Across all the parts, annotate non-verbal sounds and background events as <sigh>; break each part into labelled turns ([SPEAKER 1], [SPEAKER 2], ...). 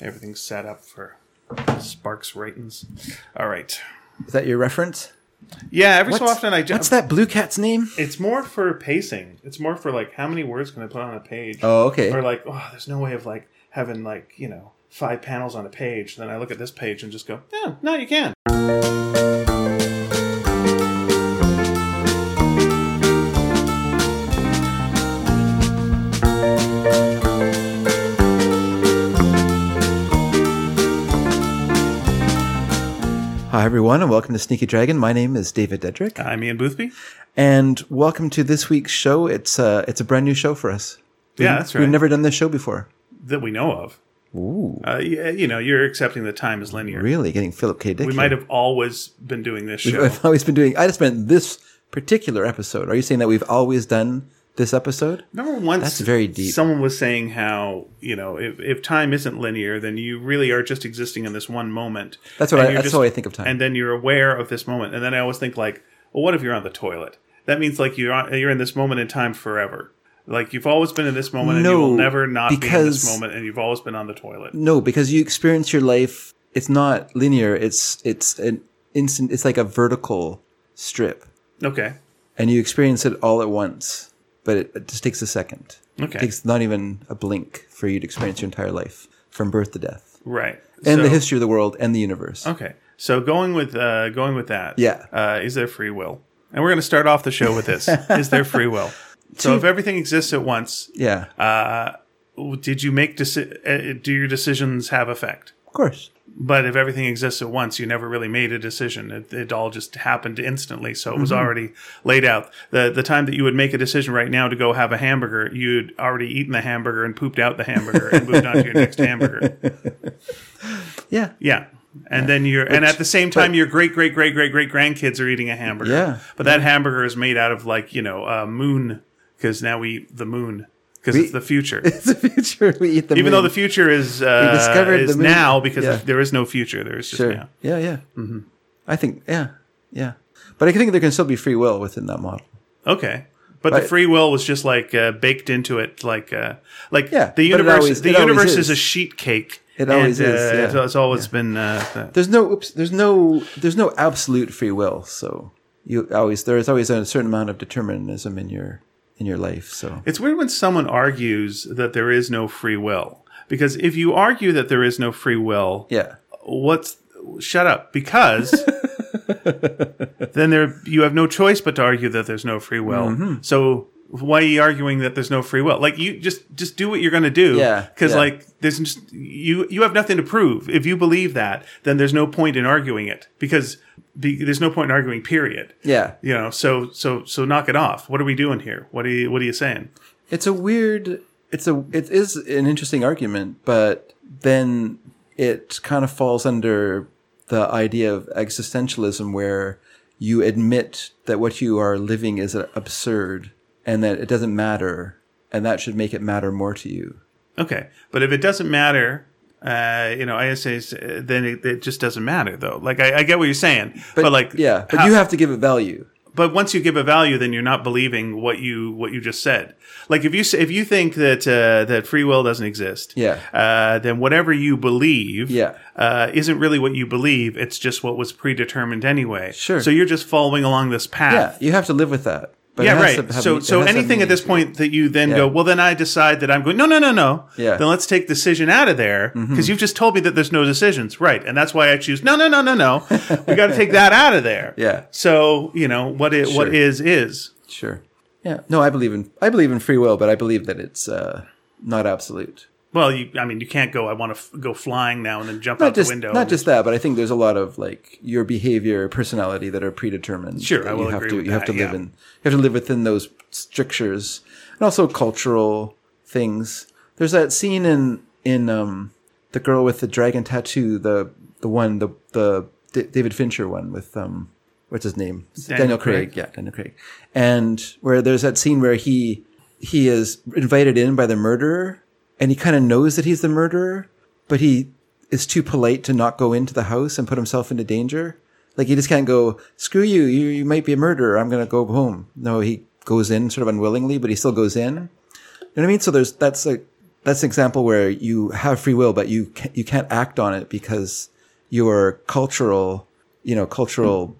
[SPEAKER 1] Everything's set up for Sparks ratings. All right.
[SPEAKER 2] Is that your reference?
[SPEAKER 1] Yeah, every so
[SPEAKER 2] What's-
[SPEAKER 1] often I jump.
[SPEAKER 2] What's that blue cat's name?
[SPEAKER 1] It's more for pacing. It's more for like how many words can I put on a page?
[SPEAKER 2] Oh, okay.
[SPEAKER 1] Or like, oh, there's no way of like having like you know five panels on a page. Then I look at this page and just go, no, no, you can.
[SPEAKER 2] Hi, everyone, and welcome to Sneaky Dragon. My name is David Dedrick,
[SPEAKER 1] I'm Ian Boothby.
[SPEAKER 2] and welcome to this week's show. It's a it's a brand new show for us. We-
[SPEAKER 1] Yeah, that's right.
[SPEAKER 2] We've never done this show before.
[SPEAKER 1] that we know of.
[SPEAKER 2] Ooh,
[SPEAKER 1] Uh, you, you know, you're accepting that time is linear.
[SPEAKER 2] really? Getting Philip K. Dick.
[SPEAKER 1] We
[SPEAKER 2] here.
[SPEAKER 1] might have always been doing this show.
[SPEAKER 2] <laughs> I've always been doing. I just meant this particular episode. Are you saying that we've always done this episode?
[SPEAKER 1] Remember once
[SPEAKER 2] That's very deep.
[SPEAKER 1] someone was saying how, you know, if, if time isn't linear, then you really are just existing in this one moment.
[SPEAKER 2] That's what
[SPEAKER 1] And
[SPEAKER 2] I-
[SPEAKER 1] you're
[SPEAKER 2] that's how I think of time.
[SPEAKER 1] And then you're aware of this moment. And then I always think like, well, what if you're on the toilet? That means like you're on, you're in this moment in time forever. Like you've always been in this moment and you will
[SPEAKER 2] No,
[SPEAKER 1] never not be in this
[SPEAKER 2] because-
[SPEAKER 1] moment and you've always been on the toilet.
[SPEAKER 2] No, because you experience your life. It's not linear. It's it's an instant. It's like a vertical strip,
[SPEAKER 1] Okay.
[SPEAKER 2] and you experience it all at once. But it, it just takes a second.
[SPEAKER 1] Okay.
[SPEAKER 2] It takes not even a blink for you to experience your entire life from birth to death,
[SPEAKER 1] Right.
[SPEAKER 2] and
[SPEAKER 1] So- Uh-huh.
[SPEAKER 2] the history of the world and the universe.
[SPEAKER 1] Okay. So going with uh, going with that.
[SPEAKER 2] Yeah.
[SPEAKER 1] Uh, is there free will? And we're going to start off the show with this. is there free will? So if everything exists at once,
[SPEAKER 2] Yeah,
[SPEAKER 1] Uh, did you make deci- uh, do your decisions have effect?
[SPEAKER 2] of course.
[SPEAKER 1] But if everything exists at once, you never really made a decision. It, it all just happened instantly, so it was already laid out. the The time that you would make a decision right now to go have a hamburger, you'd already eaten the hamburger and pooped out the hamburger and moved on to your next hamburger.
[SPEAKER 2] Yeah, <laughs>
[SPEAKER 1] Yeah. And then you're, and at the same time, your great, great, great, great, great grandkids are eating a hamburger.
[SPEAKER 2] Yeah.
[SPEAKER 1] But that hamburger is made out of like, you know, uh, moon, because now we eat the moon, because it's the
[SPEAKER 2] <laughs>
[SPEAKER 1] future.
[SPEAKER 2] it's the future. We eat the
[SPEAKER 1] Even though
[SPEAKER 2] moon.
[SPEAKER 1] the future is, uh,
[SPEAKER 2] discovered
[SPEAKER 1] is
[SPEAKER 2] the moon.
[SPEAKER 1] now, because
[SPEAKER 2] Yeah.
[SPEAKER 1] there is no future. There is just
[SPEAKER 2] Sure.
[SPEAKER 1] now.
[SPEAKER 2] Yeah, yeah. Mm-hmm. I think, yeah, yeah. But I think there can still be free will within that model.
[SPEAKER 1] Okay. But the
[SPEAKER 2] Right.
[SPEAKER 1] free will was just like uh, baked into it, like uh, like
[SPEAKER 2] Yeah,
[SPEAKER 1] the
[SPEAKER 2] but it
[SPEAKER 1] universe.
[SPEAKER 2] always-
[SPEAKER 1] the
[SPEAKER 2] it always
[SPEAKER 1] universe is.
[SPEAKER 2] is.
[SPEAKER 1] a sheet cake. uh,
[SPEAKER 2] It always is, yeah.
[SPEAKER 1] It's, it's always been uh, that.
[SPEAKER 2] There's no, oops, there's no, there's no absolute free will. So you always there is always a certain amount of determinism in your in your life. So
[SPEAKER 1] It's weird when someone argues that there is no free will. Because if you argue that there is no free will,
[SPEAKER 2] yeah,
[SPEAKER 1] what's shut up?
[SPEAKER 2] <laughs>
[SPEAKER 1] Because then there you have no choice but to argue that there's no free will.
[SPEAKER 2] Mm-hmm.
[SPEAKER 1] So why are you arguing that there's no free will? Like you just just do what you're going to do.
[SPEAKER 2] Yeah,
[SPEAKER 1] Because
[SPEAKER 2] yeah.
[SPEAKER 1] like there's just, you you have nothing to prove. If you believe that, then there's no point in arguing it because be, there's no point in arguing. Period.
[SPEAKER 2] yeah.
[SPEAKER 1] You know. So so so knock it off. What are we doing here? What are you what are you saying?
[SPEAKER 2] It's a weird. It's a. It is an interesting argument, but then it kind of falls under the idea of existentialism, where you admit that what you are living is absurd and that it doesn't matter, and that should make it matter more to you.
[SPEAKER 1] Okay, but if it doesn't matter, uh, you know, I say uh, then it, it just doesn't matter though. Like I, I get what you're saying, but, like
[SPEAKER 2] yeah, but
[SPEAKER 1] how-
[SPEAKER 2] you have to give it value.
[SPEAKER 1] but once you give a value, then you're not believing what you what you just said. Like if you s- if you think that uh, that free will doesn't exist,
[SPEAKER 2] Yeah.
[SPEAKER 1] uh, then whatever you believe,
[SPEAKER 2] Yeah.
[SPEAKER 1] uh, isn't really what you believe. It's just what was predetermined anyway.
[SPEAKER 2] Sure.
[SPEAKER 1] So you're just following along this
[SPEAKER 2] Yeah,
[SPEAKER 1] path.
[SPEAKER 2] you have to live with that. But it
[SPEAKER 1] Yeah,
[SPEAKER 2] has
[SPEAKER 1] right.
[SPEAKER 2] to have-
[SPEAKER 1] so,
[SPEAKER 2] it
[SPEAKER 1] so
[SPEAKER 2] has to have
[SPEAKER 1] anything at this point that you then
[SPEAKER 2] Yeah.
[SPEAKER 1] go, well, then I decide that I'm going. No, no, no, no.
[SPEAKER 2] Yeah. Mm-hmm.
[SPEAKER 1] Then let's take decision out of there because you've just told me that there's no decisions, right? And that's why I choose. No, no, no, no,
[SPEAKER 2] <laughs>
[SPEAKER 1] no. we got to take that out of there.
[SPEAKER 2] Yeah.
[SPEAKER 1] So you know what it what
[SPEAKER 2] Sure.
[SPEAKER 1] is is.
[SPEAKER 2] Sure. Yeah. No, I believe in I believe in free will, but I believe that it's uh, not absolute.
[SPEAKER 1] Well, you, I mean, you can't go. I want to f- go flying now and then jump out
[SPEAKER 2] not just
[SPEAKER 1] the window.
[SPEAKER 2] not just that, but I think there's a lot of like your behavior, personality that are predetermined.
[SPEAKER 1] Sure,
[SPEAKER 2] that
[SPEAKER 1] I will
[SPEAKER 2] you have
[SPEAKER 1] agree
[SPEAKER 2] to
[SPEAKER 1] with
[SPEAKER 2] you have
[SPEAKER 1] that,
[SPEAKER 2] to live
[SPEAKER 1] yeah.
[SPEAKER 2] in you have to live within those strictures and also cultural things. There's that scene in in um the girl with the dragon tattoo, the the one the the D- David Fincher one with um what's his name
[SPEAKER 1] Daniel
[SPEAKER 2] Craig. yeah Daniel Craig, and where there's that scene where he he is invited in by the murderer and he kind of knows that he's the murderer, but he is too polite to not go into the house and put himself into danger. Like he just can't go, screw you, you, you might be a murderer. I'm going to go home. No, he goes in sort of unwillingly, but he still goes in. You know what I mean? So there's, that's like, that's an example where you have free will, but you ca- you can't act on it because your cultural, you know, cultural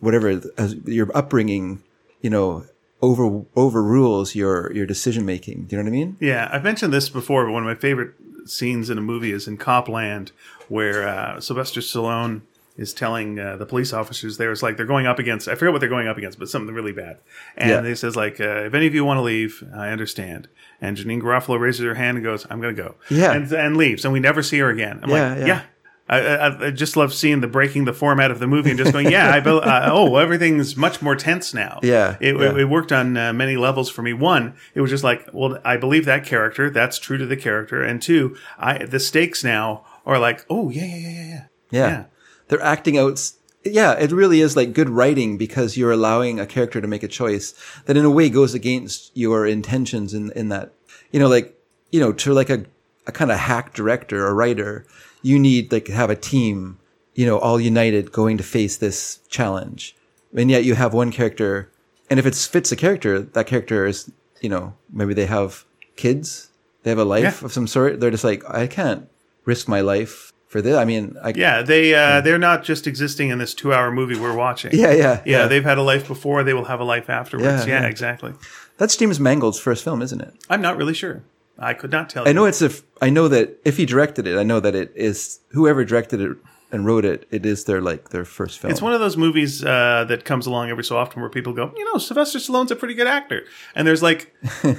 [SPEAKER 2] whatever as your upbringing, you know, over overrules your your decision making. Do you know what I mean?
[SPEAKER 1] Yeah, I've mentioned this before, but one of my favorite scenes in a movie is in Copland, where uh, Sylvester Stallone is telling uh, the police officers there, it's like they're going up against, I forget what they're going up against, but something really bad. And
[SPEAKER 2] Yeah.
[SPEAKER 1] he says, like, uh, if any of you want to leave, I understand. And Janine Garofalo raises her hand and goes, I'm going to go.
[SPEAKER 2] Yeah.
[SPEAKER 1] And, and leaves. And we never see her again. I'm
[SPEAKER 2] Yeah,
[SPEAKER 1] like,
[SPEAKER 2] yeah.
[SPEAKER 1] yeah. I, I, I just love seeing the breaking the format of the movie and just going, yeah, I bel uh, oh, everything's much more tense now.
[SPEAKER 2] Yeah,
[SPEAKER 1] It,
[SPEAKER 2] yeah.
[SPEAKER 1] it, it worked on uh, many levels for me. One, it was just like, well, I believe that character. That's true to the character. And two, I the stakes now are like, oh yeah, yeah, yeah, yeah, yeah.
[SPEAKER 2] Yeah.
[SPEAKER 1] Yeah.
[SPEAKER 2] They're acting out. s- Yeah, it really is like good writing because you're allowing a character to make a choice that in a way goes against your intentions in, in that, you know, like, you know, to like a, a kind of hack director or writer, you need like to have a team, you know, all united going to face this challenge. And yet you have one character. And if it fits the character, that character is, you know, maybe they have kids, they have a life
[SPEAKER 1] Yeah.
[SPEAKER 2] of some sort. They're just like, I can't risk my life for this. I mean, I,
[SPEAKER 1] Yeah, they uh, they're not just existing in this two-hour movie we're watching.
[SPEAKER 2] Hmm. Yeah, yeah,
[SPEAKER 1] yeah, They've had a life before; they will have a life afterwards.
[SPEAKER 2] Yeah,
[SPEAKER 1] Yeah,
[SPEAKER 2] yeah.
[SPEAKER 1] exactly.
[SPEAKER 2] That's James Mangold's first film, isn't it?
[SPEAKER 1] I'm not really sure. I could not tell.
[SPEAKER 2] I know it's a. f- I know that if he directed it, I know that it is whoever directed it and wrote it. It is their like their first film.
[SPEAKER 1] It's one of those movies uh, that comes along every so often where people go, you know, Sylvester Stallone's a pretty good actor. And there's
[SPEAKER 2] <laughs>
[SPEAKER 1] like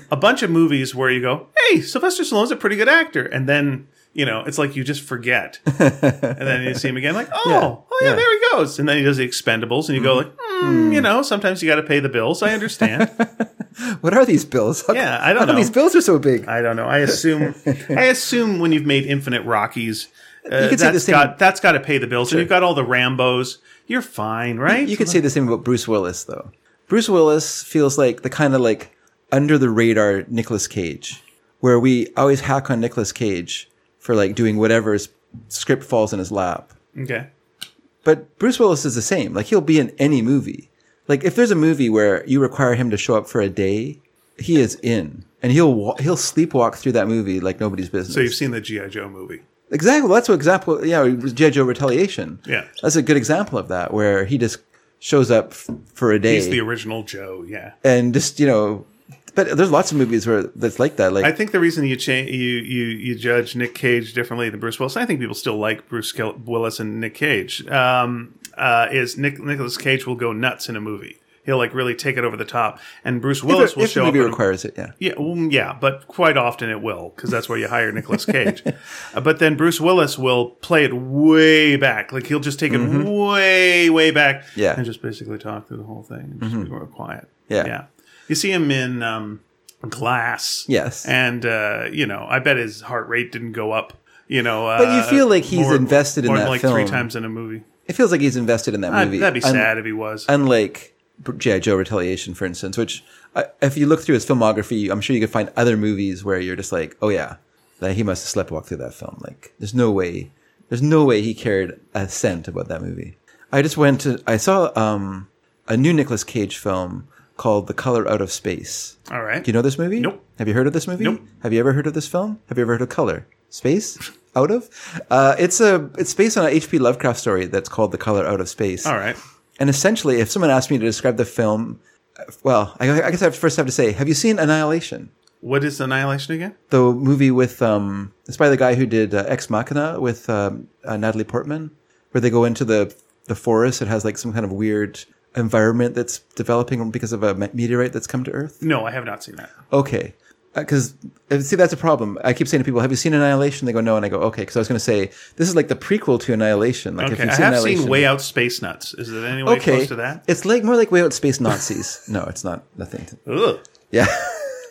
[SPEAKER 1] a bunch of movies where you go, hey, Sylvester Stallone's a pretty good actor. And then, you know, it's like you just forget. and then you see him again, like, oh, oh yeah,
[SPEAKER 2] <laughs> yeah. Mm-hmm. Mm.
[SPEAKER 1] there he goes. And then he does the expendables and you go, like, hmm, you know, sometimes you got to pay the bills. I
[SPEAKER 2] <laughs>
[SPEAKER 1] understand.
[SPEAKER 2] what are these bills? How,
[SPEAKER 1] Yeah, I don't
[SPEAKER 2] how come
[SPEAKER 1] know.
[SPEAKER 2] these bills are so big.
[SPEAKER 1] I don't know. I assume, I assume when you've made Infinite Rockies, uh,
[SPEAKER 2] You could say the
[SPEAKER 1] that's
[SPEAKER 2] same-
[SPEAKER 1] got that's got to pay the bills, and you've got all the Rambo's. You're fine, right?
[SPEAKER 2] You could say the same about Bruce Willis, though. Bruce Willis feels like the kind of like under the radar Nicolas Cage, where we always hack on Nicolas Cage for like doing whatever his script falls in his lap.
[SPEAKER 1] okay.
[SPEAKER 2] But Bruce Willis is the same. Like he'll be in any movie. Like if there's a movie where you require him to show up for a day, he is in, and he'll wa- he'll sleepwalk through that movie like nobody's business.
[SPEAKER 1] So you've seen the GI Joe movie.
[SPEAKER 2] exactly. That's what example. Yeah, it was G.I. Joe Retaliation.
[SPEAKER 1] Yeah.
[SPEAKER 2] that's a good example of that where he just shows up f- for a
[SPEAKER 1] He's the
[SPEAKER 2] day
[SPEAKER 1] original Joe. Yeah,
[SPEAKER 2] and just you know. But there's lots of movies where that's like that. Like
[SPEAKER 1] I think the reason you change you you you judge Nick Cage differently than Bruce Willis. I think people still like Bruce Kill- Willis and Nick Cage. Um, uh, is Nick Nicholas Cage will go nuts in a movie. He'll like really take it over the top, and Bruce Willis
[SPEAKER 2] if,
[SPEAKER 1] will
[SPEAKER 2] if the
[SPEAKER 1] show up.
[SPEAKER 2] movie
[SPEAKER 1] in a-
[SPEAKER 2] requires it, yeah.
[SPEAKER 1] Yeah, well, mm, yeah, but quite often it will because that's where you hire Nicolas
[SPEAKER 2] <laughs>
[SPEAKER 1] Cage. Uh, but then Bruce Willis will play it way back, like he'll just take it way, way back,
[SPEAKER 2] Mm-hmm. Yeah. Mm-hmm.
[SPEAKER 1] and just basically talk through the whole thing and just be real quiet.
[SPEAKER 2] Yeah.
[SPEAKER 1] yeah. You see him in um, Glass,
[SPEAKER 2] Yes.
[SPEAKER 1] and uh, you know, I bet his heart rate didn't go up. You know, uh,
[SPEAKER 2] But you feel like he's invested in
[SPEAKER 1] more than,
[SPEAKER 2] that
[SPEAKER 1] like
[SPEAKER 2] film.
[SPEAKER 1] three times in a movie.
[SPEAKER 2] It feels like he's invested in that
[SPEAKER 1] I'd-
[SPEAKER 2] movie.
[SPEAKER 1] that'd be
[SPEAKER 2] Un-
[SPEAKER 1] sad if he was.
[SPEAKER 2] unlike G.I. Joe Retaliation, for instance, which uh, if you look through his filmography, I'm sure you could find other movies where you're just like, oh yeah, that he must have sleptwalked through that film. Like, there's no way, there's no way he cared a cent about that movie. I just went to, I saw um, a new Nicolas Cage film called The Color Out of Space.
[SPEAKER 1] All right,
[SPEAKER 2] Do you know this movie?
[SPEAKER 1] Nope.
[SPEAKER 2] Have you heard of this movie?
[SPEAKER 1] Nope.
[SPEAKER 2] Have you ever heard of this film? Have you ever heard of Color? Space? Out of? Uh, it's a it's based on a H.P. Lovecraft story that's called The Color Out of Space.
[SPEAKER 1] all right.
[SPEAKER 2] And essentially, if someone asked me to describe the film, well, I, I guess I have- first have to say, have you seen Annihilation?
[SPEAKER 1] What is Annihilation again?
[SPEAKER 2] The movie with um, it's by the guy who did uh, Ex Machina with um, uh, Natalie Portman, where they go into the the forest. It has like some kind of weird environment that's developing because of a me- meteorite that's come to Earth.
[SPEAKER 1] No, I have not seen that.
[SPEAKER 2] Okay, because see that's a problem. I keep saying to people, "Have you seen Annihilation?" They go, "No," and I go, "Okay," because I was going to say this is like the prequel to Annihilation. Like if
[SPEAKER 1] Okay,
[SPEAKER 2] you've
[SPEAKER 1] I
[SPEAKER 2] seen
[SPEAKER 1] have
[SPEAKER 2] Annihilation,
[SPEAKER 1] seen Way Out Space Nuts. Is it any way
[SPEAKER 2] okay,
[SPEAKER 1] close to that?
[SPEAKER 2] it's like more like way out
[SPEAKER 1] <laughs>
[SPEAKER 2] space Nazis. no, it's not nothing. to-
[SPEAKER 1] Ugh.
[SPEAKER 2] Yeah. <laughs>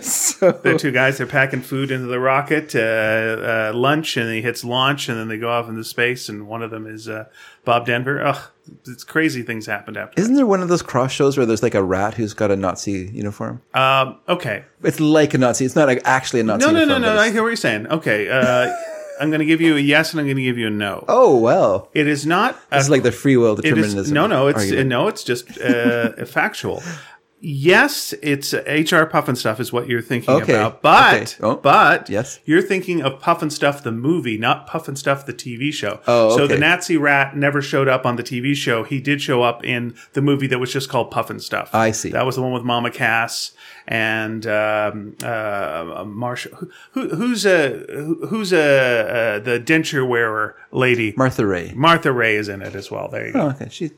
[SPEAKER 2] so
[SPEAKER 1] The two guys are packing food into the rocket, uh, uh, lunch, and he hits launch, and then they go off into space, and one of them is uh, Bob Denver. Ugh, it's crazy things happened after.
[SPEAKER 2] isn't there one of those cross shows where there's like a rat who's got a Nazi uniform?
[SPEAKER 1] Um, okay,
[SPEAKER 2] It's like a Nazi. It's not like actually a Nazi.
[SPEAKER 1] no, no, no,
[SPEAKER 2] uniform,
[SPEAKER 1] no.
[SPEAKER 2] but
[SPEAKER 1] I
[SPEAKER 2] it's-
[SPEAKER 1] hear what you're saying. Okay,
[SPEAKER 2] <laughs>
[SPEAKER 1] uh, I'm going to give you a yes, and I'm going to give you a no.
[SPEAKER 2] oh well,
[SPEAKER 1] It is not. A,
[SPEAKER 2] it's like the free will
[SPEAKER 1] it
[SPEAKER 2] determinism.
[SPEAKER 1] is, no, no. It's
[SPEAKER 2] argument.
[SPEAKER 1] no. It's just uh, <laughs> factual. Yes, it's uh, HR Puffin Stuff is what you're thinking
[SPEAKER 2] Okay.
[SPEAKER 1] about. But
[SPEAKER 2] Okay. Oh.
[SPEAKER 1] but
[SPEAKER 2] Yes.
[SPEAKER 1] you're thinking of Puffin Stuff the movie, not Puffin Stuff the TV show.
[SPEAKER 2] Oh,
[SPEAKER 1] So the
[SPEAKER 2] okay.
[SPEAKER 1] Nazi rat never showed up on the TV show. He did show up in the movie that was just called Puffin Stuff.
[SPEAKER 2] I see.
[SPEAKER 1] That was the one with Mama Cass and um, uh, Marsha. Who, who's a who- who's a uh, the denture wearer lady?
[SPEAKER 2] Martha Ray.
[SPEAKER 1] Martha Ray is in it as well. There you go.
[SPEAKER 2] Oh, okay. She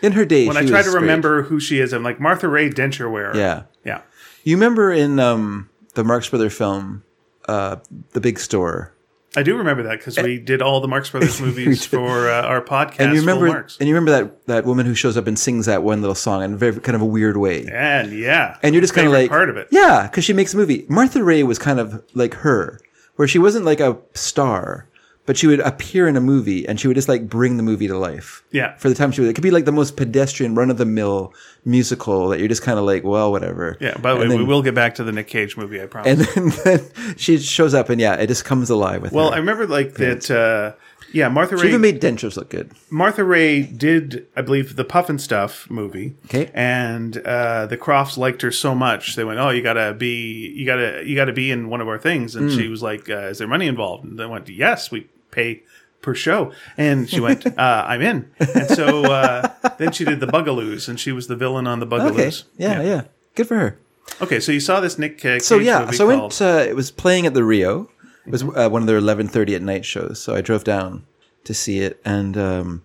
[SPEAKER 2] in her days.
[SPEAKER 1] when
[SPEAKER 2] she
[SPEAKER 1] I try
[SPEAKER 2] was
[SPEAKER 1] to
[SPEAKER 2] great.
[SPEAKER 1] remember who she is, I'm like Martha Ray denture wearer.
[SPEAKER 2] Yeah.
[SPEAKER 1] Yeah.
[SPEAKER 2] You remember in um, the Marx Brothers film, uh, The Big Store?
[SPEAKER 1] I do remember that because we did all the Marx
[SPEAKER 2] <laughs>
[SPEAKER 1] Brothers movies for uh, our podcast.
[SPEAKER 2] Eh. And you
[SPEAKER 1] Full
[SPEAKER 2] remember
[SPEAKER 1] Marx.
[SPEAKER 2] and you remember that, that woman who shows up and sings that one little song in a very kind of a weird way.
[SPEAKER 1] And yeah,
[SPEAKER 2] And you're just kind of
[SPEAKER 1] Favorite
[SPEAKER 2] like
[SPEAKER 1] part of it.
[SPEAKER 2] Yeah, because she makes a movie. Martha Ray was kind of like her, where she wasn't like a star, but she would appear in a movie and she would just like bring the movie to life.
[SPEAKER 1] Yeah.
[SPEAKER 2] For the time she was, it could be like the most pedestrian, run of the mill musical that you're just kind of like, well, whatever.
[SPEAKER 1] yeah. By the way,
[SPEAKER 2] And
[SPEAKER 1] we
[SPEAKER 2] <laughs> then-
[SPEAKER 1] will get back to the Nick Cage movie. I promise.
[SPEAKER 2] And then, then she shows up and yeah, it just comes alive with
[SPEAKER 1] well,
[SPEAKER 2] her.
[SPEAKER 1] I remember like that. Uh, yeah, Martha
[SPEAKER 2] she
[SPEAKER 1] Ray.
[SPEAKER 2] even made dentures look good.
[SPEAKER 1] Martha Ray did, I believe, the Puffin Stuff movie.
[SPEAKER 2] Okay.
[SPEAKER 1] And uh, the Crofts liked her so much, they went, "Oh, you gotta be, you gotta, you gotta be in one of our things." And
[SPEAKER 2] Mm.
[SPEAKER 1] she was like, uh, "Is there money involved?" And they went, "Yes, we pay per show." And she
[SPEAKER 2] <laughs>
[SPEAKER 1] went, uh, "I'm in." And so uh, then she did the Bugaloos, and she was the villain on the
[SPEAKER 2] Okay.
[SPEAKER 1] Bugaloos.
[SPEAKER 2] Yeah, yeah, Good for her.
[SPEAKER 1] Okay, so you saw this Nick Ca- Cage
[SPEAKER 2] So yeah,
[SPEAKER 1] movie
[SPEAKER 2] so I
[SPEAKER 1] called-
[SPEAKER 2] went. Uh, it was playing at the Rio. It was uh, one of their eleven thirty at night shows. So I drove down to see it, and um,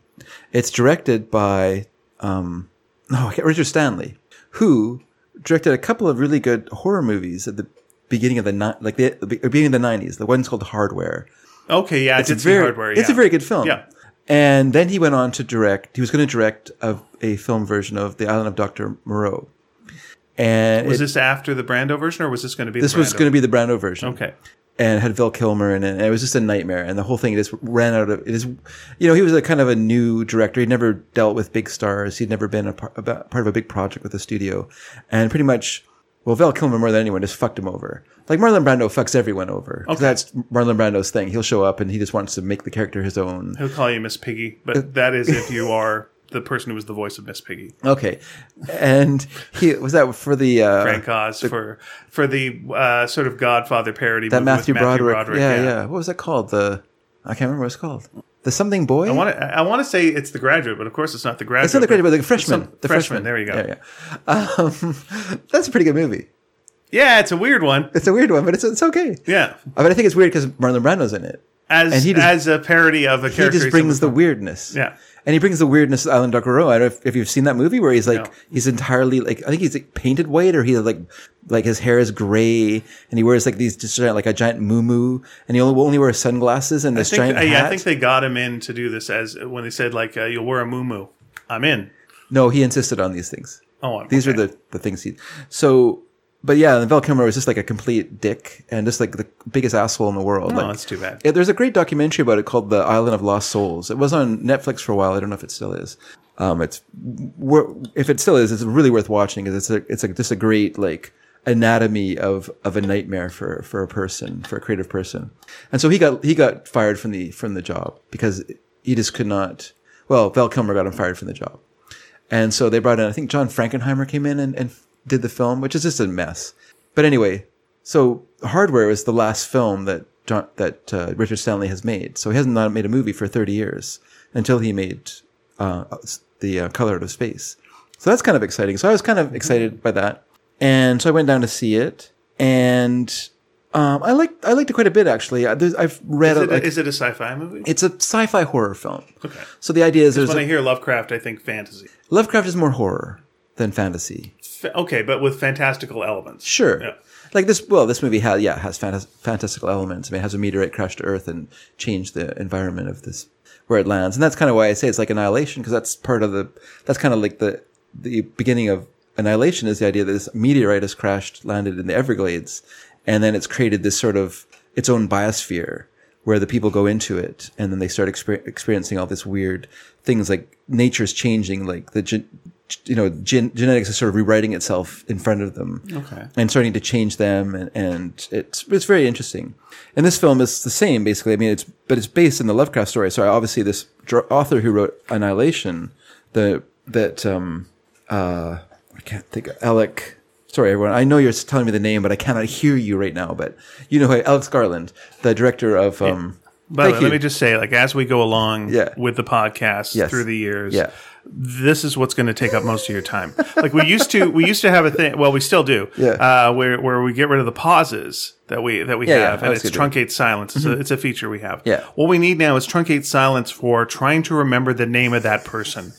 [SPEAKER 2] it's directed by um, no I can't- Richard Stanley, who directed a couple of really good horror movies at the beginning of the ni- like the, the beginning of the nineties. The one's called Hardware.
[SPEAKER 1] okay, yeah, it's I did see
[SPEAKER 2] very,
[SPEAKER 1] Hardware.
[SPEAKER 2] It's a
[SPEAKER 1] yeah.
[SPEAKER 2] very good film.
[SPEAKER 1] Yeah.
[SPEAKER 2] And then he went on to direct. He was going to direct a, a film version of The Island of Doctor Moreau. And
[SPEAKER 1] Was
[SPEAKER 2] it-
[SPEAKER 1] this after the Brando version, or was this going to be?
[SPEAKER 2] this
[SPEAKER 1] the
[SPEAKER 2] was
[SPEAKER 1] Brando?
[SPEAKER 2] going to be the Brando version
[SPEAKER 1] Okay.
[SPEAKER 2] and it had Val Kilmer in it. And it was just a nightmare. And the whole thing just ran out of it. Is you know he was a kind of a new director. He'd never dealt with big stars. He'd never been a par- about, part of a big project with a studio. And pretty much, well, Val Kilmer more than anyone just fucked him over. Like Marlon Brando fucks everyone over. 'Cause That's Marlon Brando's thing. He'll show up and he just wants to make the character his own.
[SPEAKER 1] He'll call you Miss Piggy, but that is if you are the person who was the voice of Miss Piggy.
[SPEAKER 2] Okay, and he was that for the uh,
[SPEAKER 1] Frank Oz for for the uh, sort of Godfather parody
[SPEAKER 2] that
[SPEAKER 1] movie
[SPEAKER 2] Matthew,
[SPEAKER 1] with Matthew
[SPEAKER 2] Broderick.
[SPEAKER 1] Broderick.
[SPEAKER 2] Yeah, yeah, What was that called? The I can't remember what it's called. The something boy.
[SPEAKER 1] I want to I want to say it's the graduate, but of course it's not the graduate.
[SPEAKER 2] It's not the graduate, but
[SPEAKER 1] but-
[SPEAKER 2] the freshman.
[SPEAKER 1] some-
[SPEAKER 2] the
[SPEAKER 1] freshman,
[SPEAKER 2] freshman.
[SPEAKER 1] there you go.
[SPEAKER 2] Yeah, yeah. Um, <laughs> that's a pretty good movie.
[SPEAKER 1] yeah, it's a weird one.
[SPEAKER 2] It's a weird one, but it's it's okay.
[SPEAKER 1] Yeah,
[SPEAKER 2] I mean, I think it's weird because Marlon Brando's in it.
[SPEAKER 1] as
[SPEAKER 2] And he just-
[SPEAKER 1] as a parody of a
[SPEAKER 2] He
[SPEAKER 1] character.
[SPEAKER 2] just brings the weirdness.
[SPEAKER 1] Yeah.
[SPEAKER 2] And he brings the weirdness to Island Dark Row. I don't know if, if you've seen that movie where he's like
[SPEAKER 1] No.
[SPEAKER 2] he's entirely like I think he's like, painted white or he's like like his hair is gray and he wears like these just giant, like a giant muumuu and he only, only wears sunglasses and
[SPEAKER 1] I
[SPEAKER 2] this
[SPEAKER 1] think,
[SPEAKER 2] giant
[SPEAKER 1] uh, yeah,
[SPEAKER 2] hat.
[SPEAKER 1] I think they got him in to do this as when they said like uh, you'll wear a muumuu. I'm in.
[SPEAKER 2] no, he insisted on these things.
[SPEAKER 1] Oh, I'm-
[SPEAKER 2] These
[SPEAKER 1] okay.
[SPEAKER 2] are the, the things he. So, but yeah, and Val Kilmer was just like a complete dick and just like the biggest asshole in the world.
[SPEAKER 1] Oh,
[SPEAKER 2] like,
[SPEAKER 1] that's too bad.
[SPEAKER 2] yeah, there's a great documentary about it called "The Island of Lost Souls." It was on Netflix for a while. I don't know if it still is. Um, it's wor- if it still is, it's really worth watching because it's a it's a, just a great like anatomy of of a nightmare for for a person for a creative person. And so he got he got fired from the from the job because he just could not. Well, Val Kilmer got him fired from the job. And so they brought in, I think John Frankenheimer came in and, and did the film, which is just a mess. But anyway, so Hardware is the last film that John, that uh, Richard Stanley has made. So he hasn't not made a movie for 30 years until he made uh, the uh, Color Out of Space. So that's kind of exciting. So I was kind of excited by that, and so I went down to see it, and um, I liked I liked it quite a bit actually. I, there's- I've read
[SPEAKER 1] Is
[SPEAKER 2] it,
[SPEAKER 1] it,
[SPEAKER 2] like,
[SPEAKER 1] is it a sci-fi movie?
[SPEAKER 2] it's a sci-fi horror film. Okay. So the idea is there's
[SPEAKER 1] when
[SPEAKER 2] a,
[SPEAKER 1] I hear Lovecraft, I think fantasy.
[SPEAKER 2] Lovecraft is more horror than fantasy.
[SPEAKER 1] F- okay, but with fantastical elements.
[SPEAKER 2] Sure.
[SPEAKER 1] Yeah.
[SPEAKER 2] Like this, well, this movie has yeah has fantas- fantastical elements. I mean, it has a meteorite crash to Earth and change the environment of this where it lands, and that's kind of why I say it's like annihilation because that's part of the that's kind of like the the beginning of annihilation is the idea that this meteorite has crashed, landed in the Everglades, and then it's created this sort of its own biosphere where the people go into it and then they start exper- experiencing all this weird things like nature's changing like the gen- you know gen- genetics is sort of rewriting itself in front of them
[SPEAKER 1] Okay.
[SPEAKER 2] and starting to change them and, and it's it's very interesting and this film is the same basically i mean it's but it's based in the lovecraft story so obviously this dr- author who wrote annihilation the that um uh I can't think of Alec. Sorry, everyone. I know you're telling me the name, but I cannot hear you right now. But you know, who Alex Garland, the director of. Um,
[SPEAKER 1] By the way,
[SPEAKER 2] Thank you.
[SPEAKER 1] let me just say, like, as we go along
[SPEAKER 2] Yeah.
[SPEAKER 1] with the podcast
[SPEAKER 2] Yes.
[SPEAKER 1] through the years,
[SPEAKER 2] Yeah.
[SPEAKER 1] this is what's going to take up most of your time. like we used to, we used to have a thing. Well, we still do.
[SPEAKER 2] Yeah.
[SPEAKER 1] Uh, where where we get rid of the pauses that we that we
[SPEAKER 2] Yeah, yeah,
[SPEAKER 1] have,
[SPEAKER 2] I
[SPEAKER 1] and
[SPEAKER 2] was
[SPEAKER 1] it's
[SPEAKER 2] gonna
[SPEAKER 1] truncate silence. It's, a, it's a feature we have.
[SPEAKER 2] Mm-hmm. Yeah.
[SPEAKER 1] What we need now is truncate silence for trying to remember the name of that
[SPEAKER 2] <laughs>
[SPEAKER 1] person.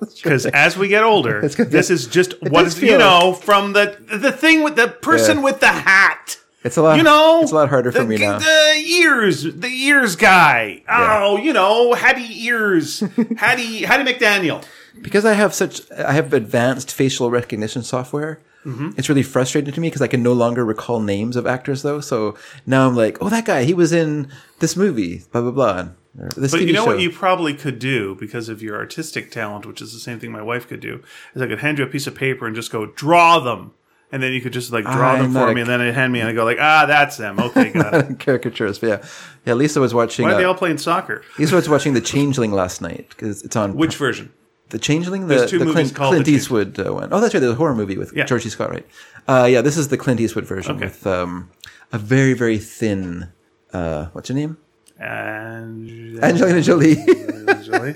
[SPEAKER 1] Because as we get older, this is just what
[SPEAKER 2] does
[SPEAKER 1] is you
[SPEAKER 2] feel like-
[SPEAKER 1] know from the the thing with the person
[SPEAKER 2] Yeah.
[SPEAKER 1] with the hat.
[SPEAKER 2] It's a lot.
[SPEAKER 1] You know,
[SPEAKER 2] Uh, it's a lot harder for
[SPEAKER 1] the,
[SPEAKER 2] me now.
[SPEAKER 1] The ears, the ears guy. Oh, you know, Hattie
[SPEAKER 2] <laughs>
[SPEAKER 1] ears, Hattie, Hattie McDaniel.
[SPEAKER 2] because I have such I have advanced facial recognition software.
[SPEAKER 1] Mm-hmm.
[SPEAKER 2] It's really frustrating to me because I can no longer recall names of actors though. So now I'm like, oh, that guy, he was in this movie, blah blah blah. and- or This
[SPEAKER 1] But
[SPEAKER 2] TV
[SPEAKER 1] you know
[SPEAKER 2] show.
[SPEAKER 1] what you probably could do because of your artistic talent, which is the same thing my wife could do, is I could hand you a piece of paper and just go draw them, and then you could just like draw
[SPEAKER 2] I'm
[SPEAKER 1] them for
[SPEAKER 2] not a-
[SPEAKER 1] me, and then it hand me, and I go like, ah, that's them. Okay, got
[SPEAKER 2] <laughs>
[SPEAKER 1] it.
[SPEAKER 2] caricatures, but yeah, yeah. Lisa was watching.
[SPEAKER 1] Why are they
[SPEAKER 2] Uh,
[SPEAKER 1] all playing soccer?
[SPEAKER 2] Lisa was watching The Changeling last night because it's on
[SPEAKER 1] Which version?
[SPEAKER 2] The Changeling, the,
[SPEAKER 1] two
[SPEAKER 2] the
[SPEAKER 1] movies
[SPEAKER 2] Clint,
[SPEAKER 1] called
[SPEAKER 2] Clint
[SPEAKER 1] The Changeling.
[SPEAKER 2] Eastwood uh, one. Oh, that's right. There's a horror movie with
[SPEAKER 1] Yeah.
[SPEAKER 2] George E. Scott, right? Uh, yeah, this is the Clint Eastwood version with um, a very, very thin. Uh, what's her name?
[SPEAKER 1] And
[SPEAKER 2] Angelina Jolie. <laughs>
[SPEAKER 1] Jolie?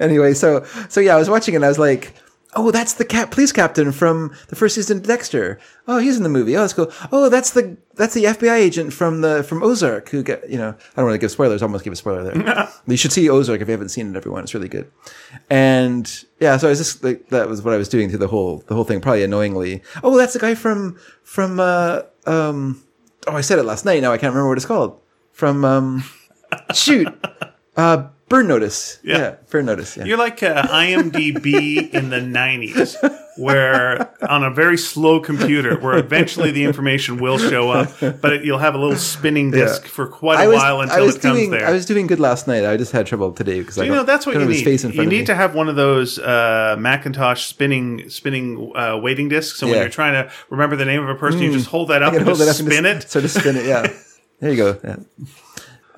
[SPEAKER 2] anyway, so so yeah, I was watching it. and I was like, oh, that's the cap police captain from the first season of Dexter. Oh, he's in the movie. Oh, that's cool. Oh, that's the that's the FBI agent from the from Ozark who got you know. I don't want to give spoilers. I almost gave a spoiler there. you should see Ozark if you haven't seen it, everyone. It's really good. And yeah, so I was just like, that was what I was doing through the whole the whole thing, probably annoyingly. Oh, that's the guy from from uh, um. Oh, I said it last night. Now I can't remember what it's called. From um, shoot, uh, burn notice. Yeah, burn notice. Yeah.
[SPEAKER 1] You're like uh, IMDb in the 90s, where on a very slow computer, where eventually the information will show up, but it, you'll have a little spinning disk for quite a while until it comes
[SPEAKER 2] doing,
[SPEAKER 1] there.
[SPEAKER 2] I was doing good last night. I just had trouble today because I
[SPEAKER 1] you
[SPEAKER 2] don't,
[SPEAKER 1] know that's what
[SPEAKER 2] don't
[SPEAKER 1] you
[SPEAKER 2] have his
[SPEAKER 1] need.
[SPEAKER 2] face in
[SPEAKER 1] You
[SPEAKER 2] front of me.
[SPEAKER 1] need
[SPEAKER 2] <laughs>
[SPEAKER 1] to have one of those uh, Macintosh spinning spinning uh, waiting discs, and when
[SPEAKER 2] Yeah. Mm.
[SPEAKER 1] you're trying to remember the name of a person, you just hold that up
[SPEAKER 2] I
[SPEAKER 1] and
[SPEAKER 2] can hold
[SPEAKER 1] just
[SPEAKER 2] it up
[SPEAKER 1] spin
[SPEAKER 2] and
[SPEAKER 1] it.
[SPEAKER 2] just, Sort of spin it. Yeah. there you go. Yeah.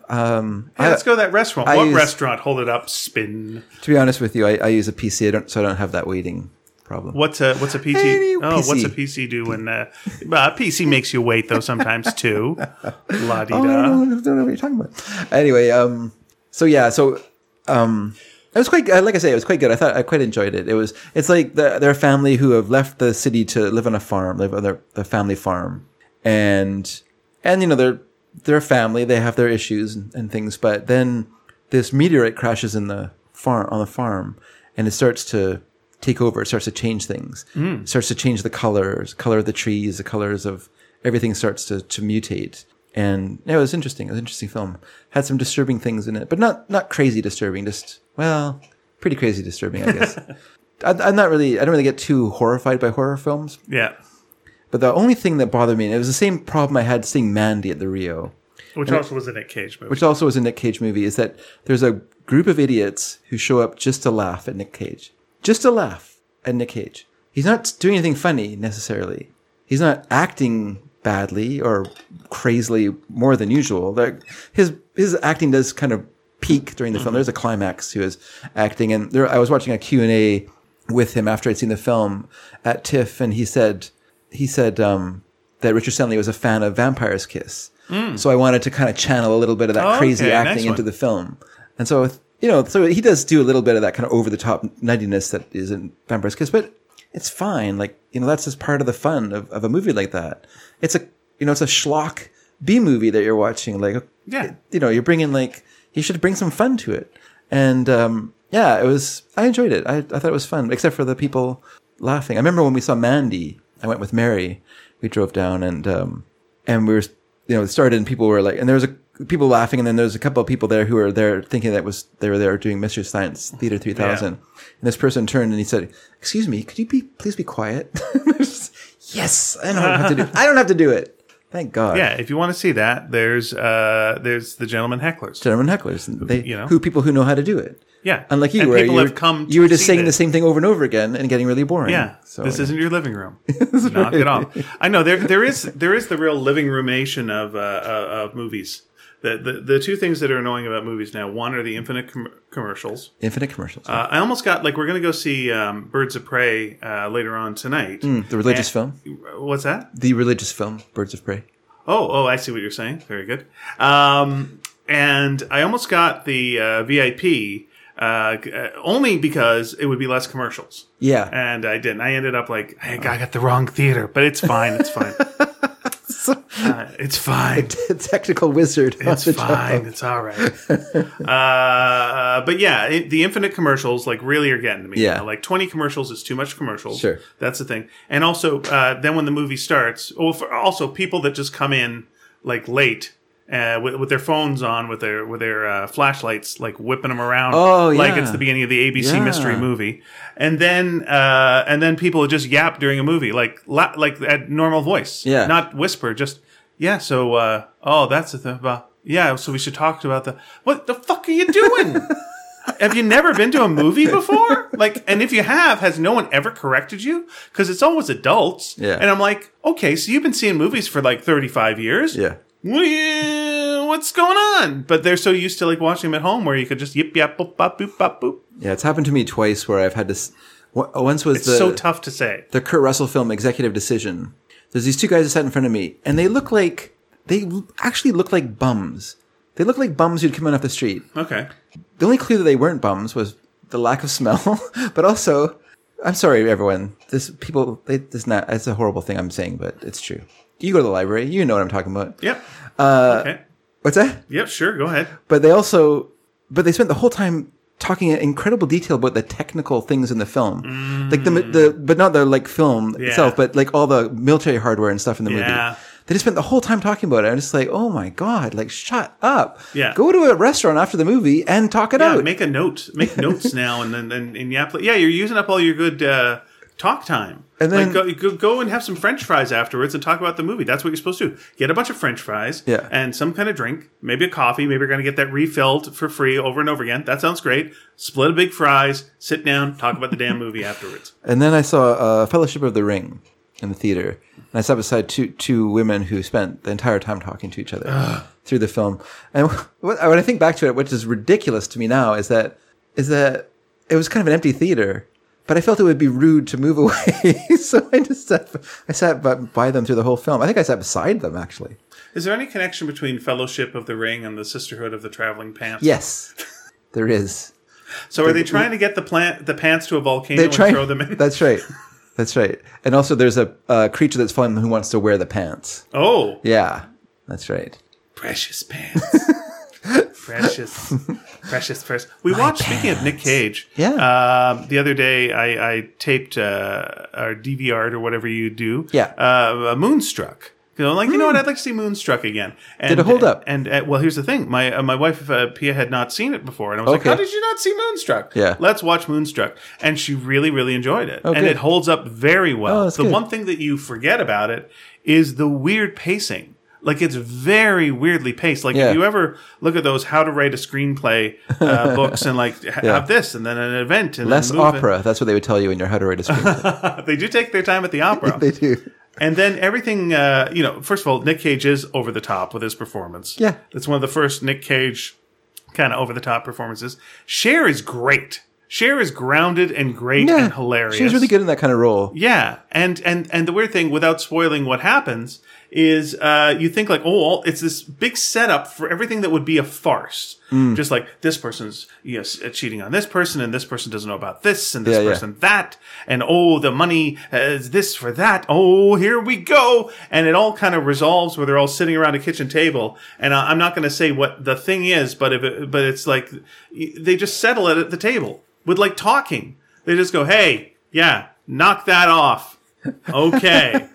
[SPEAKER 1] Hey, let's go to that restaurant.
[SPEAKER 2] I
[SPEAKER 1] what
[SPEAKER 2] use-
[SPEAKER 1] restaurant? Hold it up, spin.
[SPEAKER 2] To be honest with you, I, I use a PC. I don't, so I don't have that waiting problem.
[SPEAKER 1] What's a what's a PC?
[SPEAKER 2] Any
[SPEAKER 1] oh,
[SPEAKER 2] PC.
[SPEAKER 1] what's a PC do when uh, uh, PC makes you wait though sometimes too. La di
[SPEAKER 2] Oh, I
[SPEAKER 1] da.
[SPEAKER 2] don't, know- don't know what you're talking about. Anyway, um, so yeah, so um, it was quite uh, like I say, it was quite good. I thought I quite enjoyed it. It was it's like the, they're a family who have left the city to live on a farm, live on their a family farm, and and you know they're they're a family. They have their issues and, and things, but then this meteorite crashes in the farm on the farm, and it starts to take over. It starts to change things. It starts to change the colors, color of the trees, the colors of everything starts to, to mutate. And yeah, it was interesting. It was an interesting film. Had some disturbing things in it, but not not crazy disturbing. Just well, pretty crazy disturbing, I guess. I, I'm not really. I don't really get too horrified by horror films.
[SPEAKER 1] Yeah.
[SPEAKER 2] But the only thing that bothered me, and it was the same problem I had seeing Mandy at the Rio
[SPEAKER 1] Which also was a Nick Cage movie.
[SPEAKER 2] which also is a Nick Cage movie, is that there's a group of idiots who show up just to laugh at Nick Cage. Just to laugh at Nick Cage. He's not doing anything funny necessarily. He's not acting badly or crazily more than usual. Like his his acting does kind of peak during the film. There's a climax to his acting, and there I was watching a Q and A with him after I'd seen the film at TIFF, and he said he said um, that Richard Stanley was a fan of Vampire's Kiss. So I wanted to kind of channel a little bit of that
[SPEAKER 1] Oh,
[SPEAKER 2] crazy
[SPEAKER 1] okay, nice
[SPEAKER 2] acting into
[SPEAKER 1] one.
[SPEAKER 2] the film, and so you know, so he does do a little bit of that kind of over the top nuttiness that is in Vampire's Kiss, but it's fine. Like you know, that's just part of the fun of, of a movie like that. It's a you know, it's a schlock B movie that you're watching. Like
[SPEAKER 1] Yeah.
[SPEAKER 2] you know, you're bringing like you should bring some fun to it. And um, yeah, it was. I enjoyed it. I, I thought it was fun, except for the people laughing. I remember when we saw Mandy. I went with Mary. We drove down and um, and we were you know it started and people were like and there was a people laughing and then there was a couple of people there who were there thinking that was they were there doing Mystery Science Theater 3000. And this person turned and he said, "Excuse me, could you be please be quiet?" <laughs> yes, I don't have to do. I don't have to do it. Thank God.
[SPEAKER 1] yeah, if you want to see that, there's uh there's the gentleman hecklers.
[SPEAKER 2] German hecklers, and they,
[SPEAKER 1] you know?
[SPEAKER 2] who people who know how to do it.
[SPEAKER 1] Yeah.
[SPEAKER 2] Unlike you,
[SPEAKER 1] And
[SPEAKER 2] where
[SPEAKER 1] people
[SPEAKER 2] you,
[SPEAKER 1] have
[SPEAKER 2] were-
[SPEAKER 1] come to
[SPEAKER 2] you were just
[SPEAKER 1] see
[SPEAKER 2] saying the
[SPEAKER 1] this.
[SPEAKER 2] same thing over and over again and getting really boring.
[SPEAKER 1] Yeah,
[SPEAKER 2] So
[SPEAKER 1] this isn't your living
[SPEAKER 2] <laughs>
[SPEAKER 1] room. Not at all. I know there there is there is the real living roomation of uh, uh, of movies. the, the the two things that are annoying about movies now. One are the infinite com- commercials.
[SPEAKER 2] Infinite commercials.
[SPEAKER 1] Uh, I almost got like we're gonna go see um, Birds of Prey uh, later on tonight.
[SPEAKER 2] Mm, the religious film.
[SPEAKER 1] What's that?
[SPEAKER 2] The religious film, Birds of Prey.
[SPEAKER 1] Oh, oh, I see what you're saying. Very good. Um, and I almost got the uh, VIP uh, g- uh, only because it would be less commercials,
[SPEAKER 2] Yeah.
[SPEAKER 1] and I didn't. I ended up like I I got the wrong theater, but it's fine. It's fine. Uh, it's fine.
[SPEAKER 2] <laughs> Technical wizard. on
[SPEAKER 1] It's
[SPEAKER 2] the job.
[SPEAKER 1] fine. It's all right. uh, but yeah, it, the infinite commercials like really are getting to me.
[SPEAKER 2] Yeah.
[SPEAKER 1] now. like twenty commercials is too much commercials.
[SPEAKER 2] Sure.
[SPEAKER 1] that's the thing. And also, uh, then when the movie starts, well, for, also people that just come in like late. Uh, with, with their phones on, with their with their uh, flashlights, like whipping them around,
[SPEAKER 2] Oh,
[SPEAKER 1] like
[SPEAKER 2] yeah.
[SPEAKER 1] it's the beginning of the ABC
[SPEAKER 2] Yeah.
[SPEAKER 1] mystery movie, and then uh, and then people just yap during a movie, like la- like at normal voice,
[SPEAKER 2] Yeah.
[SPEAKER 1] not whisper, just yeah. So, uh, oh, that's the thing about yeah. So we should talk about the what the fuck are you doing? <laughs> have you never been to a movie before? Like, and if you have, has no one ever corrected you? Because it's always adults.
[SPEAKER 2] Yeah.
[SPEAKER 1] And I'm like, okay, so you've been seeing movies for like 35 years.
[SPEAKER 2] Yeah.
[SPEAKER 1] Well, What's going on? But they're so used to like watching them at home where you could just yip yap boop bop boop bop boop.
[SPEAKER 2] Yeah, it's happened to me twice where I've had to. s- o- Once was
[SPEAKER 1] It's
[SPEAKER 2] the
[SPEAKER 1] so tough to say.
[SPEAKER 2] the Kurt Russell film Executive Decision. There's these two guys that sat in front of me, and they look like they l- actually look like bums. They look like bums who'd come in off the street.
[SPEAKER 1] Okay.
[SPEAKER 2] The only clue that they weren't bums was the lack of smell, <laughs> but also, I'm sorry, everyone. This people, they, this not. It's a horrible thing I'm saying, but it's true. You go to the library, you know what I'm talking about.
[SPEAKER 1] Yep. Uh, okay.
[SPEAKER 2] What's that?
[SPEAKER 1] Yep. Sure. Go ahead.
[SPEAKER 2] but they also but they spent the whole time talking in incredible detail about the technical things in the film like the the
[SPEAKER 1] Mm.
[SPEAKER 2] but not the like film itself but like all the military hardware and stuff in the
[SPEAKER 1] Yeah.
[SPEAKER 2] movie they just spent the whole time talking about it i'm just like oh my god like shut up
[SPEAKER 1] Yeah.
[SPEAKER 2] go to a restaurant after the movie and talk it
[SPEAKER 1] Yeah,
[SPEAKER 2] out
[SPEAKER 1] make a note.
[SPEAKER 2] <laughs>
[SPEAKER 1] Make notes now, and then and, and yeah, yeah, you're using up all your good uh, talk time.
[SPEAKER 2] And
[SPEAKER 1] like,
[SPEAKER 2] then-
[SPEAKER 1] go, go go and have some French fries afterwards, and talk about the movie. That's what you're supposed to do. Get a bunch of French fries,
[SPEAKER 2] Yeah.
[SPEAKER 1] and some kind of drink, maybe a coffee. Maybe you're going to get that refilled for free over and over again. That sounds great. Split a big fries, sit down, talk about the damn movie <laughs> afterwards.
[SPEAKER 2] And then I saw uh, Fellowship of the Ring in the theater, and I sat beside two two women who spent the entire time talking to each other
[SPEAKER 1] <gasps>
[SPEAKER 2] through the film. And <laughs> what, when I think back to it, which is ridiculous to me now, is that is that it was kind of an empty theater, but I felt it would be rude to move <laughs> away, so I just sat, I sat by, by them through the whole film. I think I sat beside them actually.
[SPEAKER 1] Is there any connection between Fellowship of the Ring and the Sisterhood of the Traveling Pants?
[SPEAKER 2] Yes,
[SPEAKER 1] <laughs>
[SPEAKER 2] there is.
[SPEAKER 1] So are they trying to get the plant the pants to a volcano
[SPEAKER 2] They
[SPEAKER 1] and
[SPEAKER 2] try.
[SPEAKER 1] throw them in?
[SPEAKER 2] <laughs> That's right. That's right. And also, there's a, a creature that's following them who wants to wear the pants.
[SPEAKER 1] Oh,
[SPEAKER 2] Yeah, that's right.
[SPEAKER 1] precious pants.
[SPEAKER 2] <laughs>
[SPEAKER 1] precious, precious, precious. We watched. Speaking of Nick Cage,
[SPEAKER 2] Yeah.
[SPEAKER 1] um, the other day I, I taped uh, our DVR or whatever you do.
[SPEAKER 2] Yeah. Hmm.
[SPEAKER 1] Uh, Moonstruck. You know, like you know what? I'd like to see Moonstruck again. And,
[SPEAKER 2] it hold up?
[SPEAKER 1] And uh, well, here's the thing. My uh, my wife uh, Pia had not seen it before, and I was
[SPEAKER 2] Okay.
[SPEAKER 1] like, "How did you not see Moonstruck?
[SPEAKER 2] Yeah. Oh,
[SPEAKER 1] Let's watch Moonstruck." And she really, really enjoyed it, and
[SPEAKER 2] good.
[SPEAKER 1] it holds up very well.
[SPEAKER 2] Oh, that's
[SPEAKER 1] the
[SPEAKER 2] good.
[SPEAKER 1] one one thing that you forget about it is the weird pacing. Like it's very weirdly paced. Like
[SPEAKER 2] Yeah.
[SPEAKER 1] if you ever look at those how to write a screenplay
[SPEAKER 2] <laughs>
[SPEAKER 1] uh, books and like ha- have this and then an event and
[SPEAKER 2] Less
[SPEAKER 1] then move
[SPEAKER 2] opera. That's what they would tell you in your how
[SPEAKER 1] <laughs>
[SPEAKER 2] to write a screenplay.
[SPEAKER 1] It. They do take their time at the opera,
[SPEAKER 2] <laughs> they do.
[SPEAKER 1] and then everything. Uh, you know, first of all, Nick Cage is over the top with his performance.
[SPEAKER 2] Yeah.
[SPEAKER 1] it's one of the first Nick Cage kind of over the top performances. Cher is great. Cher is grounded and great and hilarious.
[SPEAKER 2] She was really good in that kind of role.
[SPEAKER 1] Yeah, and and and the weird thing, without spoiling what happens, is uh, you think like, oh, it's this big setup for everything that would be a farce.
[SPEAKER 2] Mm.
[SPEAKER 1] Just like this person's yes cheating on this person, and this person doesn't know about this, and this
[SPEAKER 2] Yeah, yeah.
[SPEAKER 1] person that, and oh, the money is this for that. Oh, here we go, and it all kind of resolves where they're all sitting around a kitchen table, and I, I'm not going to say what the thing is, but if it, but it's like y- they just settle it at the table with like talking. They just go, hey, yeah, knock that off. Okay.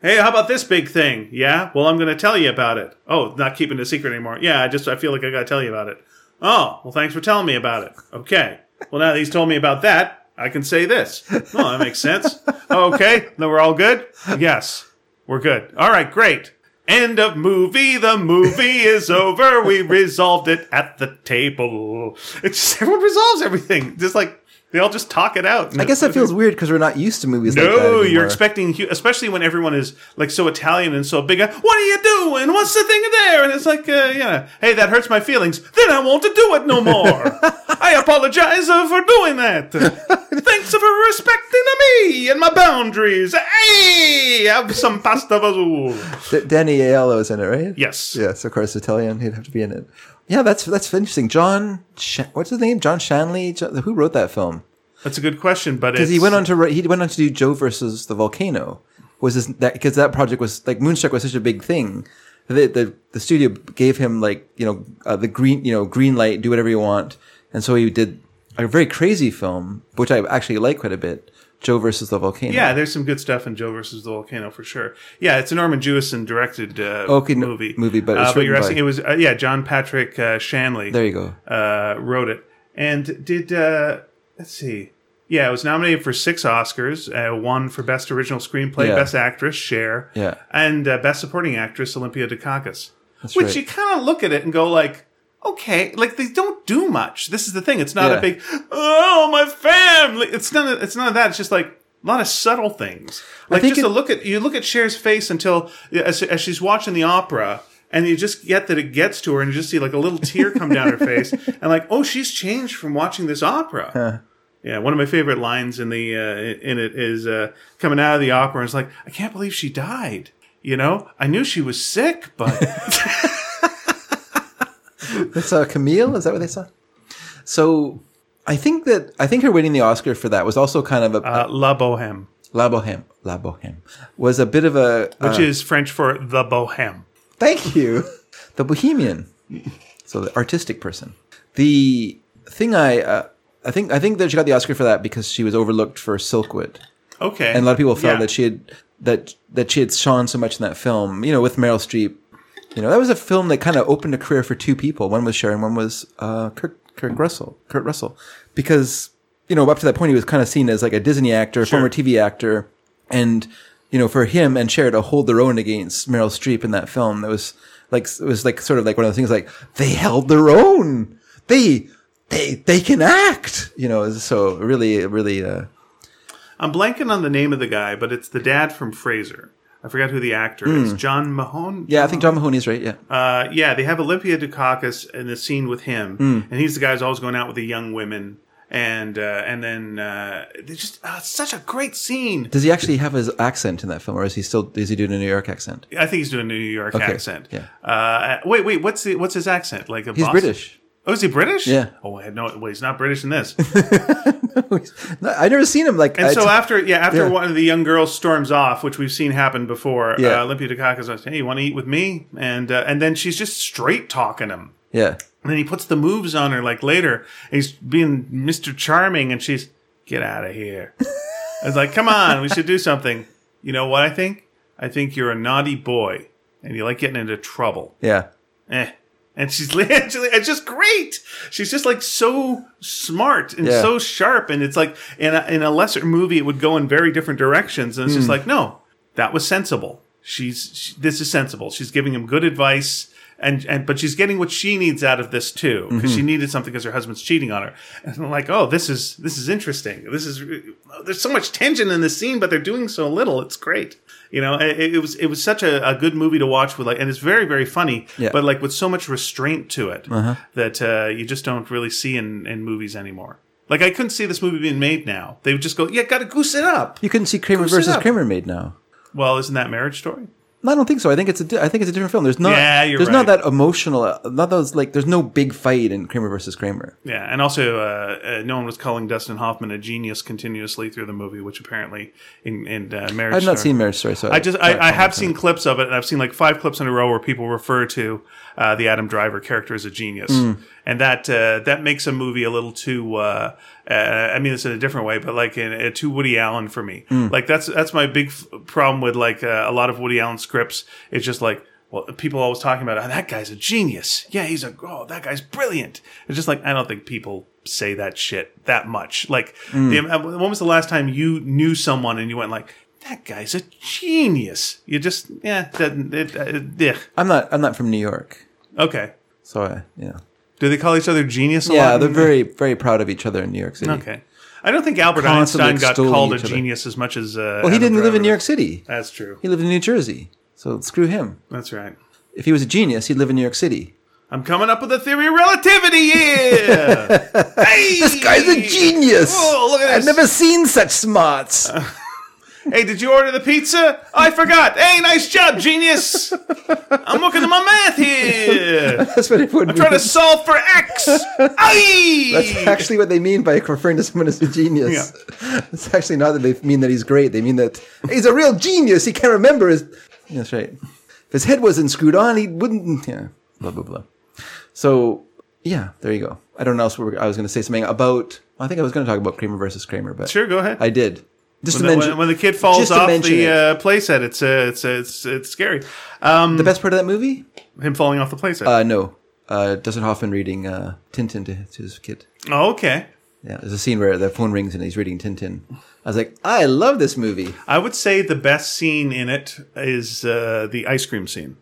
[SPEAKER 1] hey, how about this big thing? Yeah, well, I'm going to tell you about it. Oh, not keeping it a secret anymore. Yeah, I just, I feel like I got to tell you about it. Oh, well, thanks for telling me about it. Okay. Well, now that he's told me about that, I can say this. Well, that makes sense. Oh, Okay. Then we're all good? Yes. We're good. All right, great. End of movie. The movie is over. We resolved it at the table. It's just everyone resolves everything. Just like They all just talk it out.
[SPEAKER 2] I
[SPEAKER 1] <laughs>
[SPEAKER 2] guess that feels weird because we're not used to movies like that.
[SPEAKER 1] No, you're
[SPEAKER 2] anymore.
[SPEAKER 1] expecting, hu- especially when everyone is like so Italian and so big. uh, What are you doing? What's the thing there? And it's like, uh, you know, hey, that hurts my feelings. Then I won't do it no
[SPEAKER 2] <laughs>
[SPEAKER 1] more. I apologize uh, for doing that. Thanks for respecting me and my boundaries. Hey, have some pasta vazul.
[SPEAKER 2] D- Danny Aiello is in it, right?
[SPEAKER 1] Yes.
[SPEAKER 2] Yes, of course, Italian. He'd have to be in it. Yeah, that's that's interesting. John, Sha what's his name? John Shanley. Jo- who wrote that film?
[SPEAKER 1] That's a good question, but
[SPEAKER 2] Because he went on to write, he went on to do Joe versus the volcano. Was his, that because that project was like Moonstruck was such a big thing. The, the the studio gave him like you know uh, the green you know green light do whatever you want, and so he did a very crazy film which I actually like quite a bit. Joe versus the volcano.
[SPEAKER 1] Yeah, there's some good stuff in Joe versus the Volcano for sure. Yeah, it's a Norman Jewison directed uh,
[SPEAKER 2] Okay, no-
[SPEAKER 1] movie.
[SPEAKER 2] movie, but it's
[SPEAKER 1] uh, but you're
[SPEAKER 2] written
[SPEAKER 1] asking
[SPEAKER 2] by-
[SPEAKER 1] it was uh, yeah John Patrick uh, Shanley
[SPEAKER 2] There you go.
[SPEAKER 1] uh, wrote it and did uh, let's see. Yeah, it was nominated for six Oscars, uh, one for Best Original Screenplay,
[SPEAKER 2] Yeah.
[SPEAKER 1] Best Actress, Cher,
[SPEAKER 2] Yeah.
[SPEAKER 1] and uh, Best Supporting Actress, Olympia Dukakis. which
[SPEAKER 2] right.
[SPEAKER 1] you kind of look at it and go like, okay, like they don't do much. This is the thing; it's not
[SPEAKER 2] Yeah.
[SPEAKER 1] a big oh my family. It's none. Of, it's none of that. It's just like a lot of subtle things. Like
[SPEAKER 2] think
[SPEAKER 1] just
[SPEAKER 2] it-
[SPEAKER 1] a look at you look at Cher's face until as, as she's watching the opera. And you just get that it gets to her, and you just see like a little tear come down her
[SPEAKER 2] <laughs>
[SPEAKER 1] face, and like, oh, she's changed from watching this opera. Yeah, one of my favorite lines in the uh, in it is uh, coming out of the opera. And it's like, I can't believe she died. You know, I knew she was sick, but
[SPEAKER 2] <laughs> That's uh, Camille. Is that what they saw? So I think that I think her winning the Oscar for that was also kind of a
[SPEAKER 1] Uh, La Bohème,
[SPEAKER 2] La Boheme. La Boheme was a bit of a.
[SPEAKER 1] which is French for the Bohème.
[SPEAKER 2] Thank you. <laughs> The bohemian. So the artistic person. The thing I uh, I think I think that she got the Oscar for that because she was overlooked for Silkwood.
[SPEAKER 1] Okay.
[SPEAKER 2] And a lot of people felt
[SPEAKER 1] Yeah.
[SPEAKER 2] that she had that that she had shone so much in that film, you know, with Meryl Streep. You know, that was a film that kind of opened a career for two people. One was Sharon, one was uh, Kirk, Kirk Russell, Kurt Russell, because you know up to that point he was kind of seen as like a Disney actor, former TV actor, and you know for him and Cher to hold their own against Meryl Streep in that film, that was like it was like sort of like one of those things like they held their own, they they they can act, you know. So really, really, uh,
[SPEAKER 1] I'm blanking on the name of the guy, but it's the dad from Fraser. I forgot who the actor
[SPEAKER 2] Hmm.
[SPEAKER 1] is. John Mahone.
[SPEAKER 2] yeah, I think John Mahoney's right, yeah.
[SPEAKER 1] Uh, yeah, they have Olympia Dukakis in the scene with him,
[SPEAKER 2] Hmm.
[SPEAKER 1] and he's the guy who's always going out with the young women, and uh, and then uh, they just uh, it's such a great scene.
[SPEAKER 2] Does he actually have his accent in that film, or is he still is he doing a New York accent?
[SPEAKER 1] I think he's doing a New York accent.
[SPEAKER 2] yeah.
[SPEAKER 1] Uh, wait, wait. What's the, what's his accent? Like a
[SPEAKER 2] He's British. <laughs>
[SPEAKER 1] Oh, is he British?
[SPEAKER 2] Yeah.
[SPEAKER 1] Oh, I had no. Well, he's not British in
[SPEAKER 2] <laughs>
[SPEAKER 1] this.
[SPEAKER 2] No, I never seen him like.
[SPEAKER 1] And
[SPEAKER 2] I-
[SPEAKER 1] so after yeah, after
[SPEAKER 2] yeah.
[SPEAKER 1] one of the young girls storms off, which we've seen happen before,
[SPEAKER 2] Yeah.
[SPEAKER 1] uh, Olympia Dukakis says, "Hey, you want to eat with me?" And uh, and then she's just straight talking him.
[SPEAKER 2] yeah,
[SPEAKER 1] And then he puts the moves on her like later. And he's being Mr. Charming, and she's get out of here. I was like, "Come on, we should do something." You know what I think? I think you're a naughty boy, and you like getting into trouble.
[SPEAKER 2] yeah,
[SPEAKER 1] Eh. And she's <laughs> literally, it's just great. She's just like so smart and
[SPEAKER 2] Yeah.
[SPEAKER 1] so sharp. And it's like, in a, in a lesser movie, it would go in very different directions. And it's just like, no, that was sensible. She's, she, this is sensible. She's giving him good advice. And, and, but she's getting what she needs out of this too, because she needed something because her husband's cheating on her. And I'm like, oh, this is, this is interesting. This is, there's so much tension in this scene, but they're doing so little. It's great. You know, it, it was, it was such a, a good movie to watch with like, and it's very, very funny,
[SPEAKER 2] Yeah.
[SPEAKER 1] but like with so much restraint to it that uh, you just don't really see in, in movies anymore. Like I couldn't see this movie being made now. They would just go, "Yeah, gotta goose it up."
[SPEAKER 2] you couldn't see Kramer
[SPEAKER 1] it
[SPEAKER 2] versus
[SPEAKER 1] up.
[SPEAKER 2] Kramer made now.
[SPEAKER 1] Well, isn't that Marriage Story?
[SPEAKER 2] No, I don't think so. I think it's a di- I think it's a different film. There's not
[SPEAKER 1] Yeah, you're
[SPEAKER 2] there's not
[SPEAKER 1] right.
[SPEAKER 2] that emotional. uh, Not those like there's no big fight in Kramer versus Kramer.
[SPEAKER 1] Yeah, and also uh, uh, no one was calling Dustin Hoffman a genius continuously through the movie, which apparently in, in uh, Marriage
[SPEAKER 2] I've not
[SPEAKER 1] Story-
[SPEAKER 2] seen Marriage Story, so
[SPEAKER 1] I just I, I have seen clips of it, and I've seen like five clips in a row where people refer to uh, the Adam Driver character as a genius, and that uh, that makes a movie a little too. Uh, uh, I mean, this in a different way, but like in, uh, too Woody Allen for me. Like that's that's my big f- problem with like uh, a lot of Woody Allen scripts. It's just like. Well, people always talking about oh, that guy's a genius. Yeah, he's a oh, that guy's brilliant. It's just like I don't think people say that shit that much. Like, the, uh, when was the last time you knew someone and you went like, that guy's a genius. You just yeah, that, it, it, yeah.
[SPEAKER 2] I'm not I'm not from New York,
[SPEAKER 1] Okay.
[SPEAKER 2] so I, you know.
[SPEAKER 1] Do they call each other genius? A
[SPEAKER 2] Yeah,
[SPEAKER 1] lot?
[SPEAKER 2] they're very very proud of each other in New York City.
[SPEAKER 1] okay. I don't think Albert
[SPEAKER 2] Constantly
[SPEAKER 1] Einstein got
[SPEAKER 2] extolling
[SPEAKER 1] called a
[SPEAKER 2] each other.
[SPEAKER 1] genius as much as. Uh,
[SPEAKER 2] Well, he
[SPEAKER 1] Adam
[SPEAKER 2] didn't live
[SPEAKER 1] Driver.
[SPEAKER 2] in New York City.
[SPEAKER 1] That's true.
[SPEAKER 2] He lived in New Jersey. So screw him.
[SPEAKER 1] That's right.
[SPEAKER 2] If he was a genius, he'd live in New York City.
[SPEAKER 1] I'm coming up with a theory of relativity. Yeah.
[SPEAKER 2] <laughs>
[SPEAKER 1] hey,
[SPEAKER 2] This guy's a genius.
[SPEAKER 1] Oh, look at
[SPEAKER 2] I've
[SPEAKER 1] this.
[SPEAKER 2] never seen
[SPEAKER 1] <laughs>
[SPEAKER 2] such smarts.
[SPEAKER 1] Hey, did you order the pizza? I forgot. Hey, nice job, genius. I'm working on my math
[SPEAKER 2] <laughs>
[SPEAKER 1] here.
[SPEAKER 2] <laughs> That's what it would
[SPEAKER 1] I'm trying to solve for X. Aye.
[SPEAKER 2] That's actually what they mean by referring to someone as a genius. <laughs> It's actually not that they mean that he's great. They mean that he's a real genius. He can't remember his. That's right. If his head wasn't screwed on, he wouldn't. Yeah. Blah blah blah. So yeah, there you go. I don't know else. We're, I was going to say something about. I think I was going to talk about Kramer versus Kramer, but
[SPEAKER 1] Sure, go ahead.
[SPEAKER 2] I did. Just
[SPEAKER 1] when,
[SPEAKER 2] to
[SPEAKER 1] the,
[SPEAKER 2] mention
[SPEAKER 1] when, when the kid falls
[SPEAKER 2] just to
[SPEAKER 1] off
[SPEAKER 2] mention
[SPEAKER 1] the
[SPEAKER 2] it.
[SPEAKER 1] uh, playset, it's, uh, it's, uh, it's, it's scary.
[SPEAKER 2] the best part of that movie.
[SPEAKER 1] Him falling off the playset.
[SPEAKER 2] Uh, no, uh, Dustin Hoffman reading uh, Tintin to, to his kid.
[SPEAKER 1] oh, okay.
[SPEAKER 2] Yeah, there's a scene where the phone rings and he's reading Tintin. I was like, I love this movie.
[SPEAKER 1] I would say the best scene in it is uh, the ice cream scene.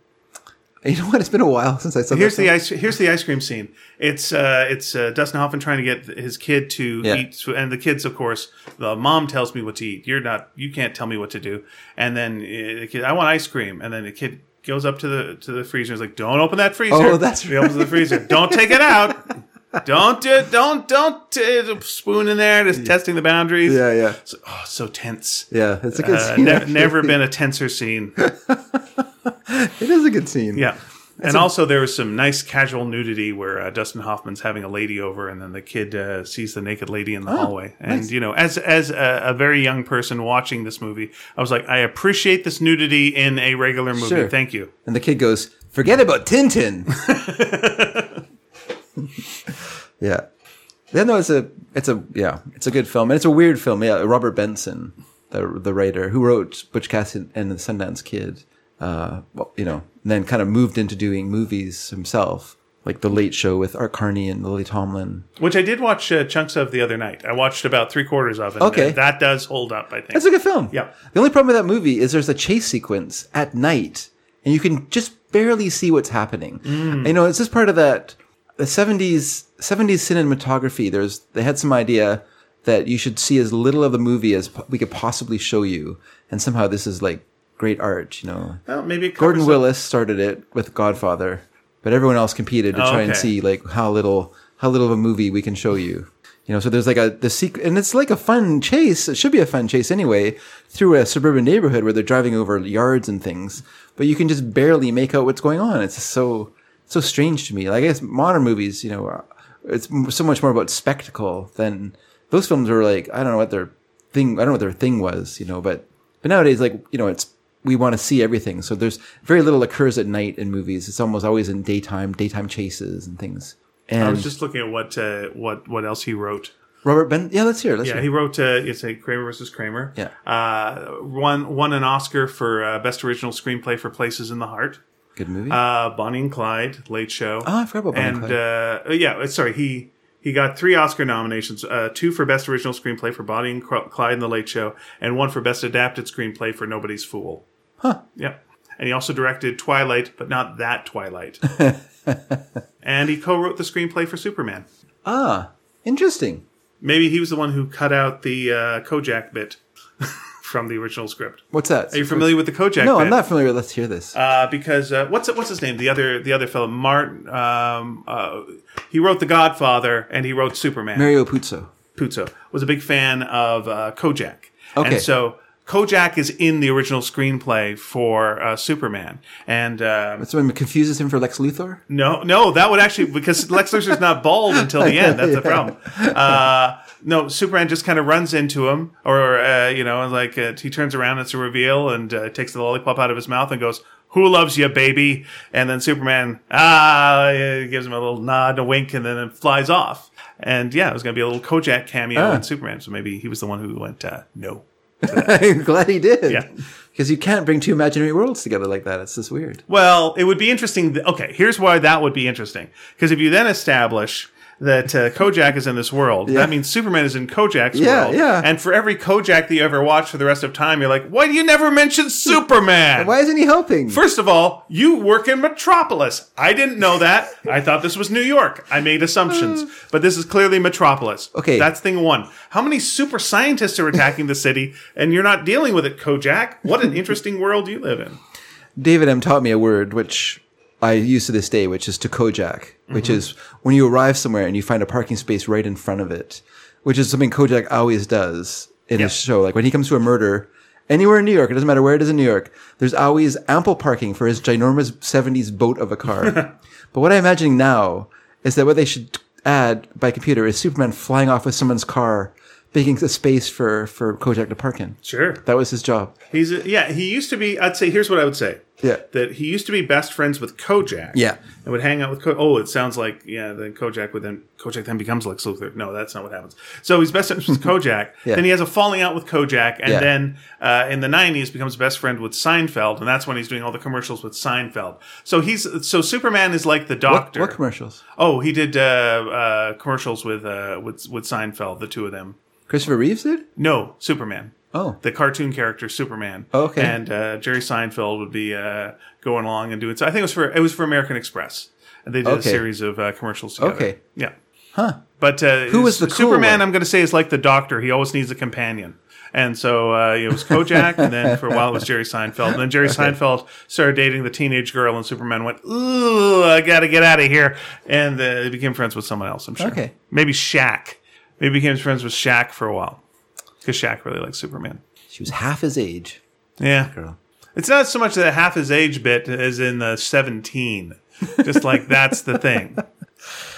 [SPEAKER 2] You know what? It's been a while since I saw.
[SPEAKER 1] Here's
[SPEAKER 2] that
[SPEAKER 1] the ice. Here's the ice cream scene. It's uh, it's uh, Dustin Hoffman trying to get his kid to
[SPEAKER 2] Yeah.
[SPEAKER 1] eat, and the kids, of course, the mom tells me what to eat. You're not. You can't tell me what to do. And then uh, the kid, I want ice cream. And then the kid goes up to the to the freezer. He's like, "Don't open that freezer.
[SPEAKER 2] Oh, that's
[SPEAKER 1] He opens the freezer. Don't take it
[SPEAKER 2] <laughs>
[SPEAKER 1] out. Don't do it. Don't don't uh, spoon in there. Just testing the boundaries.
[SPEAKER 2] Yeah, yeah.
[SPEAKER 1] So, oh, so tense.
[SPEAKER 2] <laughs> Yeah, it's a good
[SPEAKER 1] Uh,
[SPEAKER 2] scene.
[SPEAKER 1] ne-
[SPEAKER 2] actually.
[SPEAKER 1] never been a tenser scene.
[SPEAKER 2] It is a good scene.
[SPEAKER 1] Yeah. And also, there was some nice casual nudity where uh, Dustin Hoffman's having a lady over, and then the kid uh, sees the naked lady
[SPEAKER 2] Oh,
[SPEAKER 1] in the hallway. And you know, as as a, a very young person watching this movie, I was like, I appreciate this nudity in a regular movie.
[SPEAKER 2] Sure.
[SPEAKER 1] Thank you.
[SPEAKER 2] And the kid goes, "Forget about Tintin." yeah. Yeah, no, it's a, it's a, yeah, it's a good film, and it's a weird film. Yeah, Robert Benson, the the writer who wrote Butch Cassidy and the Sundance Kid, uh, well, you know, and then kind of moved into doing movies himself, like The Late Show with Art Carney and Lily Tomlin.
[SPEAKER 1] Which I did watch uh, chunks of the other night. I watched about three quarters of it.
[SPEAKER 2] Okay.
[SPEAKER 1] and that does hold up. I think.
[SPEAKER 2] It's a good film.
[SPEAKER 1] Yeah.
[SPEAKER 2] The only problem with that movie is there's a chase sequence at night, and you can just barely see what's happening.
[SPEAKER 1] Mm.
[SPEAKER 2] You know, it's just part of that the seventies seventies cinematography. There's they had some idea that you should see as little of the movie as po- we could possibly show you, and somehow this is like great art. You know,
[SPEAKER 1] well, maybe it
[SPEAKER 2] Gordon
[SPEAKER 1] covers up-
[SPEAKER 2] Willis started it with Godfather, but everyone else competed to
[SPEAKER 1] Oh,
[SPEAKER 2] try and
[SPEAKER 1] okay.
[SPEAKER 2] see like how little how little of a movie we can show you. You know, so there's like a the secret, and it's like a fun chase. It should be a fun chase anyway, through a suburban neighborhood where they're driving over yards and things, but you can just barely make out what's going on. It's just so so strange to me. Like I guess modern movies, you know, are- it's m- so much more about spectacle than those films were like. I don't know what their thing. I don't know what their thing was, you know, but but nowadays, like you know, it's we want to see everything. So there's very little occurs at night in movies. It's almost always in daytime, daytime chases and things.
[SPEAKER 1] I
[SPEAKER 2] And
[SPEAKER 1] was just looking at what uh, what what else he wrote.
[SPEAKER 2] Robert Ben, yeah, let's hear. Let's
[SPEAKER 1] Yeah,
[SPEAKER 2] hear.
[SPEAKER 1] he wrote uh, it's a Kramer versus Kramer.
[SPEAKER 2] Yeah.
[SPEAKER 1] uh, won won an Oscar for uh, best original screenplay for Places in the Heart.
[SPEAKER 2] Good movie.
[SPEAKER 1] Uh, Bonnie and Clyde, Late Show.
[SPEAKER 2] oh, I forgot about Bonnie
[SPEAKER 1] and
[SPEAKER 2] Clyde.
[SPEAKER 1] uh, yeah, sorry, he he got three Oscar nominations: uh, two for best original screenplay for Bonnie and Cl- Clyde and The Late Show, and one for best adapted screenplay for Nobody's Fool. Huh. Yeah. And he also directed Twilight, but not that
[SPEAKER 2] <laughs>
[SPEAKER 1] Twilight. and he co-wrote the screenplay for Superman.
[SPEAKER 2] ah, interesting.
[SPEAKER 1] Maybe he was the one who cut out the uh, Kojak bit <laughs> from the original script.
[SPEAKER 2] What's that?
[SPEAKER 1] Are you familiar with the Kojak?
[SPEAKER 2] No,
[SPEAKER 1] bit?
[SPEAKER 2] I'm not familiar. Let's hear this.
[SPEAKER 1] Uh, because uh, what's what's his name? The other the other fellow, Martin. Um, uh, he wrote The Godfather and he wrote Superman.
[SPEAKER 2] Mario Puzo.
[SPEAKER 1] Puzo was a big fan of uh, Kojak,
[SPEAKER 2] Okay.
[SPEAKER 1] and so Kojak is in the original screenplay for uh, Superman. And uh,
[SPEAKER 2] Someone confuses him for Lex Luthor. <laughs>
[SPEAKER 1] no, no, that would actually because Lex Luthor's not bald until the end. That's the problem. Uh, no, Superman just kind of runs into him, or uh, you know, and like uh, he turns around, it's a reveal, and uh, takes the lollipop out of his mouth and goes, "Who loves you, baby?" And then Superman ah uh, gives him a little nod, and a wink, and then it flies off. And yeah, it was going to be a little Kojak cameo in Superman, so maybe he was the one who went uh, no.
[SPEAKER 2] I'm glad he did.
[SPEAKER 1] Yeah.
[SPEAKER 2] Because you can't bring two imaginary worlds together like that. It's just weird.
[SPEAKER 1] Well, it would be interesting. th- okay, here's why that would be interesting. Because if you then establish that uh, Kojak is in this world.
[SPEAKER 2] Yeah.
[SPEAKER 1] That means Superman is in Kojak's
[SPEAKER 2] Yeah,
[SPEAKER 1] world.
[SPEAKER 2] yeah.
[SPEAKER 1] And for every Kojak that you ever watch for the rest of time, you're like, why do you never
[SPEAKER 2] <laughs>
[SPEAKER 1] mention Superman?
[SPEAKER 2] Why isn't he helping?
[SPEAKER 1] First of all, you work in Metropolis. I didn't know that. I thought this was New York. I made assumptions, but this is clearly Metropolis.
[SPEAKER 2] Uh. Okay.
[SPEAKER 1] that's thing one. How many super scientists are attacking the city, and you're not dealing with it, Kojak? What an interesting world you live in.
[SPEAKER 2] David M taught me a word which I use to this day, which is to Kojak, which is when you arrive somewhere and you find a parking space right in front of it, which is something Kojak always does in his show. Like when he comes to a murder, anywhere in New York, it doesn't matter where it is in New York, there's always ample parking for his ginormous 70s boat of a car. but what I'm imagining now is that what they should add by computer is Superman flying off with someone's car, making a space for, for Kojak to park in.
[SPEAKER 1] Sure.
[SPEAKER 2] That was his job.
[SPEAKER 1] He's a, yeah. He used to be. I'd say here's what I would say.
[SPEAKER 2] Yeah.
[SPEAKER 1] That he used to be best friends with Kojak.
[SPEAKER 2] Yeah.
[SPEAKER 1] And would hang out with. Ko- oh, it sounds like yeah. Then Kojak would then Kojak then becomes Lex Luthor. No, that's not what happens. So he's best friends
[SPEAKER 2] <laughs>
[SPEAKER 1] with Kojak.
[SPEAKER 2] Yeah.
[SPEAKER 1] Then he has a falling out with Kojak, and
[SPEAKER 2] Yeah.
[SPEAKER 1] then uh, in the '90s becomes best friend with Seinfeld, and that's when he's doing all the commercials with Seinfeld. So he's so Superman is like the
[SPEAKER 2] What,
[SPEAKER 1] Doctor.
[SPEAKER 2] what commercials?
[SPEAKER 1] oh, he did uh, uh, commercials with uh, with with Seinfeld, the two of them.
[SPEAKER 2] Christopher Reeves did?
[SPEAKER 1] No, Superman
[SPEAKER 2] Oh.
[SPEAKER 1] the cartoon character Superman.
[SPEAKER 2] Okay.
[SPEAKER 1] And uh, Jerry Seinfeld would be uh, going along and doing. So I think it was for it was for American Express. And they did a
[SPEAKER 2] Okay.
[SPEAKER 1] series of uh, commercials together.
[SPEAKER 2] Okay.
[SPEAKER 1] Yeah. Huh. But uh, who
[SPEAKER 2] was the cool
[SPEAKER 1] Superman?
[SPEAKER 2] one?
[SPEAKER 1] I'm going to say is like the Doctor. He always needs a companion. And so uh, it was Kojak, and then for a while it was Jerry Seinfeld. And then Jerry Seinfeld started dating the teenage girl, and Superman went, "Ooh, I got to get out of here," and uh, they became friends with someone else. I'm sure.
[SPEAKER 2] Okay.
[SPEAKER 1] Maybe Shaq. Maybe became friends with Shaq for a while because Shaq really likes Superman.
[SPEAKER 2] She was half his age.
[SPEAKER 1] Yeah. It's not so much the half his age bit as in the 17. Just like that's the
[SPEAKER 2] <laughs>
[SPEAKER 1] thing.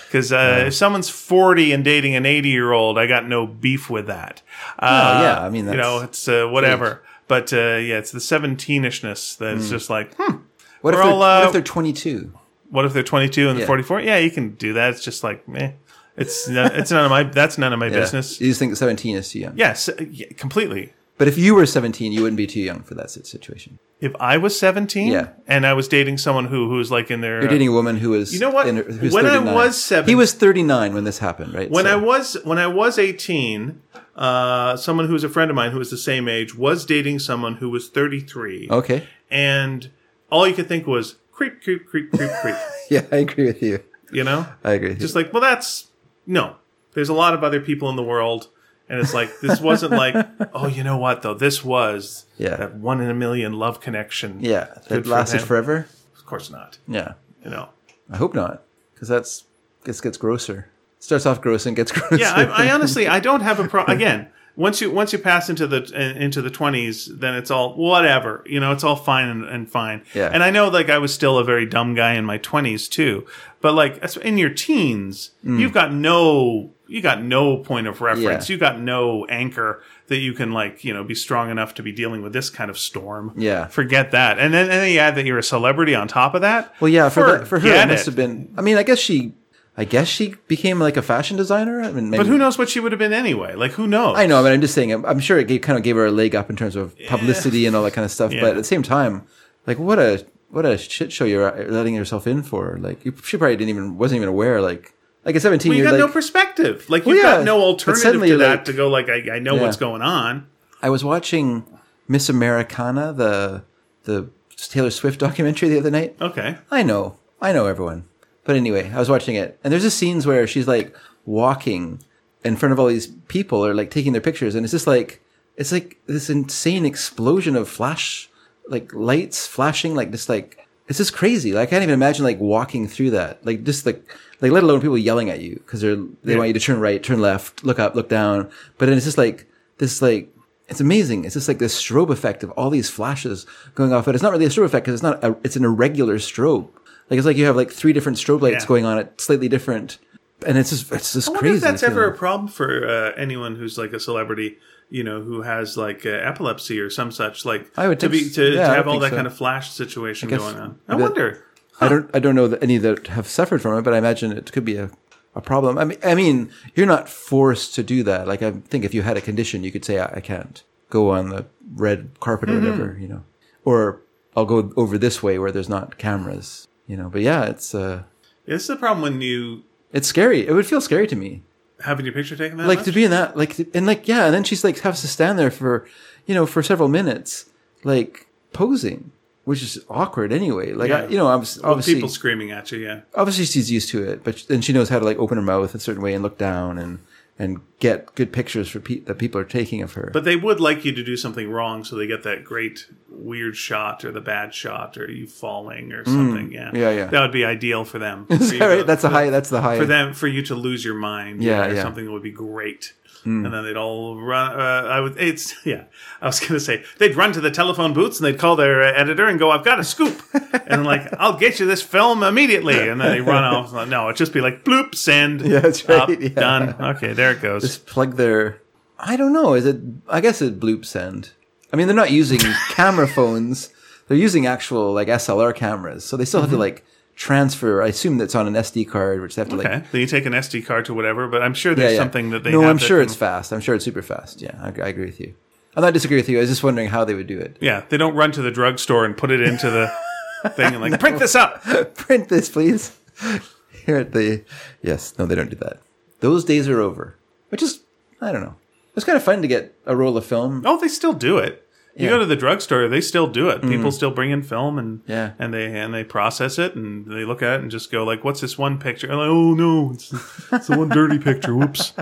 [SPEAKER 1] Because uh, if someone's 40 and dating an 80 year old, I got no beef with that. Uh,
[SPEAKER 2] yeah, I mean,
[SPEAKER 1] you know, it's
[SPEAKER 2] that's-
[SPEAKER 1] uh, whatever. But uh, yeah, it's the 17 ishness
[SPEAKER 2] Mm.
[SPEAKER 1] that's just like, hmm,
[SPEAKER 2] What if,
[SPEAKER 1] We're
[SPEAKER 2] they're,
[SPEAKER 1] all,
[SPEAKER 2] what
[SPEAKER 1] uh,
[SPEAKER 2] if they're 22?
[SPEAKER 1] what if they're 22 and
[SPEAKER 2] Yeah.
[SPEAKER 1] they're 44? Yeah, you can do that. It's just like, meh. It's, no, it's none of my, that's none of my business.
[SPEAKER 2] You just think 17 is too young.
[SPEAKER 1] Yes, yeah, completely.
[SPEAKER 2] But if you were 17, you wouldn't be too young for that si- situation.
[SPEAKER 1] If I was 17
[SPEAKER 2] Yeah.
[SPEAKER 1] and I was dating someone who, who was like in their,
[SPEAKER 2] You're dating a woman who was. You
[SPEAKER 1] know what? When I was 17
[SPEAKER 2] He was 39 when this happened, right?
[SPEAKER 1] when
[SPEAKER 2] So-
[SPEAKER 1] I was when I was eighteen, uh, someone who was a friend of mine who was the same age was dating someone who was thirty three.
[SPEAKER 2] Okay. <laughs>
[SPEAKER 1] and all you could think was creep, creep, creep, creep,
[SPEAKER 2] <laughs>
[SPEAKER 1] creep.
[SPEAKER 2] Yeah, I agree with you.
[SPEAKER 1] You know,
[SPEAKER 2] I agree. With
[SPEAKER 1] just
[SPEAKER 2] you.
[SPEAKER 1] like well, that's no. There's a lot of other people in the world, and it's like this wasn't
[SPEAKER 2] <laughs>
[SPEAKER 1] like oh, you know what though? This was
[SPEAKER 2] Yeah.
[SPEAKER 1] that one in a million love connection.
[SPEAKER 2] yeah.
[SPEAKER 1] Good
[SPEAKER 2] That
[SPEAKER 1] for
[SPEAKER 2] lasted
[SPEAKER 1] him.
[SPEAKER 2] forever?
[SPEAKER 1] of course not.
[SPEAKER 2] Yeah.
[SPEAKER 1] You know.
[SPEAKER 2] I hope not. Because that's. This gets grosser. Starts off gross and gets <laughs> grosser.
[SPEAKER 1] yeah, I, I honestly I don't have a problem. Again, once you once you pass into the in- into the twenties, then it's all whatever. You know, it's all fine and, and fine.
[SPEAKER 2] Yeah.
[SPEAKER 1] And I know, like, I was still a very dumb guy in my twenties too. But like, as- in your teens, you've got no you got no point of reference.
[SPEAKER 2] Mm. Yeah.
[SPEAKER 1] You got no anchor that you can like you know be strong enough to be dealing with this kind of storm.
[SPEAKER 2] Yeah.
[SPEAKER 1] Forget that. And then and then you add that you're a celebrity on top of that.
[SPEAKER 2] Well, yeah, for, the, for her, it
[SPEAKER 1] Forget
[SPEAKER 2] must have been. I mean, I guess she. I guess she became like a fashion designer. I mean, maybe,
[SPEAKER 1] But who knows what she would have been anyway? Like, who knows?
[SPEAKER 2] I know, but I'm just saying. I'm I'm sure it gave, kind of gave her a leg up in terms of publicity and all that kind of stuff. But at the same time, like what a what a shit show you're letting yourself in for. Like you, she probably didn't even wasn't even aware. Like like at 17,
[SPEAKER 1] you
[SPEAKER 2] you're
[SPEAKER 1] got
[SPEAKER 2] like,
[SPEAKER 1] no perspective. Like
[SPEAKER 2] Well,
[SPEAKER 1] you've
[SPEAKER 2] yeah,
[SPEAKER 1] got no
[SPEAKER 2] but
[SPEAKER 1] alternative
[SPEAKER 2] suddenly,
[SPEAKER 1] to that
[SPEAKER 2] like-
[SPEAKER 1] to go like I, I know
[SPEAKER 2] Yeah.
[SPEAKER 1] what's going on.
[SPEAKER 2] I was watching Miss Americana, the the Taylor Swift documentary the other night.
[SPEAKER 1] Okay.
[SPEAKER 2] I know. I know everyone. But anyway, I was watching it and there's just scenes where she's like walking in front of all these people or like taking their pictures and it's just like it's like this insane explosion of flash like lights flashing like just like it's just crazy. Like I can't even imagine like walking through that. Like just like like let alone people yelling at you because they're they want you to turn right, turn left, look up, look down. But then it's just like this like it's amazing. It's just like this strobe effect of all these flashes going off, but it's not really a strobe effect because it's not. A, it's an irregular strobe. Like it's like you have like three different strobe lights
[SPEAKER 1] Yeah.
[SPEAKER 2] going on at slightly different, and it's just it's just
[SPEAKER 1] I wonder
[SPEAKER 2] crazy.
[SPEAKER 1] if that's ever a
[SPEAKER 2] feeling.
[SPEAKER 1] problem for uh, anyone who's like a celebrity, you know, who has like uh, epilepsy or some such. Like
[SPEAKER 2] I would
[SPEAKER 1] to
[SPEAKER 2] think
[SPEAKER 1] be
[SPEAKER 2] s-
[SPEAKER 1] to,
[SPEAKER 2] yeah, I
[SPEAKER 1] to
[SPEAKER 2] would
[SPEAKER 1] have all
[SPEAKER 2] think
[SPEAKER 1] that
[SPEAKER 2] so.
[SPEAKER 1] kind of flash situation
[SPEAKER 2] guess
[SPEAKER 1] going on. I
[SPEAKER 2] that-
[SPEAKER 1] wonder.
[SPEAKER 2] I don't I don't know that any that have suffered from it, but I imagine it could be a, a problem. I mean I mean you're not forced to do that. Like I think if you had a condition, you could say I, I can't go on the red carpet
[SPEAKER 1] Mm-hmm.
[SPEAKER 2] or whatever, you know, or I'll go over this way where there's not cameras, you know. But yeah, it's uh
[SPEAKER 1] This is the problem when you
[SPEAKER 2] It's scary. It would feel scary to me.
[SPEAKER 1] Having your picture taken that
[SPEAKER 2] like
[SPEAKER 1] much?
[SPEAKER 2] to be in that like to- and like yeah and then she's like has to stand there for you know for several minutes like posing which is awkward anyway like I,
[SPEAKER 1] Yeah.
[SPEAKER 2] you know obviously
[SPEAKER 1] Well,
[SPEAKER 2] obviously,
[SPEAKER 1] people screaming at you, yeah.
[SPEAKER 2] obviously she's used to it but and she knows how to like open her mouth a certain way and look down and and get good pictures for pe- that people are taking of her
[SPEAKER 1] But they would like you to do something wrong so they get that great weird shot or the bad shot or you falling or something. yeah.
[SPEAKER 2] Mm. yeah, yeah.
[SPEAKER 1] That would be ideal for them.
[SPEAKER 2] <laughs> <laughs> Is
[SPEAKER 1] For you to-
[SPEAKER 2] that right? that's a high that's the high
[SPEAKER 1] for them for you to lose your mind
[SPEAKER 2] Yeah, Hmm.
[SPEAKER 1] or
[SPEAKER 2] yeah.
[SPEAKER 1] something that would be great and then they'd all run uh, i would it's <laughs> yeah i was gonna say they'd run to the telephone booths and they'd call their uh, editor and go i've got a
[SPEAKER 2] <laughs>
[SPEAKER 1] scoop and I'm like i'll get you this film immediately and then they
[SPEAKER 2] <laughs>
[SPEAKER 1] run off no it'd just be like bloop send
[SPEAKER 2] Yeah, that's
[SPEAKER 1] up,
[SPEAKER 2] right, yeah.
[SPEAKER 1] done okay there it goes
[SPEAKER 2] just plug their i don't know is it i guess it bloops end i mean they're
[SPEAKER 1] <laughs>
[SPEAKER 2] not using camera phones they're using actual like slr cameras so they still have
[SPEAKER 1] Mm-hmm.
[SPEAKER 2] to like transfer i assume that's on an sd card which they have to like
[SPEAKER 1] okay then you take an sd card to whatever but i'm sure
[SPEAKER 2] Yeah,
[SPEAKER 1] there's
[SPEAKER 2] yeah.
[SPEAKER 1] something that they
[SPEAKER 2] no
[SPEAKER 1] have
[SPEAKER 2] i'm
[SPEAKER 1] that
[SPEAKER 2] sure
[SPEAKER 1] can-
[SPEAKER 2] it's fast i'm sure it's super fast yeah i, I agree with you i'm not disagree with you i was just wondering how they would do it <laughs>
[SPEAKER 1] yeah they don't run to the drugstore and put it into the thing and like print this up
[SPEAKER 2] print this please <laughs> here at the yes no they don't do that those days are over which is i don't know it's kind of fun to get a roll of film
[SPEAKER 1] Oh, they still do it. You
[SPEAKER 2] Yeah. Mm.
[SPEAKER 1] go to the drugstore, they still do it. People still bring in film and
[SPEAKER 2] Yeah.
[SPEAKER 1] and they and they process it and they look at it and just go like, "What's this one picture?" And like, "Oh no, it's, it's the one dirty picture.
[SPEAKER 2] <laughs>
[SPEAKER 1] Whoops,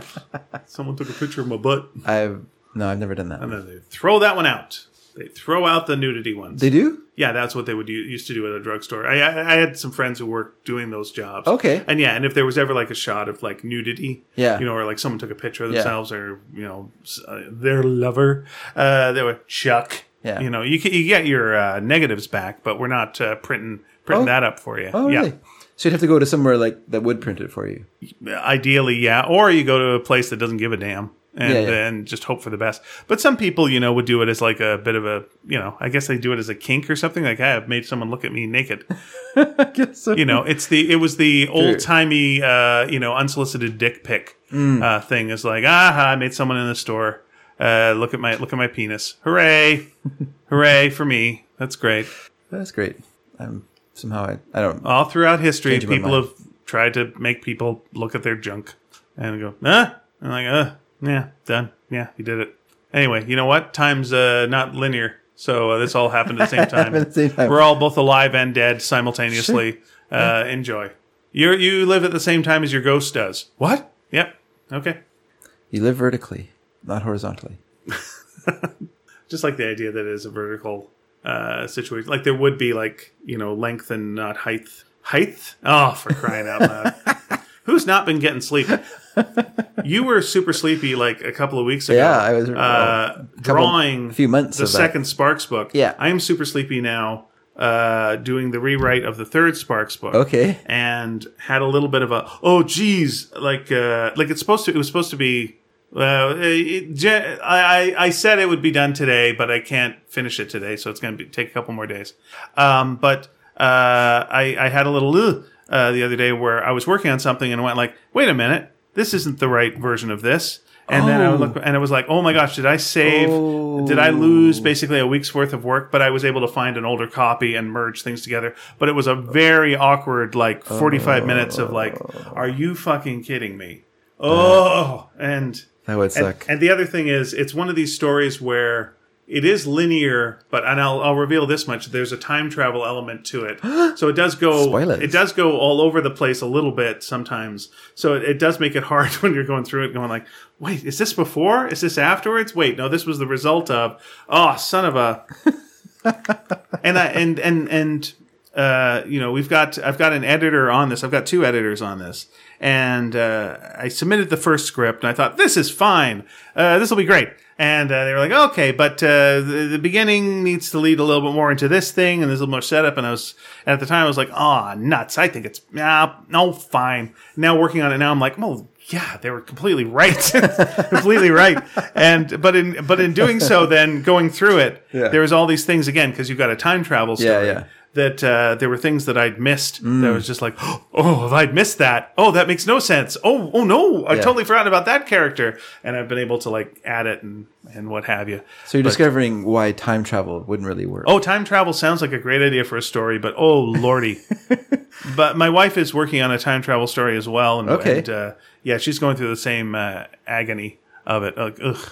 [SPEAKER 1] someone took a picture of my butt."
[SPEAKER 2] i've no i've never done that
[SPEAKER 1] And then they throw that one out. They throw out the nudity ones.
[SPEAKER 2] they do
[SPEAKER 1] yeah, that's what they would u- used to do at a drugstore. I, I I had some friends who worked doing those jobs.
[SPEAKER 2] Okay.
[SPEAKER 1] and yeah, and if there was ever like a shot of like nudity,
[SPEAKER 2] Yeah.
[SPEAKER 1] you know, or like someone took a picture of
[SPEAKER 2] Yeah.
[SPEAKER 1] themselves or you know s- uh, their lover, uh, they would chuck.
[SPEAKER 2] Yeah.
[SPEAKER 1] you know, you ca- you get your uh, negatives back, but we're not uh, printing printing
[SPEAKER 2] Oh.
[SPEAKER 1] that up for you.
[SPEAKER 2] Oh,
[SPEAKER 1] yeah,
[SPEAKER 2] really? So you'd have to go to somewhere like that would print it
[SPEAKER 1] <laughs>
[SPEAKER 2] for you.
[SPEAKER 1] ideally, yeah, or you go to a place that doesn't give a damn. And,
[SPEAKER 2] Yeah, yeah.
[SPEAKER 1] and just hope for the best. But some people, you know, would do it as like a bit of a, you know, I guess they do it as a kink or something. Like, hey, I've made someone look at me naked.
[SPEAKER 2] I guess so.
[SPEAKER 1] you know, it's the it was the old timey uh, you know unsolicited dick pic uh, thing. Is like, aha, I made someone in the store. Uh, look at my look at my penis. Hooray, <laughs> hooray for me. That's great.
[SPEAKER 2] That's great. I'm somehow I, I don't.
[SPEAKER 1] All throughout history,
[SPEAKER 2] Changing my
[SPEAKER 1] people
[SPEAKER 2] mind.
[SPEAKER 1] have tried to make people look at their junk and go, huh? And like, uh, yeah, done. Yeah, you did it. Anyway, you know what? Time's uh, not linear, so uh, this all happened
[SPEAKER 2] <laughs>
[SPEAKER 1] at the same time.
[SPEAKER 2] At the same time.
[SPEAKER 1] We're all both alive and dead simultaneously. Uh, enjoy. You you live at the same time as your ghost does. What? Yep. Okay.
[SPEAKER 2] You live vertically, not horizontally.
[SPEAKER 1] Just like the idea that it is a vertical uh, situation. Like there would be like you know length and not height. Height? Oh, for crying out
[SPEAKER 2] <laughs>
[SPEAKER 1] loud! Who's not been getting sleep? You were super sleepy like a couple of weeks ago.
[SPEAKER 2] Yeah, I was
[SPEAKER 1] uh, drawing
[SPEAKER 2] a few months
[SPEAKER 1] the
[SPEAKER 2] of that.
[SPEAKER 1] second Sparks book.
[SPEAKER 2] Yeah.
[SPEAKER 1] I am super sleepy now. Uh, doing the rewrite of the third Sparks book.
[SPEAKER 2] Okay.
[SPEAKER 1] and had a little bit of a oh geez like uh like it's supposed to it was supposed to be well uh, it, Je- I, I I said it would be done today but I can't finish it today so it's gonna be, take a couple more days um but uh I I had a little "Ugh," uh the other day where I was working on something and went like wait a minute this isn't the right version of this and then I would
[SPEAKER 2] Oh.
[SPEAKER 1] look and it was like oh my gosh did I save did I lose basically a week's worth of work, but I was able to find an older copy and merge things together. But it was a very awkward, like 45 minutes of like, are you fucking kidding me? Oh, and,
[SPEAKER 2] That would
[SPEAKER 1] and,
[SPEAKER 2] suck.
[SPEAKER 1] and the other thing is, it's one of these stories where it is linear, but, and I'll, I'll reveal this much, there's a time travel element to it. So it does go,
[SPEAKER 2] Spoilers.
[SPEAKER 1] it does go all over the place a little bit sometimes. So it, it does make it hard <laughs> when you're going through it going like, wait, is this before? Is this afterwards? Wait, no, this was the result of, oh, son of a, and I and and and uh, you know we've got I've got an editor on this. I've got two editors on this, and uh, I submitted the first script, and I thought this is fine. Uh, this will be great. And uh, they were like, okay, but uh, the, the beginning needs to lead a little bit more into this thing, and there's a little more setup. And I was and at the time I was like, ah, nuts. I think it's nah, no fine. Now working on it now, I'm like, well, yeah, they were completely right, <laughs> completely right. And but in but in doing so, then going through it,
[SPEAKER 2] Yeah.
[SPEAKER 1] there was all these things again because you've got a time travel story
[SPEAKER 2] Yeah, Mm. yeah.
[SPEAKER 1] that uh, there were things that I'd missed that was just like, oh, if I'd missed that, oh, that makes no sense. Oh, oh no, I
[SPEAKER 2] Yeah.
[SPEAKER 1] totally forgot about that character, and I've been able to like add it and and what have you.
[SPEAKER 2] So you're discovering why time travel wouldn't really work.
[SPEAKER 1] Oh, time travel sounds like a great idea for a story, but oh
[SPEAKER 2] <laughs>
[SPEAKER 1] lordy! but my wife is working on a time travel story as well, and,
[SPEAKER 2] Okay.
[SPEAKER 1] and, uh, yeah, she's going through the same uh, agony of it. Like, ugh,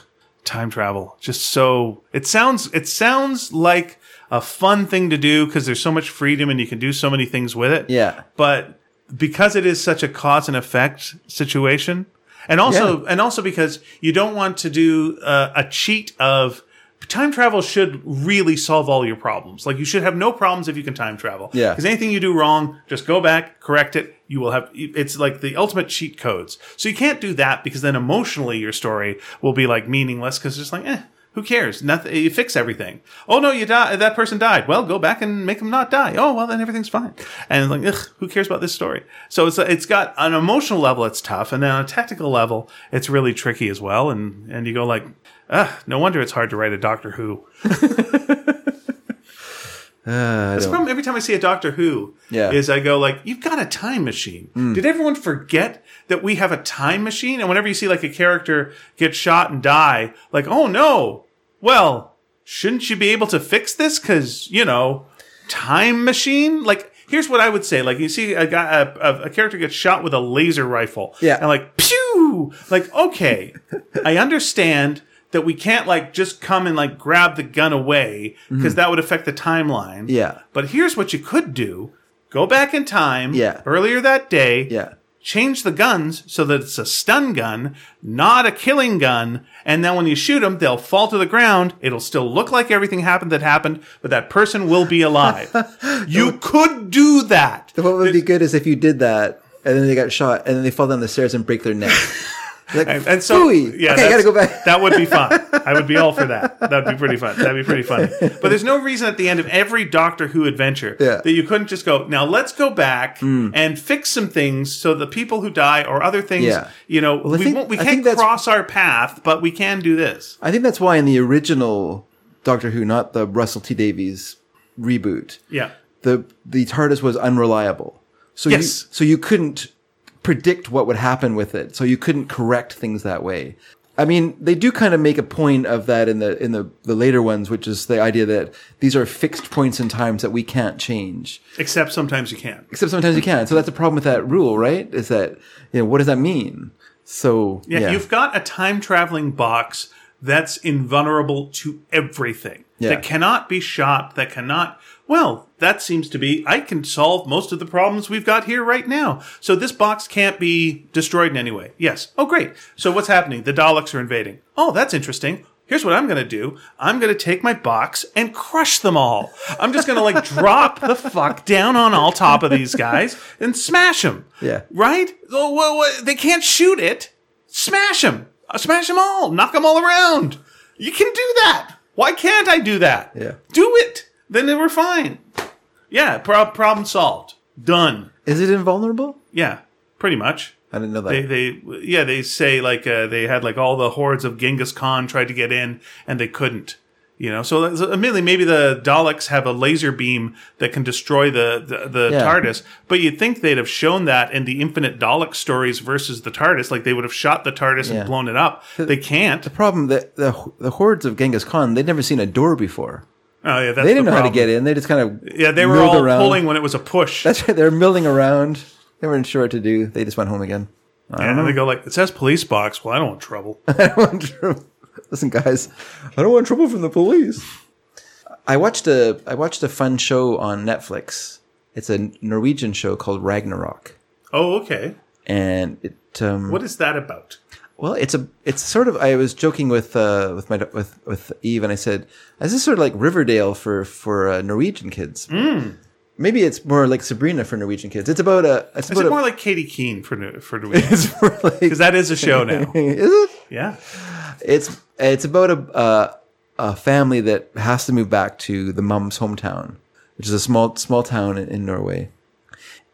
[SPEAKER 1] time travel, just so it sounds. It sounds like a fun thing to do because there's so much freedom and you can do so many things with it.
[SPEAKER 2] Yeah.
[SPEAKER 1] but because it is such a cause and effect situation, and also and also because you don't want to do uh, a cheat of time travel should really solve all your problems. Like you should have no problems if you can time travel.
[SPEAKER 2] Yeah.
[SPEAKER 1] because anything you do wrong, just go back, correct it. You will have it's like the ultimate cheat codes. So you can't do that because then emotionally your story will be like meaningless because it's just like eh. Who cares? Nothing. You fix everything. Oh no, you die. That person died. Well, go back and make them not die. Oh well, then everything's fine. And like, ugh, who cares about this story? So it's it's got on an emotional level, it's tough, and then on a tactical level, it's really tricky as well. And and you go like, ah, no wonder it's hard to write a Doctor Who.
[SPEAKER 2] Uh, I
[SPEAKER 1] That's the
[SPEAKER 2] don't-
[SPEAKER 1] problem every time I see a Doctor Who.
[SPEAKER 2] Yeah. Mm.
[SPEAKER 1] Is I go like, you've got a time machine. Did everyone forget that we have a time machine? And whenever you see like a character get shot and die, like, oh no, well, shouldn't you be able to fix this? Because you know, time machine. Like, here's what I would say: like, you see a guy, a, a, a character gets shot with a laser rifle,
[SPEAKER 2] Yeah.
[SPEAKER 1] and like, pew, like, okay, I understand. That we can't like just come and like grab the gun away because that would affect the timeline.
[SPEAKER 2] Mm-hmm. Yeah.
[SPEAKER 1] But here's what you could do go back in time
[SPEAKER 2] Yeah.
[SPEAKER 1] earlier that day,
[SPEAKER 2] Yeah.
[SPEAKER 1] change the guns so that it's a stun gun, not a killing gun. And then when you shoot them, they'll fall to the ground. It'll still look like everything happened that happened, but that person will be
[SPEAKER 2] <laughs>
[SPEAKER 1] alive. you could do that.
[SPEAKER 2] What would be good is if you did that and then they got shot and then they fall down the stairs and break
[SPEAKER 1] <laughs>
[SPEAKER 2] their neck. Like,
[SPEAKER 1] And, and so,
[SPEAKER 2] "Phooey,
[SPEAKER 1] yeah,
[SPEAKER 2] okay, I gotta
[SPEAKER 1] that's-
[SPEAKER 2] go back.
[SPEAKER 1] that would be
[SPEAKER 2] <laughs>
[SPEAKER 1] fun. I would be all for that. That'd be pretty fun. That'd be pretty funny. But there's no reason at the end of every Doctor Who adventure
[SPEAKER 2] Yeah. Hmm.
[SPEAKER 1] that you couldn't just go. Now let's go back and fix some things so the people who die or other things,
[SPEAKER 2] Yeah.
[SPEAKER 1] you know,
[SPEAKER 2] I
[SPEAKER 1] we
[SPEAKER 2] think-
[SPEAKER 1] won't, we
[SPEAKER 2] I think
[SPEAKER 1] can't
[SPEAKER 2] that's-
[SPEAKER 1] cross our path, but we can do this.
[SPEAKER 2] I think that's why in the original Doctor Who, not the Russell T Davies reboot,
[SPEAKER 1] Yeah,
[SPEAKER 2] the the TARDIS was unreliable. So
[SPEAKER 1] Yes.
[SPEAKER 2] you so you couldn't predict what would happen with it. So you couldn't correct things that way. I mean, they do kind of make a point of that in the in the, the later ones, which is the idea that these are fixed points in times that we can't change.
[SPEAKER 1] except sometimes you can't.
[SPEAKER 2] Except sometimes you can. So that's the problem with that rule, right? Is that you know, what does that mean? So
[SPEAKER 1] Yeah,
[SPEAKER 2] yeah, yeah.
[SPEAKER 1] you've got a time traveling box that's invulnerable to everything.
[SPEAKER 2] Yeah.
[SPEAKER 1] That cannot be shot, that cannot well, that seems to be I can solve most of the problems we've got here right now. So this box can't be destroyed in any way. Yes. Oh great. So what's happening? The Daleks are invading. Oh, that's interesting. Here's what I'm going to do. I'm going to take my box and crush them all. I'm just going to like <laughs> drop the fuck down on all top of these guys and smash them.
[SPEAKER 2] Yeah.
[SPEAKER 1] Right? Oh, well, well, they can't shoot it. Smash them. Smash them all. Knock them all around. You can do that. Why can't I do that?
[SPEAKER 2] Yeah.
[SPEAKER 1] Do it. Then they were fine. Yeah. Pro- problem solved. Done.
[SPEAKER 2] Is it invulnerable?
[SPEAKER 1] Yeah. Pretty much.
[SPEAKER 2] I didn't know that.
[SPEAKER 1] They, they, yeah, they say like uh, they had like all the hordes of Genghis Khan tried to get in and they couldn't. You know, so that's- admittedly, maybe the Daleks have a laser beam that can destroy the the, the
[SPEAKER 2] Yeah.
[SPEAKER 1] TARDIS, but you'd think they'd have shown that in the Infinite Dalek stories versus the TARDIS. Like they would have shot the TARDIS
[SPEAKER 2] Yeah.
[SPEAKER 1] and blown it up. They can't.
[SPEAKER 2] problem that the the hordes of Genghis Khan they'd never seen a door before.
[SPEAKER 1] Oh yeah, that's
[SPEAKER 2] They didn't
[SPEAKER 1] the
[SPEAKER 2] know how to
[SPEAKER 1] problem.
[SPEAKER 2] get in. They just kind of
[SPEAKER 1] Yeah, they were
[SPEAKER 2] milled
[SPEAKER 1] all
[SPEAKER 2] around.
[SPEAKER 1] pulling when it was a push.
[SPEAKER 2] That's right. They're milling around. They weren't sure what to do. They just went home again. <laughs>
[SPEAKER 1] and then they go like, "It says police box." Well, I don't want trouble.
[SPEAKER 2] Listen, guys, I don't want trouble from the police. I watched a I watched a fun show on Netflix. It's a Norwegian show called Ragnarok,
[SPEAKER 1] oh, okay.
[SPEAKER 2] and it um,
[SPEAKER 1] What is that about?
[SPEAKER 2] Well, it's a it's sort of. I was joking with uh, with my with with Eve, and I said, "Is this sort of like Riverdale for for uh, Norwegian kids?" Maybe it's more like Sabrina for Norwegian kids. It's about a. It's
[SPEAKER 1] Is
[SPEAKER 2] about
[SPEAKER 1] it
[SPEAKER 2] a,
[SPEAKER 1] more like Katie Keene for New- for New England?
[SPEAKER 2] <laughs> it's more like
[SPEAKER 1] Because that is a show now.
[SPEAKER 2] is it?
[SPEAKER 1] Yeah.
[SPEAKER 2] It's it's about a uh, a family that has to move back to the mom's hometown, which is a small small town in, in Norway.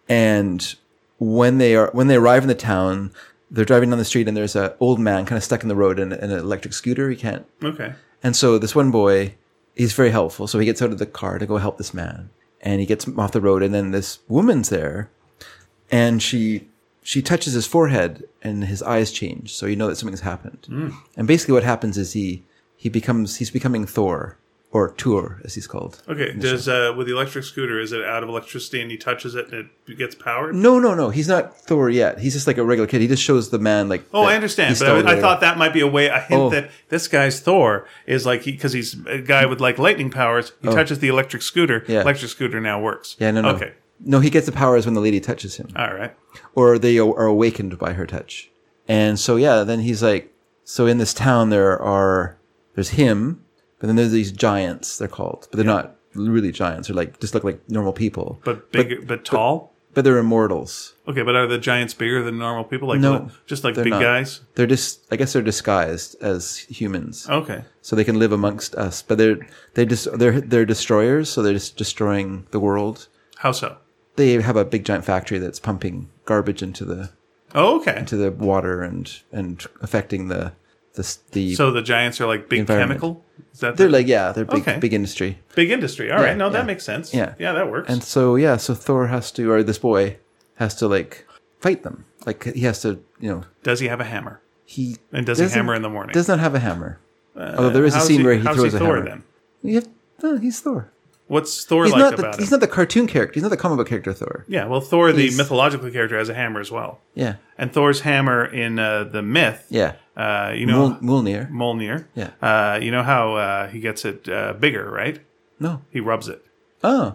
[SPEAKER 2] And when they are when they arrive in the town, they're driving down the street, and there's a old man kind of stuck in the road in, in an electric scooter. He can't
[SPEAKER 1] Okay.
[SPEAKER 2] And so this one boy, he's very helpful. So he gets out of the car to go help this man. and he gets him off the road and then this woman's there and she she touches his forehead and his eyes change so you know that something's happened
[SPEAKER 1] Mm.
[SPEAKER 2] and basically what happens is he he becomes he's becoming thor or Tur, as he's called.
[SPEAKER 1] Okay, does uh, with the electric scooter, is it out of electricity and he touches it and it gets powered?
[SPEAKER 2] No, no, no. He's not Thor yet. He's just like a regular kid. He just shows the man like.
[SPEAKER 1] Oh, I understand, but I, I thought that might be a way a hint
[SPEAKER 2] Oh.
[SPEAKER 1] that this guy's Thor is like because he's a guy with like lightning powers. He touches the electric scooter.
[SPEAKER 2] Oh. Yeah.
[SPEAKER 1] Electric scooter now works.
[SPEAKER 2] Yeah, no, no.
[SPEAKER 1] Okay,
[SPEAKER 2] No, he gets the powers when the lady touches him,
[SPEAKER 1] all right.
[SPEAKER 2] or they a- are awakened by her touch. And so yeah, then he's like, so in this town there are there's him, but then there's these giants. They're called, but they're not really giants. They're like just look like normal people,
[SPEAKER 1] But big, but, tall.
[SPEAKER 2] but they're immortals.
[SPEAKER 1] okay, but are the giants bigger than normal people? Like
[SPEAKER 2] No,
[SPEAKER 1] li- just like
[SPEAKER 2] they're
[SPEAKER 1] big
[SPEAKER 2] not.
[SPEAKER 1] guys.
[SPEAKER 2] They're just I guess they're disguised as humans.
[SPEAKER 1] Okay,
[SPEAKER 2] so they can live amongst us. But they're they just they're they're destroyers, so they're just destroying the world.
[SPEAKER 1] how so?
[SPEAKER 2] They have a big giant factory that's pumping garbage into the
[SPEAKER 1] Oh, okay.
[SPEAKER 2] to the water and and affecting the the s- the.
[SPEAKER 1] So the giants are like big
[SPEAKER 2] Environment.
[SPEAKER 1] chemical. Is that
[SPEAKER 2] they're
[SPEAKER 1] the
[SPEAKER 2] like yeah, they're big
[SPEAKER 1] Okay.
[SPEAKER 2] big industry.
[SPEAKER 1] big industry? All right, no,
[SPEAKER 2] yeah.
[SPEAKER 1] that makes sense.
[SPEAKER 2] Yeah.
[SPEAKER 1] yeah, that works.
[SPEAKER 2] And so yeah, so Thor has to or this boy has to like fight them. Like he has to you know
[SPEAKER 1] does he have a hammer?
[SPEAKER 2] he
[SPEAKER 1] And does he
[SPEAKER 2] doesn't-
[SPEAKER 1] hammer in the morning? Uh,
[SPEAKER 2] Does not have a hammer. Although there is a
[SPEAKER 1] How's
[SPEAKER 2] scene where he
[SPEAKER 1] how's
[SPEAKER 2] throws a
[SPEAKER 1] Thor,
[SPEAKER 2] hammer.
[SPEAKER 1] Then
[SPEAKER 2] You have- no, he's Thor.
[SPEAKER 1] what's Thor
[SPEAKER 2] He's
[SPEAKER 1] like
[SPEAKER 2] not the,
[SPEAKER 1] about him?
[SPEAKER 2] he's not the cartoon character. He's not the comic book character Thor.
[SPEAKER 1] Yeah, well, Thor, the
[SPEAKER 2] He's-
[SPEAKER 1] mythological character, has a hammer as well.
[SPEAKER 2] Yeah.
[SPEAKER 1] And Thor's hammer in uh, the myth,
[SPEAKER 2] Yeah.
[SPEAKER 1] uh, you
[SPEAKER 2] Mul-
[SPEAKER 1] know,
[SPEAKER 2] Mjolnir.
[SPEAKER 1] Mjolnir.
[SPEAKER 2] Yeah.
[SPEAKER 1] Uh, you know how uh, he gets it uh, bigger, right?
[SPEAKER 2] No.
[SPEAKER 1] He rubs it.
[SPEAKER 2] Oh,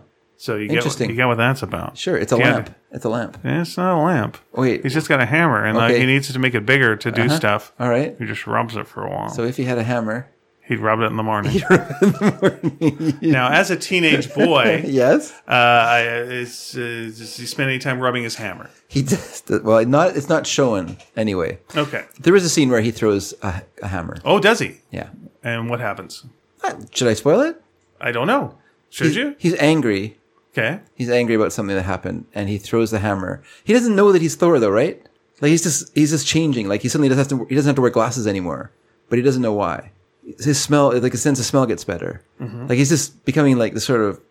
[SPEAKER 1] So you
[SPEAKER 2] Interesting.
[SPEAKER 1] get what, you get what that's about.
[SPEAKER 2] sure. It's a
[SPEAKER 1] Yeah.
[SPEAKER 2] lamp. It's a lamp.
[SPEAKER 1] Yeah, It's not a lamp.
[SPEAKER 2] Wait.
[SPEAKER 1] He's just got a hammer, and like
[SPEAKER 2] Okay. Uh-huh.
[SPEAKER 1] he needs to make it bigger to do stuff.
[SPEAKER 2] All right.
[SPEAKER 1] He just rubs it for a while.
[SPEAKER 2] So if he had a hammer.
[SPEAKER 1] He'd rub it in the
[SPEAKER 2] <laughs>
[SPEAKER 1] morning. now, as a teenage
[SPEAKER 2] <laughs>
[SPEAKER 1] boy,
[SPEAKER 2] Yes.
[SPEAKER 1] uh, I, it's, uh, does he spend any time rubbing his hammer?
[SPEAKER 2] He <laughs> does. Well, not it's not shown anyway.
[SPEAKER 1] Okay.
[SPEAKER 2] There is a scene where he throws a, a hammer.
[SPEAKER 1] Oh, does he?
[SPEAKER 2] Yeah.
[SPEAKER 1] And what happens?
[SPEAKER 2] Uh, Should I spoil it?
[SPEAKER 1] I don't know. Should you?
[SPEAKER 2] He's angry.
[SPEAKER 1] Okay.
[SPEAKER 2] He's angry about something that happened and he throws the hammer. He doesn't know that he's Thor though, right? Like he's just he's just changing. Like he suddenly doesn't have to he doesn't have to wear glasses anymore, but he doesn't know why. His smell, like his sense of smell, gets better.
[SPEAKER 1] Mm-hmm.
[SPEAKER 2] Like he's just becoming like the sort of,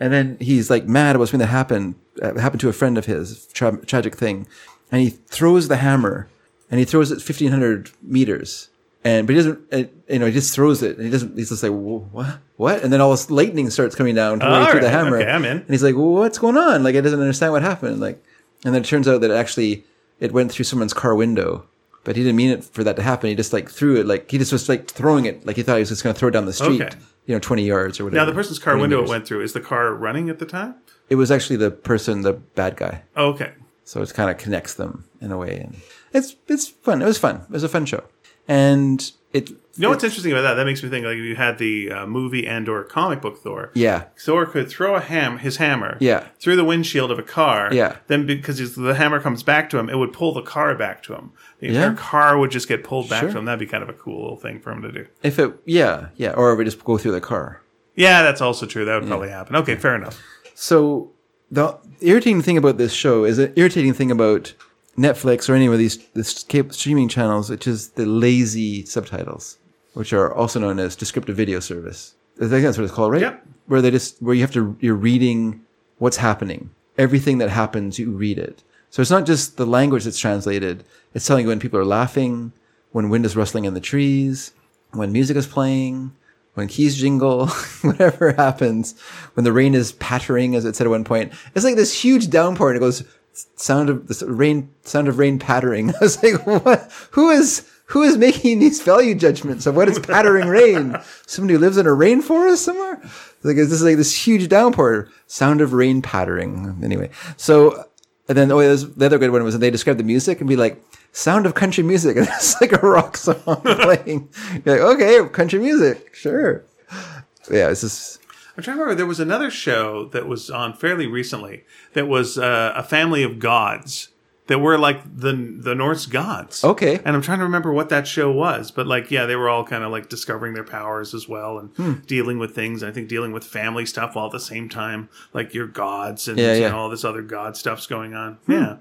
[SPEAKER 2] and then he's like mad about something that happened uh, happened to a friend of his, tra- tragic thing, and he throws the hammer, and he throws it fifteen hundred meters, and but he doesn't, uh, you know, he just throws it, and he doesn't. He's just like "Wha- what, what, and then all this lightning starts coming down to
[SPEAKER 1] All
[SPEAKER 2] through the
[SPEAKER 1] right.
[SPEAKER 2] hammer.
[SPEAKER 1] Okay, I'm in.
[SPEAKER 2] And he's like, well, what's going on? Like, I doesn't understand what happened. Like, and then it turns out that it actually it went through someone's car window, but he didn't mean it for that to happen. He just like threw it, like he just was like throwing it, like he thought he was just going to throw it down the street,
[SPEAKER 1] Okay.
[SPEAKER 2] you know, twenty yards or
[SPEAKER 1] Now,
[SPEAKER 2] whatever.
[SPEAKER 1] the person's car
[SPEAKER 2] 20
[SPEAKER 1] window it
[SPEAKER 2] meters.
[SPEAKER 1] went through, is the car running at the time?
[SPEAKER 2] It was actually the person, the bad guy.
[SPEAKER 1] Okay.
[SPEAKER 2] So it kind of connects them in a way, and it's it's fun. It was fun. It was a fun show, and it
[SPEAKER 1] You know what's interesting about that? That makes me think like if you had the uh, movie and or comic book Thor.
[SPEAKER 2] yeah
[SPEAKER 1] Thor could throw a ham his hammer
[SPEAKER 2] Yeah.
[SPEAKER 1] through the windshield of a car.
[SPEAKER 2] Yeah.
[SPEAKER 1] Then because he's, the hammer comes back to him, it would pull the car back to him. The
[SPEAKER 2] Yeah.
[SPEAKER 1] entire car would just get pulled back
[SPEAKER 2] Sure.
[SPEAKER 1] to him. That'd be kind of a cool little thing for him to do.
[SPEAKER 2] if it yeah yeah or we just go through the car.
[SPEAKER 1] Yeah, that's also true. That would probably happen. Okay, fair enough.
[SPEAKER 2] So the irritating thing about this show is the irritating thing about Netflix or any of these the sca- streaming channels, which is the lazy subtitles, which are also known as descriptive video service. I think that's what it's called, right?
[SPEAKER 1] Yep.
[SPEAKER 2] Where they just where you have to you're reading what's happening, everything that happens, you read it. So it's not just the language that's translated; it's telling you when people are laughing, when wind is rustling in the trees, when music is playing, when keys jingle, <laughs> whatever happens, when the rain is pattering, as it said at one point, it's like this huge downpour, and it goes sound of the rain, sound of rain pattering. <laughs> I was like, what? Who is who is making these value judgments of what is pattering rain? Somebody who lives in a rainforest somewhere? Like this is like this huge downpour, sound of rain pattering. Anyway, so and then oh, yeah, there's- the other good one was that they described the music and be like, sound of country music. <laughs> And it's like a rock song <laughs> playing. You're like, okay, country music, sure. Yeah, it's just,
[SPEAKER 1] I'm trying to remember. There was another show that was on fairly recently that was uh, a family of gods that were like the the Norse gods.
[SPEAKER 2] Okay.
[SPEAKER 1] And I'm trying to remember what that show was, but like, yeah, they were all kind of like discovering their powers as well and
[SPEAKER 2] Hmm.
[SPEAKER 1] dealing with things. I think dealing with family stuff while at the same time, like your gods and
[SPEAKER 2] Yeah,
[SPEAKER 1] you
[SPEAKER 2] yeah. Hmm.
[SPEAKER 1] know, all this other god stuff's going on. Yeah.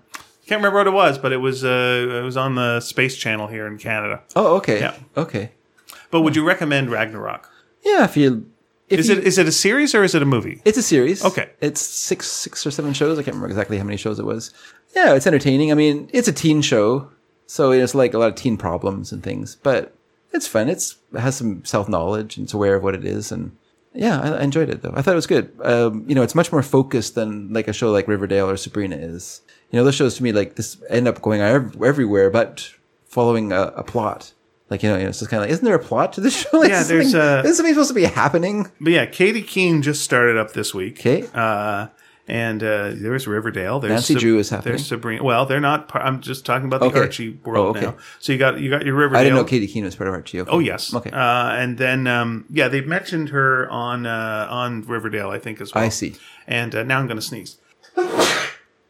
[SPEAKER 1] Can't remember what it was, but it was uh, it was on the Space Channel here in Canada.
[SPEAKER 2] oh, okay.
[SPEAKER 1] Yeah.
[SPEAKER 2] Okay. Hmm.
[SPEAKER 1] But would you recommend Ragnarok?
[SPEAKER 2] Yeah, if you, if
[SPEAKER 1] Is
[SPEAKER 2] you-
[SPEAKER 1] it is it a series or is it a movie?
[SPEAKER 2] It's a series.
[SPEAKER 1] Okay.
[SPEAKER 2] It's six six or seven shows. I can't remember exactly how many shows it was. Yeah, it's entertaining. I mean, it's a teen show, so it's like a lot of teen problems and things, but it's fun. It's it has some self knowledge and it's aware of what it is and yeah, I, I enjoyed it though. I thought it was good. Um, you know, it's much more focused than like a show like Riverdale or Sabrina is. You know, those shows to me like this end up going ev- everywhere, but following a, a plot. Like you know, you know, it's just kind of like, isn't there a plot to this <laughs> show? Like,
[SPEAKER 1] Yeah,
[SPEAKER 2] is
[SPEAKER 1] there's
[SPEAKER 2] something-
[SPEAKER 1] a-
[SPEAKER 2] isn't something supposed to be happening?
[SPEAKER 1] But yeah, Katie Keene just started up this week.
[SPEAKER 2] Okay.
[SPEAKER 1] Uh, and uh, there's Riverdale. There's
[SPEAKER 2] Nancy Drew is happening.
[SPEAKER 1] There's Sabrina. Well, they're not. Par- I'm just talking about the
[SPEAKER 2] Okay.
[SPEAKER 1] Archie world
[SPEAKER 2] Oh, okay.
[SPEAKER 1] now. So you got you got your Riverdale.
[SPEAKER 2] I didn't know Katie Keene was part of Archie.
[SPEAKER 1] Oh yes.
[SPEAKER 2] Okay.
[SPEAKER 1] Uh, and then um, yeah, they mentioned her on uh, on Riverdale, I think as well.
[SPEAKER 2] I see.
[SPEAKER 1] And uh, now I'm going to sneeze.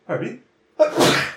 [SPEAKER 1] Harvey.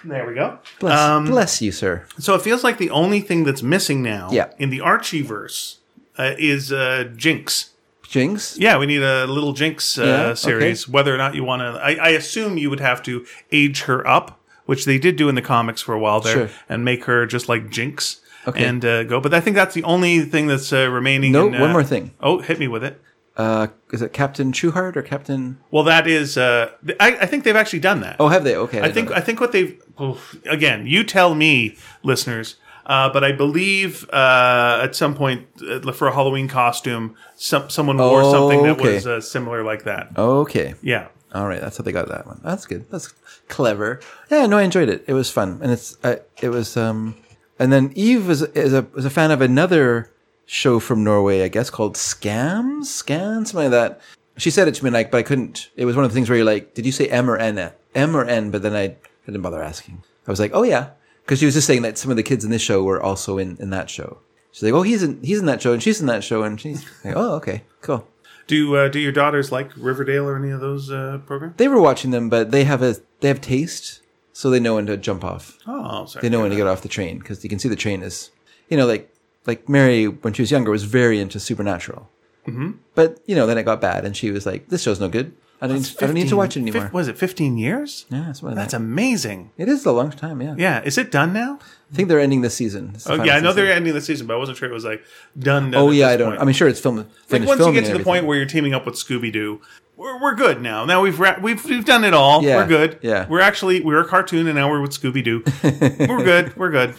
[SPEAKER 1] there we go.
[SPEAKER 2] Bless,
[SPEAKER 1] Um,
[SPEAKER 2] bless you, sir.
[SPEAKER 1] So it feels like the only thing that's missing now
[SPEAKER 2] Yeah.
[SPEAKER 1] in the Archieverse uh, is uh, Jinx.
[SPEAKER 2] Jinx.
[SPEAKER 1] Yeah, we need a little Jinx uh,
[SPEAKER 2] Yeah, okay.
[SPEAKER 1] series. Whether or not you want to, I, I assume you would have to age her up, which they did do in the comics for a while there,
[SPEAKER 2] Sure.
[SPEAKER 1] and make her just like Jinx
[SPEAKER 2] Okay.
[SPEAKER 1] and uh, go. But I think that's the only thing that's uh, remaining.
[SPEAKER 2] No,
[SPEAKER 1] in, uh,
[SPEAKER 2] one more thing.
[SPEAKER 1] Oh, hit me with it.
[SPEAKER 2] Uh, is it Captain Trueheart or Captain?
[SPEAKER 1] Well, that is. Uh, I, I think they've actually done that.
[SPEAKER 2] Oh, have they? Okay.
[SPEAKER 1] I think I think what they've oof, again. You tell me, listeners. Uh, but I believe uh, at some point uh, for a Halloween costume, some, someone wore
[SPEAKER 2] Oh,
[SPEAKER 1] something that
[SPEAKER 2] okay. Oh.
[SPEAKER 1] was uh, similar like that.
[SPEAKER 2] Okay.
[SPEAKER 1] Yeah.
[SPEAKER 2] All right. That's how they got that one. That's good. That's clever. Yeah. No, I enjoyed it. It was fun, and it's I, it was um, and then Eve is is a is a fan of another show from Norway, I guess, called Scam Scan something like that. She said it to me, like, but I couldn't. It was one of the things where you're like, did you say M or N? M or N? But then I, I didn't bother asking. I was like, oh yeah, because she was just saying that some of the kids in this show were also in in that show. She's like, oh, he's in he's in that show, and she's in that show, and she's <laughs> like, oh, okay, cool.
[SPEAKER 1] Do uh, do your daughters like Riverdale or any of those uh, programs?
[SPEAKER 2] they were watching them, but they have a they have taste, so they know when to jump off.
[SPEAKER 1] Oh, sorry.
[SPEAKER 2] They know when to get off the train because you can see the train is, you know, like like Mary when she was younger was very into supernatural, mm-hmm. but you know then it got bad and she was like, this show's no good. I don't I don't need to watch it anymore.
[SPEAKER 1] was it 15 years?
[SPEAKER 2] yeah, that's,
[SPEAKER 1] That's amazing.
[SPEAKER 2] it is a long time. Yeah.
[SPEAKER 1] Yeah, is it done now?
[SPEAKER 2] I think they're ending this season. It's the
[SPEAKER 1] Oh,
[SPEAKER 2] final
[SPEAKER 1] yeah, I know
[SPEAKER 2] season.
[SPEAKER 1] they're ending the season, but I wasn't sure it was like done. done
[SPEAKER 2] Oh
[SPEAKER 1] at
[SPEAKER 2] yeah,
[SPEAKER 1] this
[SPEAKER 2] I don't.
[SPEAKER 1] point.
[SPEAKER 2] I mean, sure, it's filmed.
[SPEAKER 1] like
[SPEAKER 2] finished
[SPEAKER 1] once you
[SPEAKER 2] filming
[SPEAKER 1] get to
[SPEAKER 2] and
[SPEAKER 1] the point
[SPEAKER 2] everything.
[SPEAKER 1] where you're teaming up with Scooby Doo, we're, we're good now. Now we've ra- we've we've done it all.
[SPEAKER 2] Yeah,
[SPEAKER 1] We're good.
[SPEAKER 2] yeah.
[SPEAKER 1] we're actually we're a cartoon, and now we're with Scooby
[SPEAKER 2] <laughs>
[SPEAKER 1] Doo. we're good. We're good.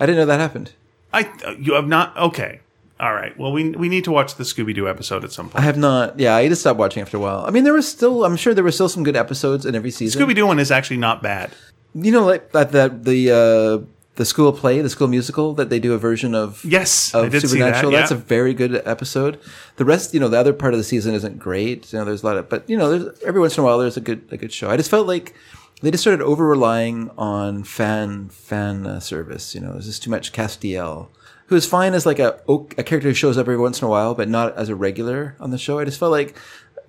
[SPEAKER 2] I didn't know that happened.
[SPEAKER 1] I you have not okay. All right. Well, we we need to watch the Scooby Doo episode at some
[SPEAKER 2] I
[SPEAKER 1] point.
[SPEAKER 2] have not. Yeah, I just stopped watching after a while. I mean, there was still. I'm sure there were still some good episodes in every season.
[SPEAKER 1] Scooby Doo one is actually not bad.
[SPEAKER 2] You know, like that that the uh, the school play, the school musical that they do a version of
[SPEAKER 1] Yes, I
[SPEAKER 2] of
[SPEAKER 1] did see that.
[SPEAKER 2] Supernatural. That's
[SPEAKER 1] yeah.
[SPEAKER 2] a very good episode. The rest, you know, the other part of the season isn't great. You know, there's a lot of, but you know, there's every once in a while there's a good a good show. I just felt like they just started over relying on fan fan uh, service. You know, there's just too much Castiel. Who is fine as like a a character who shows up every once in a while, but not as a regular on the show. I just felt like,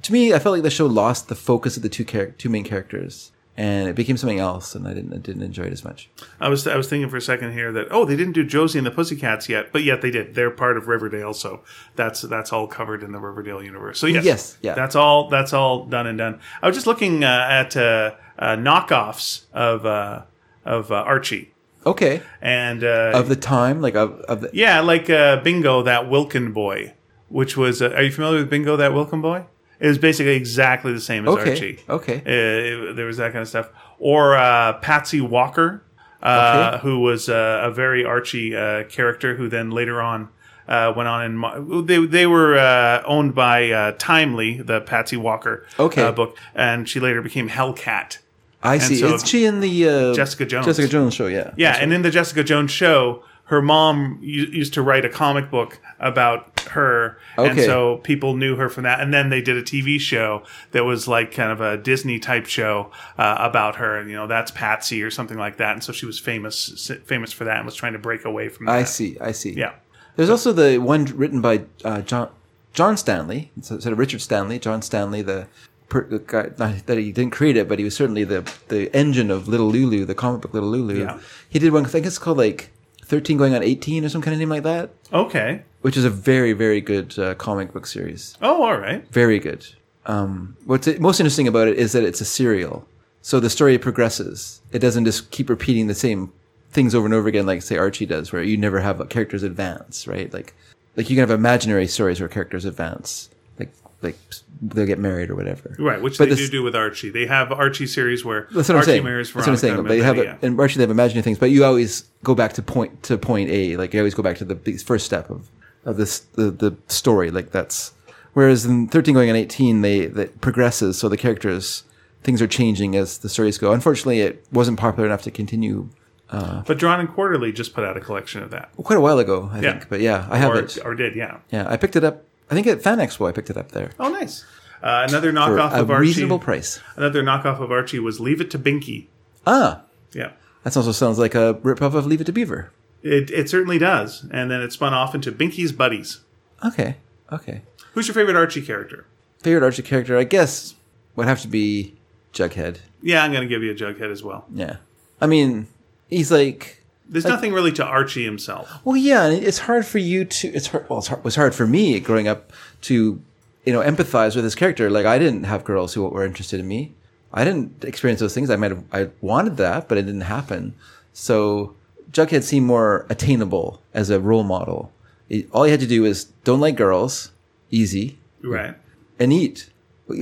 [SPEAKER 2] to me, I felt like the show lost the focus of the two char- two main characters, and it became something else, and I didn't I didn't enjoy it as much.
[SPEAKER 1] I was I was thinking for a second here that oh they didn't do Josie and the Pussycats yet, but yet they did. They're part of Riverdale, so that's that's all covered in the Riverdale universe. So yes,
[SPEAKER 2] Yes, yeah.
[SPEAKER 1] that's all that's all done and done. I was just looking uh, at uh, uh, knockoffs of uh, of uh, Archie
[SPEAKER 2] Okay,
[SPEAKER 1] and uh,
[SPEAKER 2] of the time, like of of the,
[SPEAKER 1] yeah, like uh, Bingo that Wilkin boy, which was uh, are you familiar with Bingo that Wilkin boy? It was basically exactly the same as
[SPEAKER 2] okay,
[SPEAKER 1] Archie.
[SPEAKER 2] okay.
[SPEAKER 1] Uh, it- there was that kind of stuff. Or uh, Patsy Walker, uh, who was uh, a very Archie uh, character, who then later on uh, went on and mo- they they were uh, owned by uh, Timely, the Patsy Walker
[SPEAKER 2] Okay.
[SPEAKER 1] uh, book, and she later became Hellcat.
[SPEAKER 2] I see.
[SPEAKER 1] so-
[SPEAKER 2] Isn't she in the uh,
[SPEAKER 1] Jessica Jones.
[SPEAKER 2] Jessica Jones show? Yeah.
[SPEAKER 1] Yeah, and in the Jessica Jones show, her mom u- used to write a comic book about her, and
[SPEAKER 2] Okay.
[SPEAKER 1] so people knew her from that. And then they did a TV show that was like kind of a Disney type show uh, about her, and you know that's Patsy or something like that. And so she was famous famous for that and was trying to break away from that.
[SPEAKER 2] I see. I see.
[SPEAKER 1] Yeah,
[SPEAKER 2] There's also the one written by uh, John John Stanley instead of Richard Stanley. John Stanley, the, per, the guy not that he didn't create it, but he was certainly the the engine of Little Lulu, the comic book Little Lulu.
[SPEAKER 1] Yeah.
[SPEAKER 2] He did one. I think it's called like thirteen going on eighteen or some kind of name like that,
[SPEAKER 1] okay.
[SPEAKER 2] which is a very very good uh, comic book series.
[SPEAKER 1] Oh, all right.
[SPEAKER 2] Very good. Um, what's most interesting about it is that it's a serial. So the story progresses. It doesn't just keep repeating the same things over and over again, like say Archie does, where you never have characters advance, right? Like, like you can have imaginary stories where characters advance, like like they'll get married or whatever.
[SPEAKER 1] Right, which
[SPEAKER 2] But
[SPEAKER 1] they
[SPEAKER 2] this-
[SPEAKER 1] do do with Archie. They have Archie series where
[SPEAKER 2] That's
[SPEAKER 1] Archie
[SPEAKER 2] what I'm saying.
[SPEAKER 1] marries
[SPEAKER 2] That's what I'm saying.
[SPEAKER 1] Veronica
[SPEAKER 2] They have
[SPEAKER 1] Mandy,
[SPEAKER 2] a, and actually they have imaginary things, but you always go back to point to point A. Like you always go back to the, the first step of of this the, the story. Like that's whereas in thirteen going on eighteen, they that progresses. So the characters things are changing as the stories go. Unfortunately, it wasn't popular enough to continue
[SPEAKER 1] yeah. But Drawn and Quarterly just put out a collection of that.
[SPEAKER 2] quite a while ago. I
[SPEAKER 1] Yeah.
[SPEAKER 2] think, but yeah, I have
[SPEAKER 1] Or,
[SPEAKER 2] it.
[SPEAKER 1] or did, yeah.
[SPEAKER 2] Yeah, I picked it up. I think at Fan Expo, I picked it up there
[SPEAKER 1] Oh, nice. Uh, another
[SPEAKER 2] for
[SPEAKER 1] knockoff
[SPEAKER 2] a
[SPEAKER 1] of Archie.
[SPEAKER 2] reasonable price.
[SPEAKER 1] Another knockoff of Archie was Leave It to Binky.
[SPEAKER 2] Ah,
[SPEAKER 1] Yeah.
[SPEAKER 2] that also sounds like a ripoff of Leave It to Beaver.
[SPEAKER 1] It, it certainly does. And then it spun off into Binky's Buddies.
[SPEAKER 2] Okay, okay.
[SPEAKER 1] Who's your favorite Archie character?
[SPEAKER 2] favorite Archie character, I guess, would have to be Jughead.
[SPEAKER 1] Yeah, I'm going to give you a Jughead as well.
[SPEAKER 2] Yeah. I mean, he's like,
[SPEAKER 1] There's nothing really to Archie himself.
[SPEAKER 2] well, yeah, and it's hard for you to, it's hard, well, it's hard, it was hard for me growing up to, you know, empathize with his character. Like, I didn't have girls who were interested in me. I didn't experience those things. I might have, I wanted that, but it didn't happen. So Jughead seemed more attainable as a role model. He- all he had to do was don't like girls, easy,
[SPEAKER 1] Right.
[SPEAKER 2] and eat,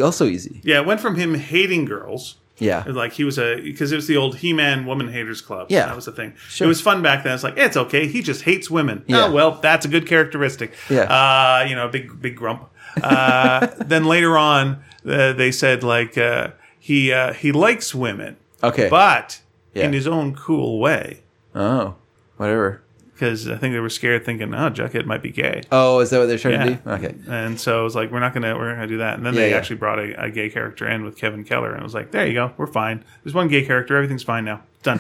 [SPEAKER 2] also easy.
[SPEAKER 1] Yeah, it went from him hating girls
[SPEAKER 2] Yeah.
[SPEAKER 1] Like he was a because it was the old He-Man Woman Haters Club.
[SPEAKER 2] Yeah.
[SPEAKER 1] that was the thing.
[SPEAKER 2] Sure.
[SPEAKER 1] It was fun back then. It's like it's okay. He just hates women.
[SPEAKER 2] Yeah.
[SPEAKER 1] Oh well, that's a good characteristic.
[SPEAKER 2] Yeah.
[SPEAKER 1] uh, you know, big big grump. Uh, <laughs> then later on, uh, they said like uh, he uh, he likes women,
[SPEAKER 2] Okay.
[SPEAKER 1] but
[SPEAKER 2] Yeah.
[SPEAKER 1] in his own cool way.
[SPEAKER 2] Oh, whatever.
[SPEAKER 1] Because I think they were scared, thinking, "Oh, Jughead might be gay,"
[SPEAKER 2] Oh, is that what they're trying to do?
[SPEAKER 1] Yeah.
[SPEAKER 2] Okay.
[SPEAKER 1] and so it was like, "We're not gonna, we're not gonna do that." And then
[SPEAKER 2] Yeah,
[SPEAKER 1] they
[SPEAKER 2] yeah.
[SPEAKER 1] actually brought a, a gay character in with Kevin Keller, and it was like, "There you go, we're fine. There's one gay character, everything's fine now. Done.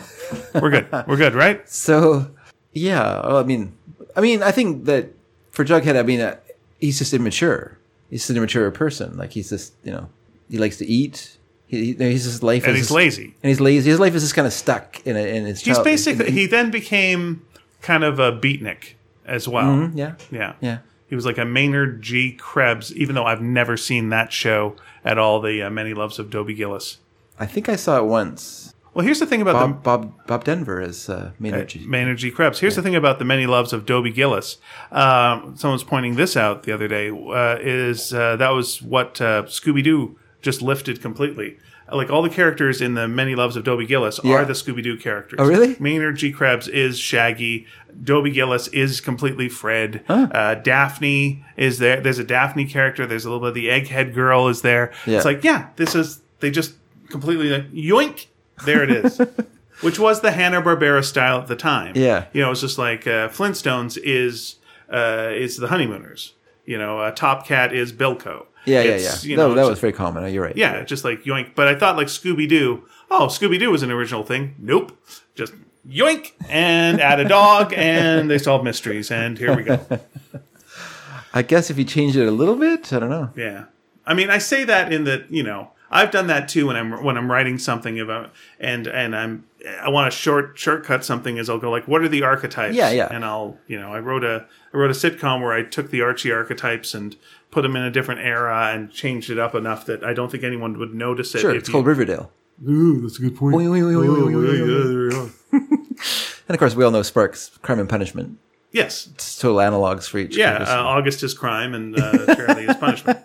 [SPEAKER 1] we're
[SPEAKER 2] <laughs>
[SPEAKER 1] good. We're good, right?"
[SPEAKER 2] So, yeah. Well, I mean, I mean, I think that for Jughead, I mean, uh, he's just immature. He's an immature person. Like he's just, you know, he likes to eat. He, he, his life
[SPEAKER 1] And
[SPEAKER 2] is
[SPEAKER 1] he's
[SPEAKER 2] just-
[SPEAKER 1] lazy.
[SPEAKER 2] And he's lazy. His life is just kind of stuck in a, in his.
[SPEAKER 1] He's
[SPEAKER 2] child-
[SPEAKER 1] basically he then became kind of a beatnik as well.
[SPEAKER 2] yeah,
[SPEAKER 1] Yeah,
[SPEAKER 2] Mm-hmm. yeah.
[SPEAKER 1] He was like a Maynard G. Krebs, even though I've never seen that show at all. The uh, Many Loves of Dobie Gillis.
[SPEAKER 2] I think I saw it once.
[SPEAKER 1] Well, here's the thing about the
[SPEAKER 2] Bob Bob Bob Denver is uh, Maynard G.
[SPEAKER 1] Maynard G. Krebs. Here's the thing about the many loves of Dobie Gillis. Um, someone was pointing this out the other day. Uh, is uh, that was what uh, Scooby Doo just lifted completely? Like all the characters in the Many Loves of Dobie Gillis
[SPEAKER 2] Yeah.
[SPEAKER 1] are the Scooby Doo characters.
[SPEAKER 2] Oh, really?
[SPEAKER 1] Maynard G. Krebs is Shaggy. Dobie Gillis is completely Fred. Uh, Daphne is there. There's a Daphne character. There's a little bit of the Egghead girl is there.
[SPEAKER 2] Yeah.
[SPEAKER 1] It's like yeah, this is they just completely like yoink. There it
[SPEAKER 2] <laughs>
[SPEAKER 1] is. which was the Hanna Barbera style at the time.
[SPEAKER 2] Yeah.
[SPEAKER 1] you know, it's just like uh, Flintstones is uh, is the Honeymooners. You know, uh, Top Cat is Bilko.
[SPEAKER 2] Yeah, yeah, yeah.
[SPEAKER 1] It's,
[SPEAKER 2] No,
[SPEAKER 1] you know,
[SPEAKER 2] that
[SPEAKER 1] it's-
[SPEAKER 2] was very common. You're right.
[SPEAKER 1] yeah, just like yoink. But I thought like Scooby Doo. Oh, Scooby Doo was an original thing. Nope, just yoink and add a dog and they solve mysteries and here we go.
[SPEAKER 2] I guess if you changed it a little bit, I don't know.
[SPEAKER 1] Yeah, I mean, I say that in that you know I've done that too when I'm when I'm writing something about and and I'm I want to short shortcut something is I'll go like what are the archetypes?
[SPEAKER 2] Yeah, yeah.
[SPEAKER 1] And I'll you know I wrote a I wrote a sitcom where I took the Archie archetypes and put them in a different era and changed it up enough that I don't think anyone would notice it.
[SPEAKER 2] Sure,
[SPEAKER 1] if
[SPEAKER 2] it's
[SPEAKER 1] you-
[SPEAKER 2] called Riverdale.
[SPEAKER 1] Ooh, that's a good point.
[SPEAKER 2] Oi, oi, oi, oi, oi, oi, oi, oi.
[SPEAKER 1] there you are.
[SPEAKER 2] And of course, we all know Sparks, Crime and Punishment.
[SPEAKER 1] Yes.
[SPEAKER 2] It's total analogs for each.
[SPEAKER 1] Yeah,
[SPEAKER 2] character's-
[SPEAKER 1] uh, August is crime and uh, Charity is punishment.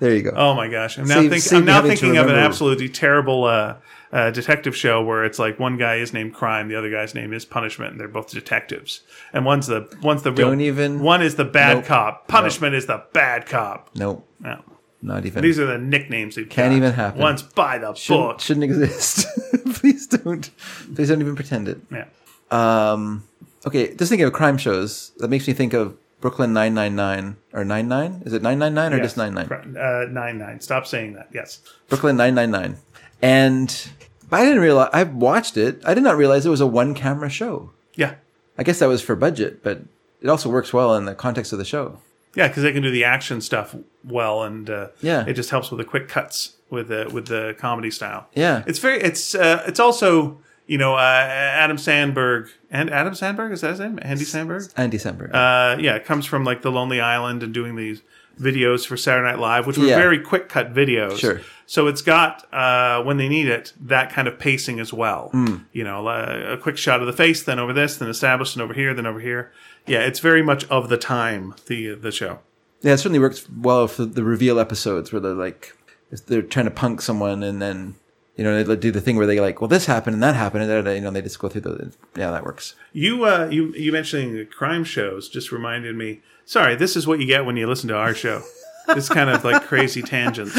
[SPEAKER 2] there you go.
[SPEAKER 1] Oh my gosh! I'm now,
[SPEAKER 2] Save-
[SPEAKER 1] think,
[SPEAKER 2] save
[SPEAKER 1] I'm
[SPEAKER 2] me
[SPEAKER 1] now
[SPEAKER 2] having to
[SPEAKER 1] thinking of an
[SPEAKER 2] remember.
[SPEAKER 1] absolutely terrible uh, uh, detective show where it's like one guy is named Crime, the other guy's name is Punishment, and they're both detectives. And one's the one's the real
[SPEAKER 2] Don't even-
[SPEAKER 1] one is the bad
[SPEAKER 2] Nope.
[SPEAKER 1] cop. Punishment is the bad cop.
[SPEAKER 2] Nope,
[SPEAKER 1] No.
[SPEAKER 2] not even.
[SPEAKER 1] These are the nicknames. They've
[SPEAKER 2] Can't
[SPEAKER 1] got.
[SPEAKER 2] even happen.
[SPEAKER 1] One's by the book.
[SPEAKER 2] shouldn't, shouldn't exist. <laughs> Please don't. Please don't even pretend it.
[SPEAKER 1] yeah.
[SPEAKER 2] Um, okay, just thinking of crime shows. That makes me think of Brooklyn Nine Nine Nine or Nine Nine. Is it Nine Nine Nine or
[SPEAKER 1] Yes.
[SPEAKER 2] just Nine Nine?
[SPEAKER 1] Cri- Uh, nine nine. Stop saying that. Yes.
[SPEAKER 2] Brooklyn Nine Nine Nine. And but I didn't realize. I watched it. I did not realize it was a one camera show.
[SPEAKER 1] Yeah.
[SPEAKER 2] I guess that was for budget, but it also works well in the context of the show.
[SPEAKER 1] Yeah, because they can do the action stuff well, and uh,
[SPEAKER 2] Yeah.
[SPEAKER 1] it just helps with the quick cuts with the with the comedy style.
[SPEAKER 2] Yeah.
[SPEAKER 1] it's very it's uh, it's also you know uh, Adam Sandberg and Adam Sandberg is that his name? Andy Sandberg.
[SPEAKER 2] Andy Samberg.
[SPEAKER 1] Uh, yeah, it comes from like the Lonely Island and doing these videos for Saturday Night Live, which were
[SPEAKER 2] Yeah.
[SPEAKER 1] very quick cut videos.
[SPEAKER 2] Sure.
[SPEAKER 1] So it's got uh, when they need it that kind of pacing as well.
[SPEAKER 2] Hmm.
[SPEAKER 1] You know, uh, a quick shot of the face, then over this, then established, and over here, then over here. Yeah, it's very much of the time the the show.
[SPEAKER 2] Yeah, it certainly works well for the reveal episodes where they're like, if they're trying to punk someone, and then you know they do the thing where they like, well, this happened and that happened, and da- da- da, you know they just go through the yeah that works.
[SPEAKER 1] You uh, you you mentioning the crime shows just reminded me. Sorry, this is what you get when you listen to our show. It's kind of like crazy tangents.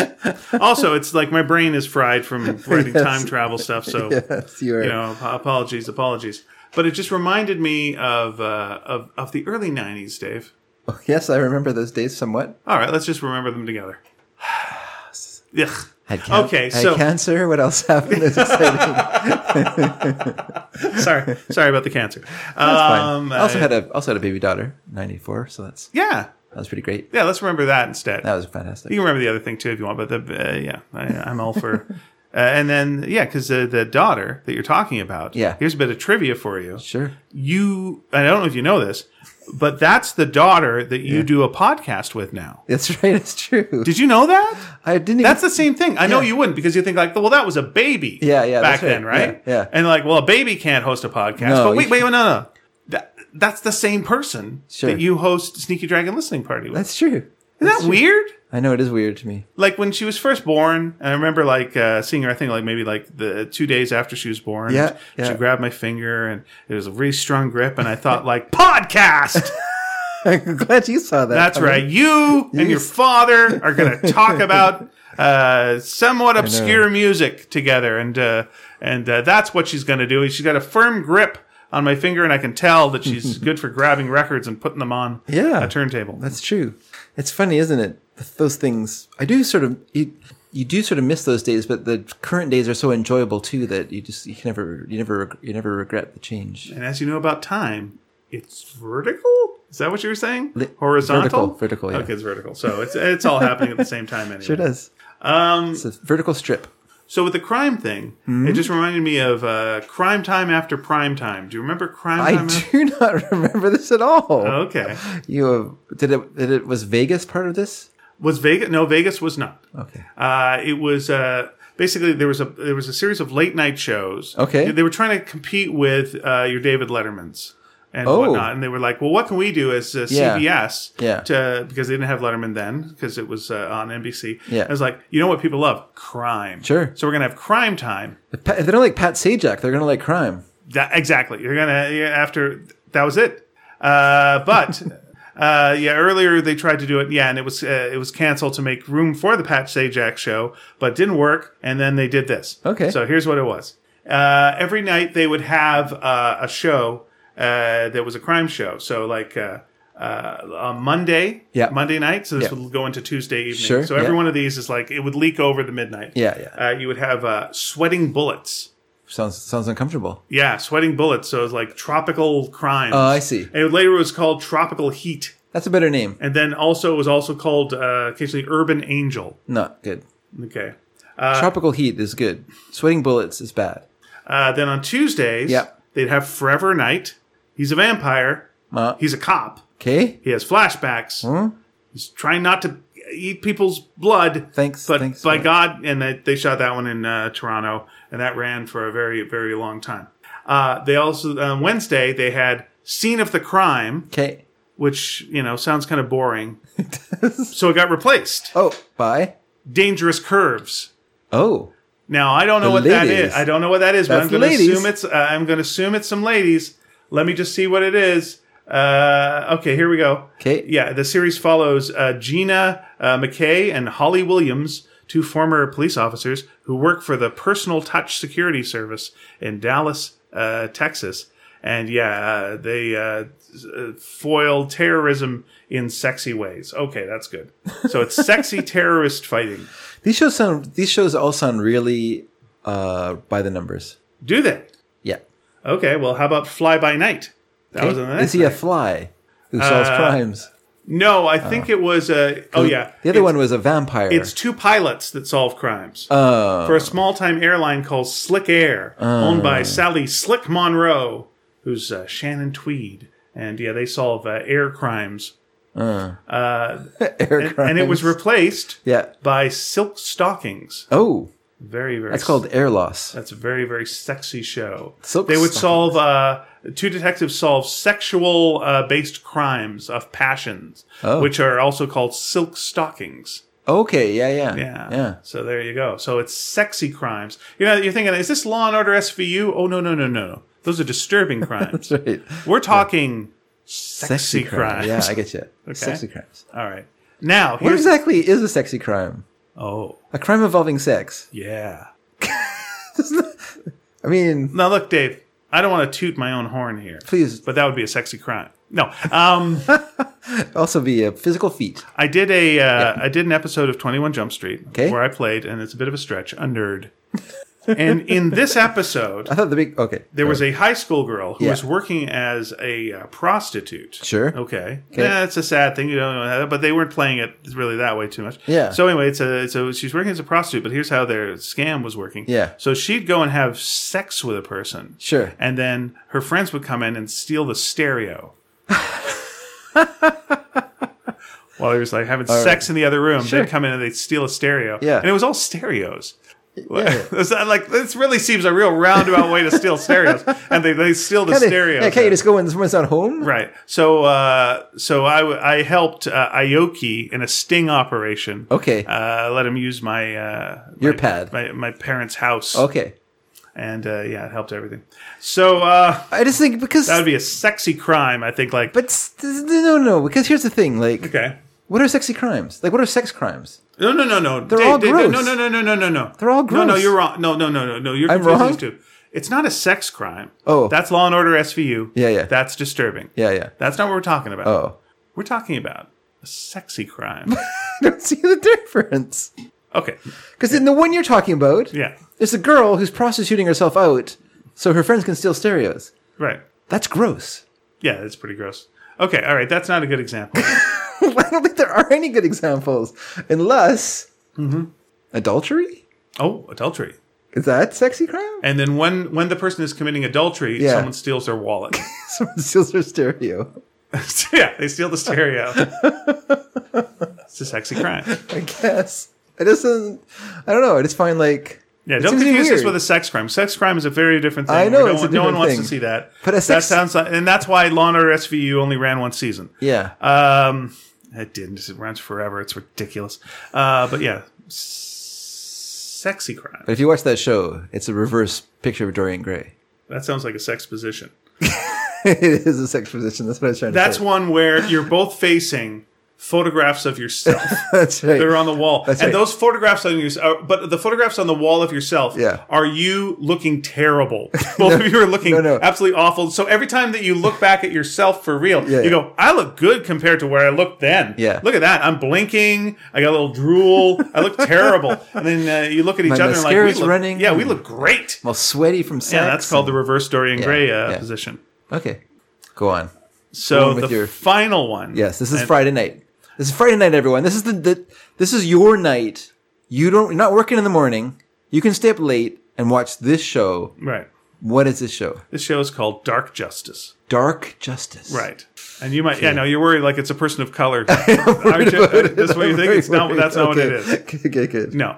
[SPEAKER 1] Also, it's like my brain is fried from writing time travel stuff. So
[SPEAKER 2] Yes, you are.
[SPEAKER 1] you know, ap- apologies, apologies. But it just reminded me of uh, of of the early '90s, Dave.
[SPEAKER 2] Yes, I remember those days somewhat.
[SPEAKER 1] All right, let's just remember them together. <sighs> Ugh.
[SPEAKER 2] Had can-
[SPEAKER 1] Okay,
[SPEAKER 2] had
[SPEAKER 1] so-
[SPEAKER 2] cancer. What else happened? That's exciting.
[SPEAKER 1] Sorry, sorry about the cancer.
[SPEAKER 2] That's
[SPEAKER 1] Um,
[SPEAKER 2] fine. I also
[SPEAKER 1] uh,
[SPEAKER 2] had a also had a baby daughter, ninety four. So that's
[SPEAKER 1] yeah,
[SPEAKER 2] that was pretty great.
[SPEAKER 1] yeah. Let's remember that instead.
[SPEAKER 2] That was fantastic.
[SPEAKER 1] You can remember the other thing too if you want, but the uh, yeah, I, I'm all for. <laughs> Uh, and then yeah, because uh, the daughter that you're talking about.
[SPEAKER 2] Yeah.
[SPEAKER 1] Here's a bit of trivia for you.
[SPEAKER 2] Sure.
[SPEAKER 1] You, I don't know if you know this, but that's the daughter that you do a podcast with now.
[SPEAKER 2] That's <laughs> right. It's true.
[SPEAKER 1] Did you know that?
[SPEAKER 2] I didn't. Even,
[SPEAKER 1] That's the same thing. I know
[SPEAKER 2] Yeah.
[SPEAKER 1] you wouldn't because you think like, well, that was a baby.
[SPEAKER 2] Yeah, yeah,
[SPEAKER 1] Back
[SPEAKER 2] that's right.
[SPEAKER 1] then, right?
[SPEAKER 2] Yeah, yeah.
[SPEAKER 1] And like, well, a baby can't host a podcast.
[SPEAKER 2] No,
[SPEAKER 1] but wait,
[SPEAKER 2] you
[SPEAKER 1] wait, no, no. That, that's the same person
[SPEAKER 2] Sure.
[SPEAKER 1] that you host Sneaky Dragon Listening Party with.
[SPEAKER 2] that's true.
[SPEAKER 1] Isn't that weird?
[SPEAKER 2] I know it is weird to me.
[SPEAKER 1] Like when she was first born, and I remember like uh, seeing her. I think like maybe like the two days after she was born.
[SPEAKER 2] Yeah,
[SPEAKER 1] She
[SPEAKER 2] yeah.
[SPEAKER 1] grabbed my finger, and it was a really strong grip. And I
[SPEAKER 2] <laughs>
[SPEAKER 1] thought like, podcast.
[SPEAKER 2] <laughs> I'm glad you saw that.
[SPEAKER 1] That's
[SPEAKER 2] coming.
[SPEAKER 1] right. You and your father are going to
[SPEAKER 2] <laughs>
[SPEAKER 1] talk about uh, somewhat obscure music together, and uh, and uh, that's what she's going to do. She's got a firm grip on my finger, and I can tell that
[SPEAKER 2] <laughs>
[SPEAKER 1] she's good for grabbing records and putting them on
[SPEAKER 2] Yeah.
[SPEAKER 1] a turntable.
[SPEAKER 2] That's true. It's funny, isn't it? Those things. I do sort of. You, you do sort of miss those days, but the current days are so enjoyable too that you just you can never you never reg- you never regret the change.
[SPEAKER 1] And as you know about time, it's vertical. Is that what you were saying?
[SPEAKER 2] Li-
[SPEAKER 1] Horizontal,
[SPEAKER 2] vertical, vertical, yeah.
[SPEAKER 1] Okay, it's vertical. So it's it's all happening at the same time anyway.
[SPEAKER 2] <laughs> Sure does. Um, it's a vertical strip.
[SPEAKER 1] So with the crime thing, it just reminded me of uh, crime time after prime time. Do you remember crime
[SPEAKER 2] I
[SPEAKER 1] time? after-
[SPEAKER 2] do <laughs> not remember this at all.
[SPEAKER 1] Okay.
[SPEAKER 2] You have, did it? Did it was Vegas part of this?
[SPEAKER 1] Was Vegas? No, Vegas was not.
[SPEAKER 2] Okay.
[SPEAKER 1] Uh, it was uh, basically there was a there was a series of late night shows.
[SPEAKER 2] Okay.
[SPEAKER 1] they were trying to compete with uh, your David Letterman's and
[SPEAKER 2] Oh.
[SPEAKER 1] whatnot, and they were like, "Well, what can we do as uh,
[SPEAKER 2] Yeah.
[SPEAKER 1] CBS?
[SPEAKER 2] Yeah.
[SPEAKER 1] to because they didn't have Letterman then because it was uh, on NBC.
[SPEAKER 2] Yeah.
[SPEAKER 1] I was like, you know what people love crime.
[SPEAKER 2] Sure.
[SPEAKER 1] so we're gonna have crime time.
[SPEAKER 2] If Pat- if they don't like Pat Sajak, they're gonna like crime.
[SPEAKER 1] That, exactly. You're gonna yeah, after that was it. Uh, but <laughs> uh, yeah, earlier they tried to do it. Yeah, and it was uh, it was canceled to make room for the Pat Sajak show, but didn't work. And then they did this.
[SPEAKER 2] Okay.
[SPEAKER 1] So here's what it was. Uh, every night they would have uh, a show uh, that was a crime show. So like. Uh, uh, on Monday,
[SPEAKER 2] Yeah.
[SPEAKER 1] Monday night. So this
[SPEAKER 2] Yeah.
[SPEAKER 1] will go into Tuesday evening.
[SPEAKER 2] Sure,
[SPEAKER 1] So every
[SPEAKER 2] yeah.
[SPEAKER 1] one of these is like it would leak over the midnight.
[SPEAKER 2] Yeah, yeah.
[SPEAKER 1] Uh, you would have uh, sweating bullets.
[SPEAKER 2] Sounds sounds uncomfortable.
[SPEAKER 1] Yeah, sweating bullets. So it's like tropical crimes.
[SPEAKER 2] Oh, I see.
[SPEAKER 1] And later it was called tropical heat,
[SPEAKER 2] That's a better name.
[SPEAKER 1] and then also it was also called uh, occasionally urban angel.
[SPEAKER 2] Not good.
[SPEAKER 1] Okay.
[SPEAKER 2] Tropical heat is good. Sweating bullets is bad.
[SPEAKER 1] Uh, then on Tuesdays,
[SPEAKER 2] Yeah.
[SPEAKER 1] they'd have Forever Night. He's a vampire.
[SPEAKER 2] Uh,
[SPEAKER 1] He's a cop.
[SPEAKER 2] okay.
[SPEAKER 1] He has flashbacks.
[SPEAKER 2] Hmm?
[SPEAKER 1] He's trying not to eat people's blood.
[SPEAKER 2] Thanks-
[SPEAKER 1] but
[SPEAKER 2] thanks,
[SPEAKER 1] by
[SPEAKER 2] uh,
[SPEAKER 1] God, and they, they shot that one in uh, Toronto, and that ran for a very very long time. Uh, they also on Wednesday they had Scene of the Crime.
[SPEAKER 2] Okay.
[SPEAKER 1] which you know sounds kind of
[SPEAKER 2] <laughs>
[SPEAKER 1] boring. so it got replaced.
[SPEAKER 2] Oh, bye.
[SPEAKER 1] Dangerous curves.
[SPEAKER 2] Oh,
[SPEAKER 1] Now I don't know
[SPEAKER 2] The
[SPEAKER 1] what that
[SPEAKER 2] ladies.
[SPEAKER 1] is. I don't know what that is,
[SPEAKER 2] That's
[SPEAKER 1] but I'm going to
[SPEAKER 2] ladies.
[SPEAKER 1] assume it's. Uh, I'm going to assume it's some ladies. Let me just see what it is. Uh, okay, here we go.
[SPEAKER 2] 'Kay.
[SPEAKER 1] Yeah, the series follows uh, Gina uh, McKay and Holly Williams, two former police officers who work for the Personal Touch Security Service in Dallas, uh, Texas. And yeah, uh, they uh, s- uh, foil terrorism in sexy ways. Okay, that's good. So
[SPEAKER 2] <laughs>
[SPEAKER 1] it's sexy terrorist fighting.
[SPEAKER 2] these shows sound. These shows all sound really uh, by the numbers.
[SPEAKER 1] Do they?
[SPEAKER 2] Yeah.
[SPEAKER 1] Okay, well, how about Fly By Night? That was on the
[SPEAKER 2] is
[SPEAKER 1] next.
[SPEAKER 2] he a
[SPEAKER 1] night.
[SPEAKER 2] fly who solves crimes?
[SPEAKER 1] no, I think it was a. Oh yeah,
[SPEAKER 2] The other
[SPEAKER 1] It's-
[SPEAKER 2] one was a vampire.
[SPEAKER 1] It's
[SPEAKER 2] <laughs>
[SPEAKER 1] two pilots that solve crimes
[SPEAKER 2] Oh.
[SPEAKER 1] for a small-time airline called Slick Air, owned by Sally Slick Monroe, who's uh, Shannon Tweed, and yeah, they solve uh, air crimes
[SPEAKER 2] Eric
[SPEAKER 1] and, and it was
[SPEAKER 2] Grimes.
[SPEAKER 1] replaced
[SPEAKER 2] yeah.
[SPEAKER 1] by silk stockings.
[SPEAKER 2] Oh,
[SPEAKER 1] Very very.
[SPEAKER 2] that's called air loss.
[SPEAKER 1] That's a very very sexy show.
[SPEAKER 2] Silk
[SPEAKER 1] they would
[SPEAKER 2] stockings.
[SPEAKER 1] solve uh, two detectives solve sexual uh, based crimes of passions,
[SPEAKER 2] Oh.
[SPEAKER 1] which are also called silk stockings.
[SPEAKER 2] Okay, yeah, yeah,
[SPEAKER 1] Yeah.
[SPEAKER 2] yeah.
[SPEAKER 1] So there you go. So it's sexy crimes. You know, you're thinking, is this Law and Order SVU? Oh no, no, no, no. Those are
[SPEAKER 2] <laughs>
[SPEAKER 1] disturbing crimes.
[SPEAKER 2] That's right.
[SPEAKER 1] We're talking sexy, crimes.
[SPEAKER 2] crime. Yeah, I get you. Sexy crimes.
[SPEAKER 1] <laughs> All right. Now
[SPEAKER 2] What
[SPEAKER 1] here's
[SPEAKER 2] exactly is a sexy crime?
[SPEAKER 1] oh
[SPEAKER 2] A crime involving sex.
[SPEAKER 1] yeah.
[SPEAKER 2] I mean,
[SPEAKER 1] Now look, Dave. I don't want to toot my own horn here,
[SPEAKER 2] please
[SPEAKER 1] but that would be a sexy crime. No. Um.
[SPEAKER 2] also be a physical feat.
[SPEAKER 1] I did a uh, I did an episode of Twenty One Jump Street
[SPEAKER 2] Okay.
[SPEAKER 1] where I played, and it's a bit of a stretch, a
[SPEAKER 2] <laughs>
[SPEAKER 1] nerd. and in this episode,
[SPEAKER 2] I thought the big okay.
[SPEAKER 1] there was a high school girl who
[SPEAKER 2] Yeah.
[SPEAKER 1] was working as a uh, prostitute.
[SPEAKER 2] Sure.
[SPEAKER 1] Okay.
[SPEAKER 2] Okay.
[SPEAKER 1] Yeah, it's a sad thing. You don't know that, but they weren't playing it really that way too much.
[SPEAKER 2] Yeah.
[SPEAKER 1] So anyway, it's a so she's working as a prostitute, but here's how their scam was working.
[SPEAKER 2] Yeah.
[SPEAKER 1] So she'd go and have sex with a person.
[SPEAKER 2] Sure.
[SPEAKER 1] And then her friends would come in and steal the stereo.
[SPEAKER 2] <laughs>
[SPEAKER 1] While he was like having sex in the other room,
[SPEAKER 2] Sure.
[SPEAKER 1] they'd come in and they'd steal a stereo.
[SPEAKER 2] Yeah.
[SPEAKER 1] And it was all stereos.
[SPEAKER 2] Yeah.
[SPEAKER 1] <laughs> It's not like this really seems a real roundabout way to steal
[SPEAKER 2] <laughs>
[SPEAKER 1] stereos, and they, they steal the
[SPEAKER 2] Kinda-
[SPEAKER 1] stereos.
[SPEAKER 2] Yeah, can't you just go when someone's not home?
[SPEAKER 1] right. So uh, so I w- I helped uh, Aoki in a sting operation.
[SPEAKER 2] Okay.
[SPEAKER 1] Uh, let him use my uh,
[SPEAKER 2] Oh. Your
[SPEAKER 1] my-
[SPEAKER 2] pad. Oh.
[SPEAKER 1] my, my parents' house,
[SPEAKER 2] okay.
[SPEAKER 1] and uh, yeah, it helped everything. So uh,
[SPEAKER 2] I just think because
[SPEAKER 1] that would be a sexy crime, I think. Like
[SPEAKER 2] but s- no no no because here's the thing like
[SPEAKER 1] okay,
[SPEAKER 2] what are sexy crimes like what are sex crimes
[SPEAKER 1] no, no, no, no, they're
[SPEAKER 2] all gross.
[SPEAKER 1] No, no, no, no, no, no, no.
[SPEAKER 2] They're all
[SPEAKER 1] No, no,
[SPEAKER 2] gross.
[SPEAKER 1] you're wrong. No, no, no, no, no. You're
[SPEAKER 2] I'm
[SPEAKER 1] confusing
[SPEAKER 2] wrong?
[SPEAKER 1] these two. It's not a sex crime.
[SPEAKER 2] Oh.
[SPEAKER 1] that's Law and Order SVU.
[SPEAKER 2] Yeah, yeah.
[SPEAKER 1] That's disturbing.
[SPEAKER 2] yeah yeah
[SPEAKER 1] That's not what we're talking about.
[SPEAKER 2] oh <laughs>
[SPEAKER 1] We're talking about a sexy crime.
[SPEAKER 2] I don't see the difference
[SPEAKER 1] okay.
[SPEAKER 2] because in the one you're talking about
[SPEAKER 1] Yeah.
[SPEAKER 2] there's a girl who's prostituting herself out so her friends can steal stereos
[SPEAKER 1] Right.
[SPEAKER 2] that's gross <laughs>
[SPEAKER 1] Yeah, that's pretty gross. Okay. All right. That's not a good example.
[SPEAKER 2] I don't think there are any good examples unless
[SPEAKER 1] Mm-hmm.
[SPEAKER 2] adultery
[SPEAKER 1] oh, adultery.
[SPEAKER 2] is that sexy crime <laughs>
[SPEAKER 1] And then when when the person is committing adultery,
[SPEAKER 2] Yeah.
[SPEAKER 1] someone steals their wallet. <laughs>
[SPEAKER 2] someone steals her stereo
[SPEAKER 1] yeah, they steal the
[SPEAKER 2] <laughs>
[SPEAKER 1] stereo. it's a sexy crime.
[SPEAKER 2] I guess it doesn't I don't know I just find like
[SPEAKER 1] Yeah,
[SPEAKER 2] it
[SPEAKER 1] don't
[SPEAKER 2] seems to be
[SPEAKER 1] confuse this
[SPEAKER 2] weird.
[SPEAKER 1] with a sex crime. Sex crime is a very different thing.
[SPEAKER 2] I know,
[SPEAKER 1] We don't
[SPEAKER 2] it's a
[SPEAKER 1] want- no one
[SPEAKER 2] different
[SPEAKER 1] wants to
[SPEAKER 2] thing.
[SPEAKER 1] see that.
[SPEAKER 2] But a
[SPEAKER 1] that
[SPEAKER 2] sex-
[SPEAKER 1] sounds like, and that's why Law and Order SVU only ran one season.
[SPEAKER 2] yeah
[SPEAKER 1] Um, it didn't. It runs forever. It's ridiculous. Uh, but yeah, S- sexy crime.
[SPEAKER 2] But if you watch that show, it's a reverse picture of Dorian Gray. <laughs>
[SPEAKER 1] That sounds like a sex position.
[SPEAKER 2] it is a sex position. That's what I was trying
[SPEAKER 1] That's
[SPEAKER 2] to say.
[SPEAKER 1] one where you're both facing photographs of yourself.
[SPEAKER 2] <laughs> That's right.
[SPEAKER 1] They're on the wall,
[SPEAKER 2] That's
[SPEAKER 1] and
[SPEAKER 2] right.
[SPEAKER 1] those photographs on yourself. But the photographs on the wall of yourself
[SPEAKER 2] Yeah.
[SPEAKER 1] are you looking terrible. <laughs> Both of you are looking
[SPEAKER 2] no, no.
[SPEAKER 1] absolutely awful. So every time that you look back at yourself for real,
[SPEAKER 2] Yeah,
[SPEAKER 1] you
[SPEAKER 2] yeah.
[SPEAKER 1] go, "I look good compared to where I looked then."
[SPEAKER 2] Yeah.
[SPEAKER 1] look at that. I'm blinking. I got a little drool. I look terrible. And then uh, you look at each
[SPEAKER 2] My
[SPEAKER 1] other and like, we
[SPEAKER 2] mascara's
[SPEAKER 1] look,
[SPEAKER 2] running.
[SPEAKER 1] Yeah, we look great.
[SPEAKER 2] Well, sweaty from sex.
[SPEAKER 1] Yeah, that's called the reverse Dorian Gray uh,
[SPEAKER 2] yeah.
[SPEAKER 1] position.
[SPEAKER 2] Okay, go on.
[SPEAKER 1] So
[SPEAKER 2] Going
[SPEAKER 1] the
[SPEAKER 2] with your-
[SPEAKER 1] final one.
[SPEAKER 2] Yes, this is
[SPEAKER 1] And-
[SPEAKER 2] Friday night. This is Friday night, everyone. This is the, the this is your night. You don't you're not working in the morning. You can stay up late and watch this show.
[SPEAKER 1] Right.
[SPEAKER 2] What is this show?
[SPEAKER 1] This show is called Dark Justice.
[SPEAKER 2] Dark Justice. <laughs>
[SPEAKER 1] Right. And you might, yeah, no, you're worried like it's a person of color. Aren't you? That's what you think? It's not, that's not what it is.
[SPEAKER 2] is. Okay, good.
[SPEAKER 1] No.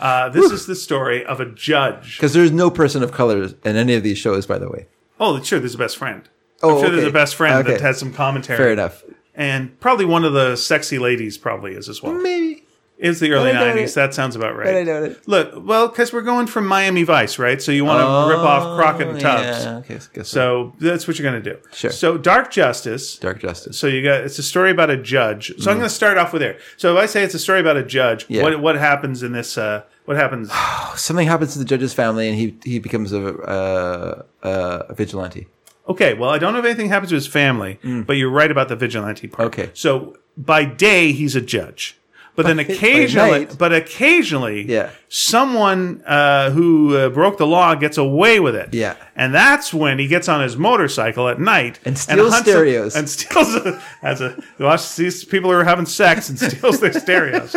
[SPEAKER 1] Uh, this is the story of a judge.
[SPEAKER 2] Because there's no person of color in any of these shows, by the way.
[SPEAKER 1] Oh, sure, there's a best friend.
[SPEAKER 2] Oh,
[SPEAKER 1] I'm sure there's
[SPEAKER 2] okay.
[SPEAKER 1] a best friend that
[SPEAKER 2] Okay.
[SPEAKER 1] has some commentary.
[SPEAKER 2] Fair enough.
[SPEAKER 1] And probably one of the sexy ladies probably is as well.
[SPEAKER 2] Maybe.
[SPEAKER 1] It's the early
[SPEAKER 2] I doubt
[SPEAKER 1] 90s.
[SPEAKER 2] it.
[SPEAKER 1] That sounds about right.
[SPEAKER 2] I doubt it.
[SPEAKER 1] Look, well, because we're going from Miami Vice, right? So you want to rip off Crockett and Tubbs.
[SPEAKER 2] Oh, Yeah, okay, guess
[SPEAKER 1] So
[SPEAKER 2] so.
[SPEAKER 1] that's what you're going to do.
[SPEAKER 2] Sure.
[SPEAKER 1] So Dark Justice.
[SPEAKER 2] Dark Justice.
[SPEAKER 1] So you got it's a story about a judge. So I'm going to start off with there. So if I say it's a story about a judge,
[SPEAKER 2] Yeah.
[SPEAKER 1] what what happens in this? Uh, what happens?
[SPEAKER 2] Oh, Something happens to the judge's family, and he he becomes a uh, uh, a vigilante. <laughs>
[SPEAKER 1] Okay, well I don't know if anything happens to his family, but you're right about the vigilante part.
[SPEAKER 2] Mm. Okay.
[SPEAKER 1] So by day he's a judge, but then
[SPEAKER 2] by
[SPEAKER 1] occasionally,
[SPEAKER 2] night-
[SPEAKER 1] but occasionally,
[SPEAKER 2] Yeah.
[SPEAKER 1] someone uh, who uh, broke the law gets away with it.
[SPEAKER 2] Yeah.
[SPEAKER 1] and that's when he gets on his motorcycle at night
[SPEAKER 2] And steals
[SPEAKER 1] hunts a-
[SPEAKER 2] stereos.
[SPEAKER 1] and <laughs> steals a, as a watch these people who are having sex and steals their stereos.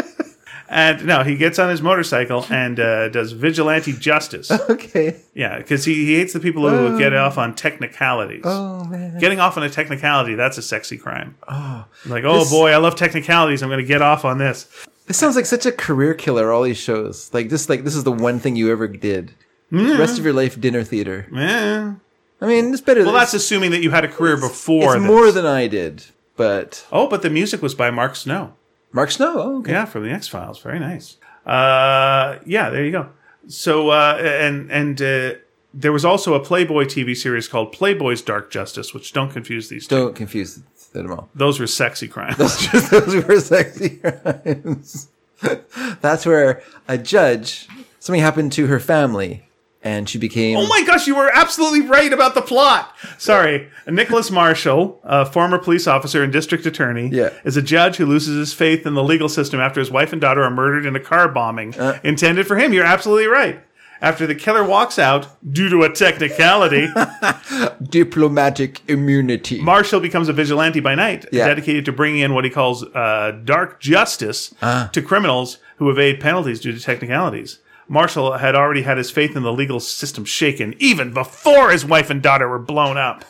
[SPEAKER 1] And no, he gets on his motorcycle and uh, does vigilante
[SPEAKER 2] <laughs>
[SPEAKER 1] justice.
[SPEAKER 2] Okay.
[SPEAKER 1] Yeah, because he, he hates the people who get off on technicalities.
[SPEAKER 2] Oh man.
[SPEAKER 1] Getting off on a technicality, that's a sexy crime. like, oh boy, I love technicalities. I'm going to get off on this.
[SPEAKER 2] This sounds like such a career killer. All these shows, like this, like this is the one thing you ever did.
[SPEAKER 1] Mm.
[SPEAKER 2] Rest of your life, dinner theater.
[SPEAKER 1] Eh.
[SPEAKER 2] I mean, it's better.
[SPEAKER 1] Well, that's assuming that you had a career before.
[SPEAKER 2] it's
[SPEAKER 1] this.
[SPEAKER 2] more than I did. But
[SPEAKER 1] oh, but the music was by Mark Snow.
[SPEAKER 2] Mark Snow. Oh, okay.
[SPEAKER 1] Yeah, from the X Files. Very nice. Uh, yeah, there you go. So uh, and and uh, there was also a Playboy TV series called Playboy's Dark Justice, which don't confuse these. Two.
[SPEAKER 2] Don't confuse them all.
[SPEAKER 1] Those were sexy crimes.
[SPEAKER 2] just <laughs> those were sexy crimes. That's where a judge something happened to her family, and she became.
[SPEAKER 1] Oh my gosh, you were absolutely right about the plot. Sorry. Nicholas Marshall, a former police officer and district attorney,
[SPEAKER 2] Yeah.
[SPEAKER 1] is a judge who loses his faith in the legal system after his wife and daughter are murdered in a car bombing intended for him. You're absolutely right. After the killer walks out due to a technicality,
[SPEAKER 2] diplomatic immunity.
[SPEAKER 1] Marshall becomes a vigilante by night,
[SPEAKER 2] Yeah.
[SPEAKER 1] dedicated to bringing in what he calls uh, dark justice
[SPEAKER 2] Uh.
[SPEAKER 1] to criminals who evade penalties due to technicalities. Marshall had already had his faith in the legal system shaken even before his wife and daughter were blown up.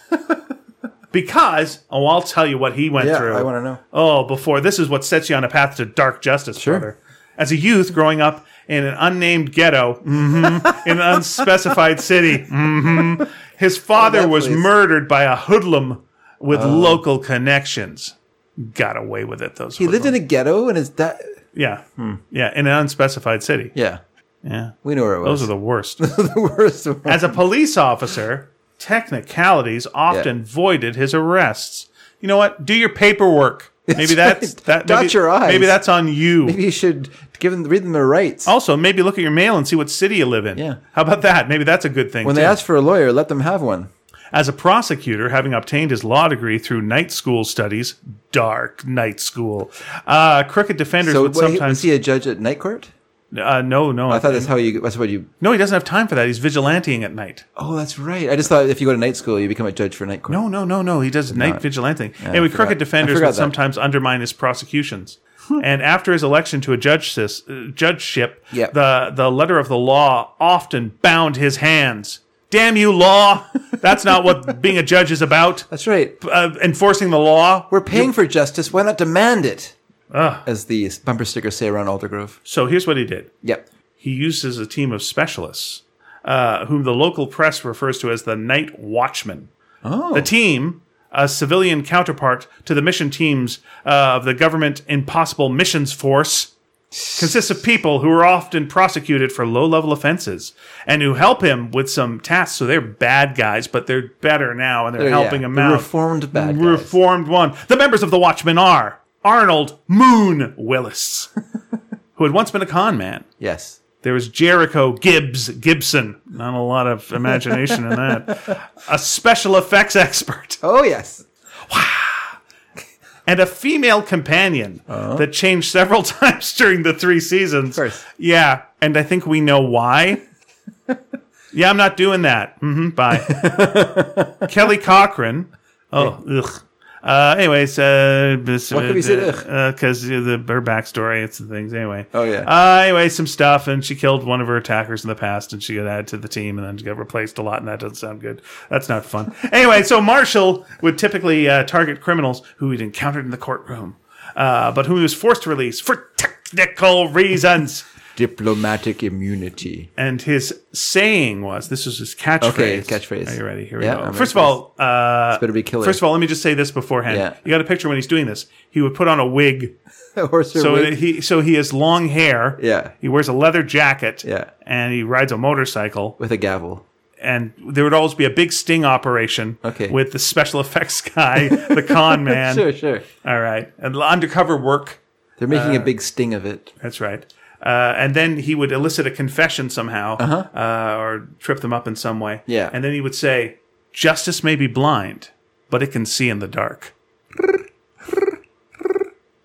[SPEAKER 1] <laughs> because, oh, I'll tell you what he went
[SPEAKER 2] Yeah,
[SPEAKER 1] through.
[SPEAKER 2] I wanna know.
[SPEAKER 1] Oh, before this is what sets you on a path to dark justice, brother. As a youth growing up in an unnamed ghetto mhm, in an unspecified city, mhm, his father
[SPEAKER 2] that
[SPEAKER 1] was
[SPEAKER 2] place. Oh.
[SPEAKER 1] murdered by a hoodlum with local connections. Got away with it, those.
[SPEAKER 2] he lived in a ghetto, and his dad.
[SPEAKER 1] yeah, yeah, in an unspecified city.
[SPEAKER 2] Yeah,
[SPEAKER 1] Yeah,
[SPEAKER 2] we know where it
[SPEAKER 1] those
[SPEAKER 2] was.
[SPEAKER 1] are the worst.
[SPEAKER 2] the worst. one.
[SPEAKER 1] As a police officer, technicalities often voided his arrests. You know what? Do your paperwork. Maybe that's
[SPEAKER 2] right.
[SPEAKER 1] that.
[SPEAKER 2] Dot
[SPEAKER 1] maybe,
[SPEAKER 2] your i's.
[SPEAKER 1] Maybe that's on you.
[SPEAKER 2] Maybe you should give them read them their rights.
[SPEAKER 1] Also, maybe look at your mail and see what city you live in.
[SPEAKER 2] Yeah.
[SPEAKER 1] How about that? Maybe that's a good thing.
[SPEAKER 2] when
[SPEAKER 1] too.
[SPEAKER 2] they ask for a lawyer, let them have one.
[SPEAKER 1] As a prosecutor, having obtained his law degree through night school studies, dark night school, uh, crooked defenders
[SPEAKER 2] So
[SPEAKER 1] would
[SPEAKER 2] what, he-
[SPEAKER 1] sometimes.
[SPEAKER 2] was he a judge at night court?
[SPEAKER 1] uh, no, no,
[SPEAKER 2] I thought that's how you. That's what you.
[SPEAKER 1] no. He doesn't have time for that. He's vigilanting at night.
[SPEAKER 2] Oh, that's right. I just thought if you go to night school, you become a judge for night court.
[SPEAKER 1] No, no, no, no. He does night vigilanting. anyway,
[SPEAKER 2] forgot.
[SPEAKER 1] crooked
[SPEAKER 2] I
[SPEAKER 1] defenders
[SPEAKER 2] forgot
[SPEAKER 1] would
[SPEAKER 2] that.
[SPEAKER 1] sometimes undermine his prosecutions. and after his election to a judge sis, uh, judgeship,
[SPEAKER 2] Yep.
[SPEAKER 1] the the letter of the law often bound his hands. Damn you, law! That's not what being a judge is
[SPEAKER 2] <laughs>
[SPEAKER 1] about.
[SPEAKER 2] that's right.
[SPEAKER 1] Uh, enforcing the law.
[SPEAKER 2] We're paying for justice. Why not demand it?
[SPEAKER 1] Ah.
[SPEAKER 2] As the bumper stickers say around Aldergrove.
[SPEAKER 1] So here's what he did.
[SPEAKER 2] Yep.
[SPEAKER 1] he uses a team of specialists, uh, whom the local press refers to as the Night Watchmen.
[SPEAKER 2] Oh.
[SPEAKER 1] The team, a civilian counterpart to the mission teams uh, of the government Impossible Missions Force, consists of people who are often prosecuted for low level offenses and who help him with some tasks. So they're bad guys, but they're better now and they're
[SPEAKER 2] Oh, Yeah,
[SPEAKER 1] helping him
[SPEAKER 2] the
[SPEAKER 1] out.
[SPEAKER 2] Reformed bad guys.
[SPEAKER 1] Reformed one. The members of the Watchmen are Arnold Moon
[SPEAKER 2] <laughs>
[SPEAKER 1] Willis, who had once been a con man.
[SPEAKER 2] yes.
[SPEAKER 1] There was Jericho Gibbs Gibson. Not a lot of imagination in that. A special effects expert
[SPEAKER 2] Oh yes.
[SPEAKER 1] and a female companion that changed several <laughs> times during the three seasons.
[SPEAKER 2] Uh-huh. course.
[SPEAKER 1] Yeah, and I think we know why. yeah, I'm not doing that. hmm
[SPEAKER 2] <laughs>
[SPEAKER 1] bye. Kelly Cochran. Oh, ugh. Uh, anyways, uh,
[SPEAKER 2] Why could we say ugh?
[SPEAKER 1] Because Uh, the her backstory, it's the things. Anyway.
[SPEAKER 2] Oh, yeah.
[SPEAKER 1] Uh, anyway, some stuff, and she killed one of her attackers in the past, and she got added to the team, and then she got replaced a lot, and that doesn't sound good. That's not
[SPEAKER 2] <laughs>
[SPEAKER 1] fun. anyway, so Marshall would typically uh, target criminals who he'd encountered in the courtroom, uh, but who he was forced to release for technical reasons.
[SPEAKER 2] Diplomatic immunity.
[SPEAKER 1] And his saying was, "This is his catchphrase."
[SPEAKER 2] Okay, catchphrase.
[SPEAKER 1] Are you ready? Here we
[SPEAKER 2] Yeah,
[SPEAKER 1] go.
[SPEAKER 2] I'm
[SPEAKER 1] first of
[SPEAKER 2] ready
[SPEAKER 1] all, uh,
[SPEAKER 2] Better be killer.
[SPEAKER 1] first of all, let me just say this beforehand.
[SPEAKER 2] Yeah.
[SPEAKER 1] You got a picture when he's doing this. He would put on a wig,
[SPEAKER 2] all, <laughs> horse or
[SPEAKER 1] so
[SPEAKER 2] wig?
[SPEAKER 1] that he so he has long hair.
[SPEAKER 2] Yeah.
[SPEAKER 1] He wears a leather jacket.
[SPEAKER 2] Yeah.
[SPEAKER 1] And he rides a motorcycle.
[SPEAKER 2] with a gavel.
[SPEAKER 1] And there would always be a big sting operation.
[SPEAKER 2] Okay.
[SPEAKER 1] With the special <laughs> effects guy, the con man.
[SPEAKER 2] Sure, sure.
[SPEAKER 1] All right. And undercover work.
[SPEAKER 2] They're making
[SPEAKER 1] Uh,
[SPEAKER 2] a big sting of it.
[SPEAKER 1] That's right. Uh, and then he would elicit a confession somehow, uh or trip them up in some way.
[SPEAKER 2] Uh-huh. Yeah.
[SPEAKER 1] And then he would say, "Justice may be blind, but it can see in the dark."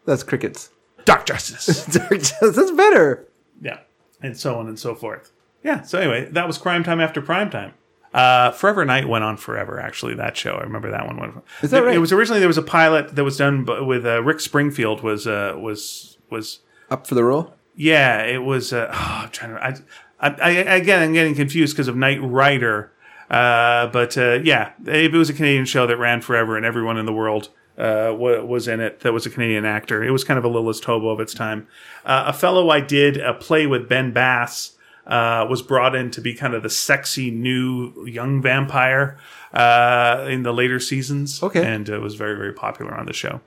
[SPEAKER 2] That's crickets. <laughs>
[SPEAKER 1] Dark justice.
[SPEAKER 2] That's better.
[SPEAKER 1] yeah, and so on and so forth. Yeah. So anyway, that was Crime Time after Prime Time. Uh, forever Night went on forever. Actually, that show I remember that one. Went
[SPEAKER 2] Is that
[SPEAKER 1] There- It
[SPEAKER 2] right?
[SPEAKER 1] was originally there was a pilot that was done b- with uh, Rick Springfield was uh, was was
[SPEAKER 2] Up for the roll.
[SPEAKER 1] yeah, it was. Uh, <sighs> oh, I'm trying to. I, I, I again, I'm getting confused because of Knight Rider. Uh, but uh, yeah, it was a Canadian show that ran forever, and everyone in the world uh, wa- was in it that was a Canadian actor. It was kind of a Lilith Tobo of its time. Uh, a fellow I did a play with Ben Bass uh, was brought in to be kind of the sexy new young vampire uh, in the later seasons.
[SPEAKER 2] Okay.
[SPEAKER 1] and uh, was very very popular on the show.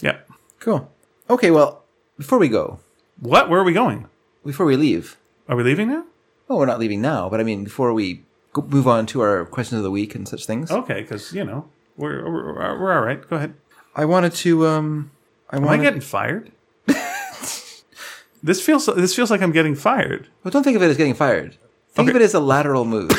[SPEAKER 1] Yeah.
[SPEAKER 2] Cool. Okay, well, before we go,
[SPEAKER 1] What? Where are we going?
[SPEAKER 2] before we leave,
[SPEAKER 1] Are we leaving now?
[SPEAKER 2] well, we're not leaving now, but I mean, before we go, move on to our questions of the week and such things,
[SPEAKER 1] Okay, because you know we're, we're we're all right. Go ahead.
[SPEAKER 2] I wanted to, um, I
[SPEAKER 1] Am I
[SPEAKER 2] wanted,
[SPEAKER 1] getting fired? this feels this feels like I'm getting fired.
[SPEAKER 2] well, don't think of it as getting fired. Think of
[SPEAKER 1] Okay.
[SPEAKER 2] it as a lateral
[SPEAKER 1] <laughs>
[SPEAKER 2] move.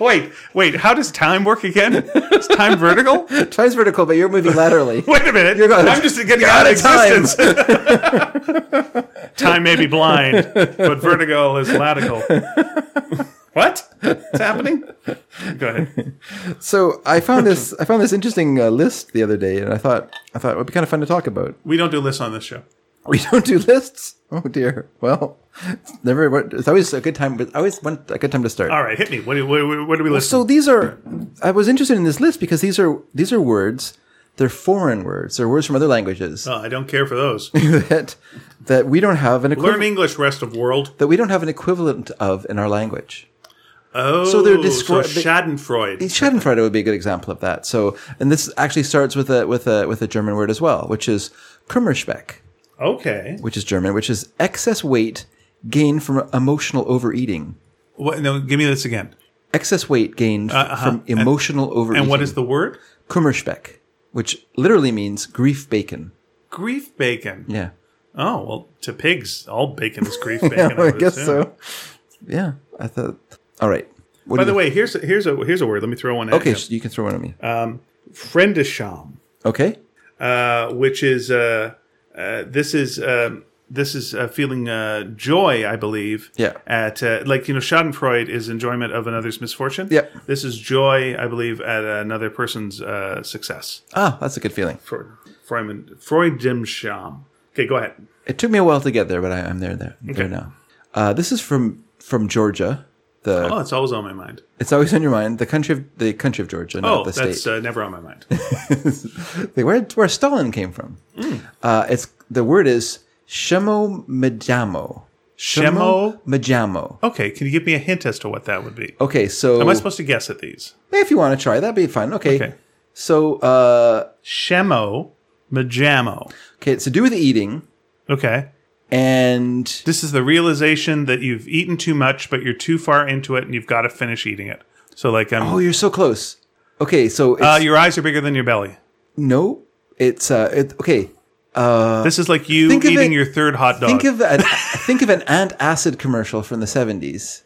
[SPEAKER 1] Wait, wait. How does time work again? Is time vertical?
[SPEAKER 2] Time's vertical, but you're moving laterally.
[SPEAKER 1] <laughs> Wait a minute.
[SPEAKER 2] You're gonna-
[SPEAKER 1] I'm just getting
[SPEAKER 2] you're
[SPEAKER 1] out of
[SPEAKER 2] out of time.
[SPEAKER 1] existence. Time. <laughs> may be blind, but vertigo is latical. what? What's happening? Go ahead.
[SPEAKER 2] So I found this, I found this interesting uh, list the other day, and I thought, I thought it would be kind of fun to talk about. <laughs>
[SPEAKER 1] We don't do lists on this show.
[SPEAKER 2] We don't do lists. Oh dear. Well, it's never. It's always a good time. But always one a good time to start.
[SPEAKER 1] All right, hit me. What do, what, do- what do we list?
[SPEAKER 2] So these are. I was interested in this list because these are these are words. They're foreign words. They're words from other languages
[SPEAKER 1] oh, I don't care for those.
[SPEAKER 2] <laughs> that that we don't have an
[SPEAKER 1] Learn
[SPEAKER 2] equivalent
[SPEAKER 1] English, rest of world.
[SPEAKER 2] that we don't have an equivalent of in our language.
[SPEAKER 1] Oh,
[SPEAKER 2] So
[SPEAKER 1] so
[SPEAKER 2] they're
[SPEAKER 1] they're
[SPEAKER 2] descri- they-
[SPEAKER 1] Schadenfreude.
[SPEAKER 2] Schadenfreude would be a good example of that. So, and this actually starts with a with a with a German word as well, which is Kummerspeck,
[SPEAKER 1] Okay.
[SPEAKER 2] which is German, which is excess weight gained from emotional overeating.
[SPEAKER 1] What, no, give me this again.
[SPEAKER 2] excess weight gained from emotional
[SPEAKER 1] Uh-huh.
[SPEAKER 2] overeating.
[SPEAKER 1] And what is the word?
[SPEAKER 2] Kummerspeck, which literally means grief bacon.
[SPEAKER 1] Grief bacon.
[SPEAKER 2] Yeah,
[SPEAKER 1] Oh well, to pigs, all bacon is
[SPEAKER 2] <laughs>
[SPEAKER 1] grief bacon. I,
[SPEAKER 2] I
[SPEAKER 1] would
[SPEAKER 2] guess
[SPEAKER 1] assume.
[SPEAKER 2] so. Yeah, I thought. All right. What
[SPEAKER 1] By
[SPEAKER 2] do
[SPEAKER 1] the
[SPEAKER 2] you-
[SPEAKER 1] way, here's a, here's a here's a word. Let me throw one. At
[SPEAKER 2] okay,
[SPEAKER 1] you.
[SPEAKER 2] so you can throw one at me.
[SPEAKER 1] Uh, Friendisham,
[SPEAKER 2] okay,
[SPEAKER 1] uh, which is uh, uh, this is um, this is uh, feeling uh, joy, I believe.
[SPEAKER 2] Yeah.
[SPEAKER 1] At uh, like you know, Schadenfreude is enjoyment of another's misfortune.
[SPEAKER 2] Yeah.
[SPEAKER 1] This is joy, I believe, at another person's uh, success.
[SPEAKER 2] ah, that's a good feeling.
[SPEAKER 1] Freud, Freud, Freudimsham. Okay, go ahead.
[SPEAKER 2] It took me a while to get there, but I, I'm there. There, there now. Uh, this is from from Georgia. The
[SPEAKER 1] Oh, it's always on my mind.
[SPEAKER 2] it's always on your mind. The country of the country of Georgia, not
[SPEAKER 1] Oh,
[SPEAKER 2] the
[SPEAKER 1] that's
[SPEAKER 2] state.
[SPEAKER 1] uh, never on my
[SPEAKER 2] <laughs>
[SPEAKER 1] mind.
[SPEAKER 2] Like, where where Stalin came from.
[SPEAKER 1] Mm.
[SPEAKER 2] Uh, it's the word is shemo medamo.
[SPEAKER 1] Shemo?
[SPEAKER 2] medamo.
[SPEAKER 1] Okay, can you give me a hint as to what that would be?
[SPEAKER 2] Okay, so
[SPEAKER 1] Am I supposed to guess at these?
[SPEAKER 2] if you want to try, that'd be fun. Okay.
[SPEAKER 1] Okay.
[SPEAKER 2] So, uh,
[SPEAKER 1] Shemo, Majamo.
[SPEAKER 2] okay, it's to do with eating,
[SPEAKER 1] Okay.
[SPEAKER 2] and
[SPEAKER 1] This is the realization that you've eaten too much, but you're too far into it and you've got to finish eating it. So, like, um,
[SPEAKER 2] oh, you're so close. Okay, so it's,
[SPEAKER 1] uh, your eyes are bigger than your belly.
[SPEAKER 2] no, it's uh, it, okay.
[SPEAKER 1] this is like you
[SPEAKER 2] Uh, think of
[SPEAKER 1] eating
[SPEAKER 2] it-
[SPEAKER 1] your third hot dog.
[SPEAKER 2] Think of an, think of an antacid commercial from the '70s.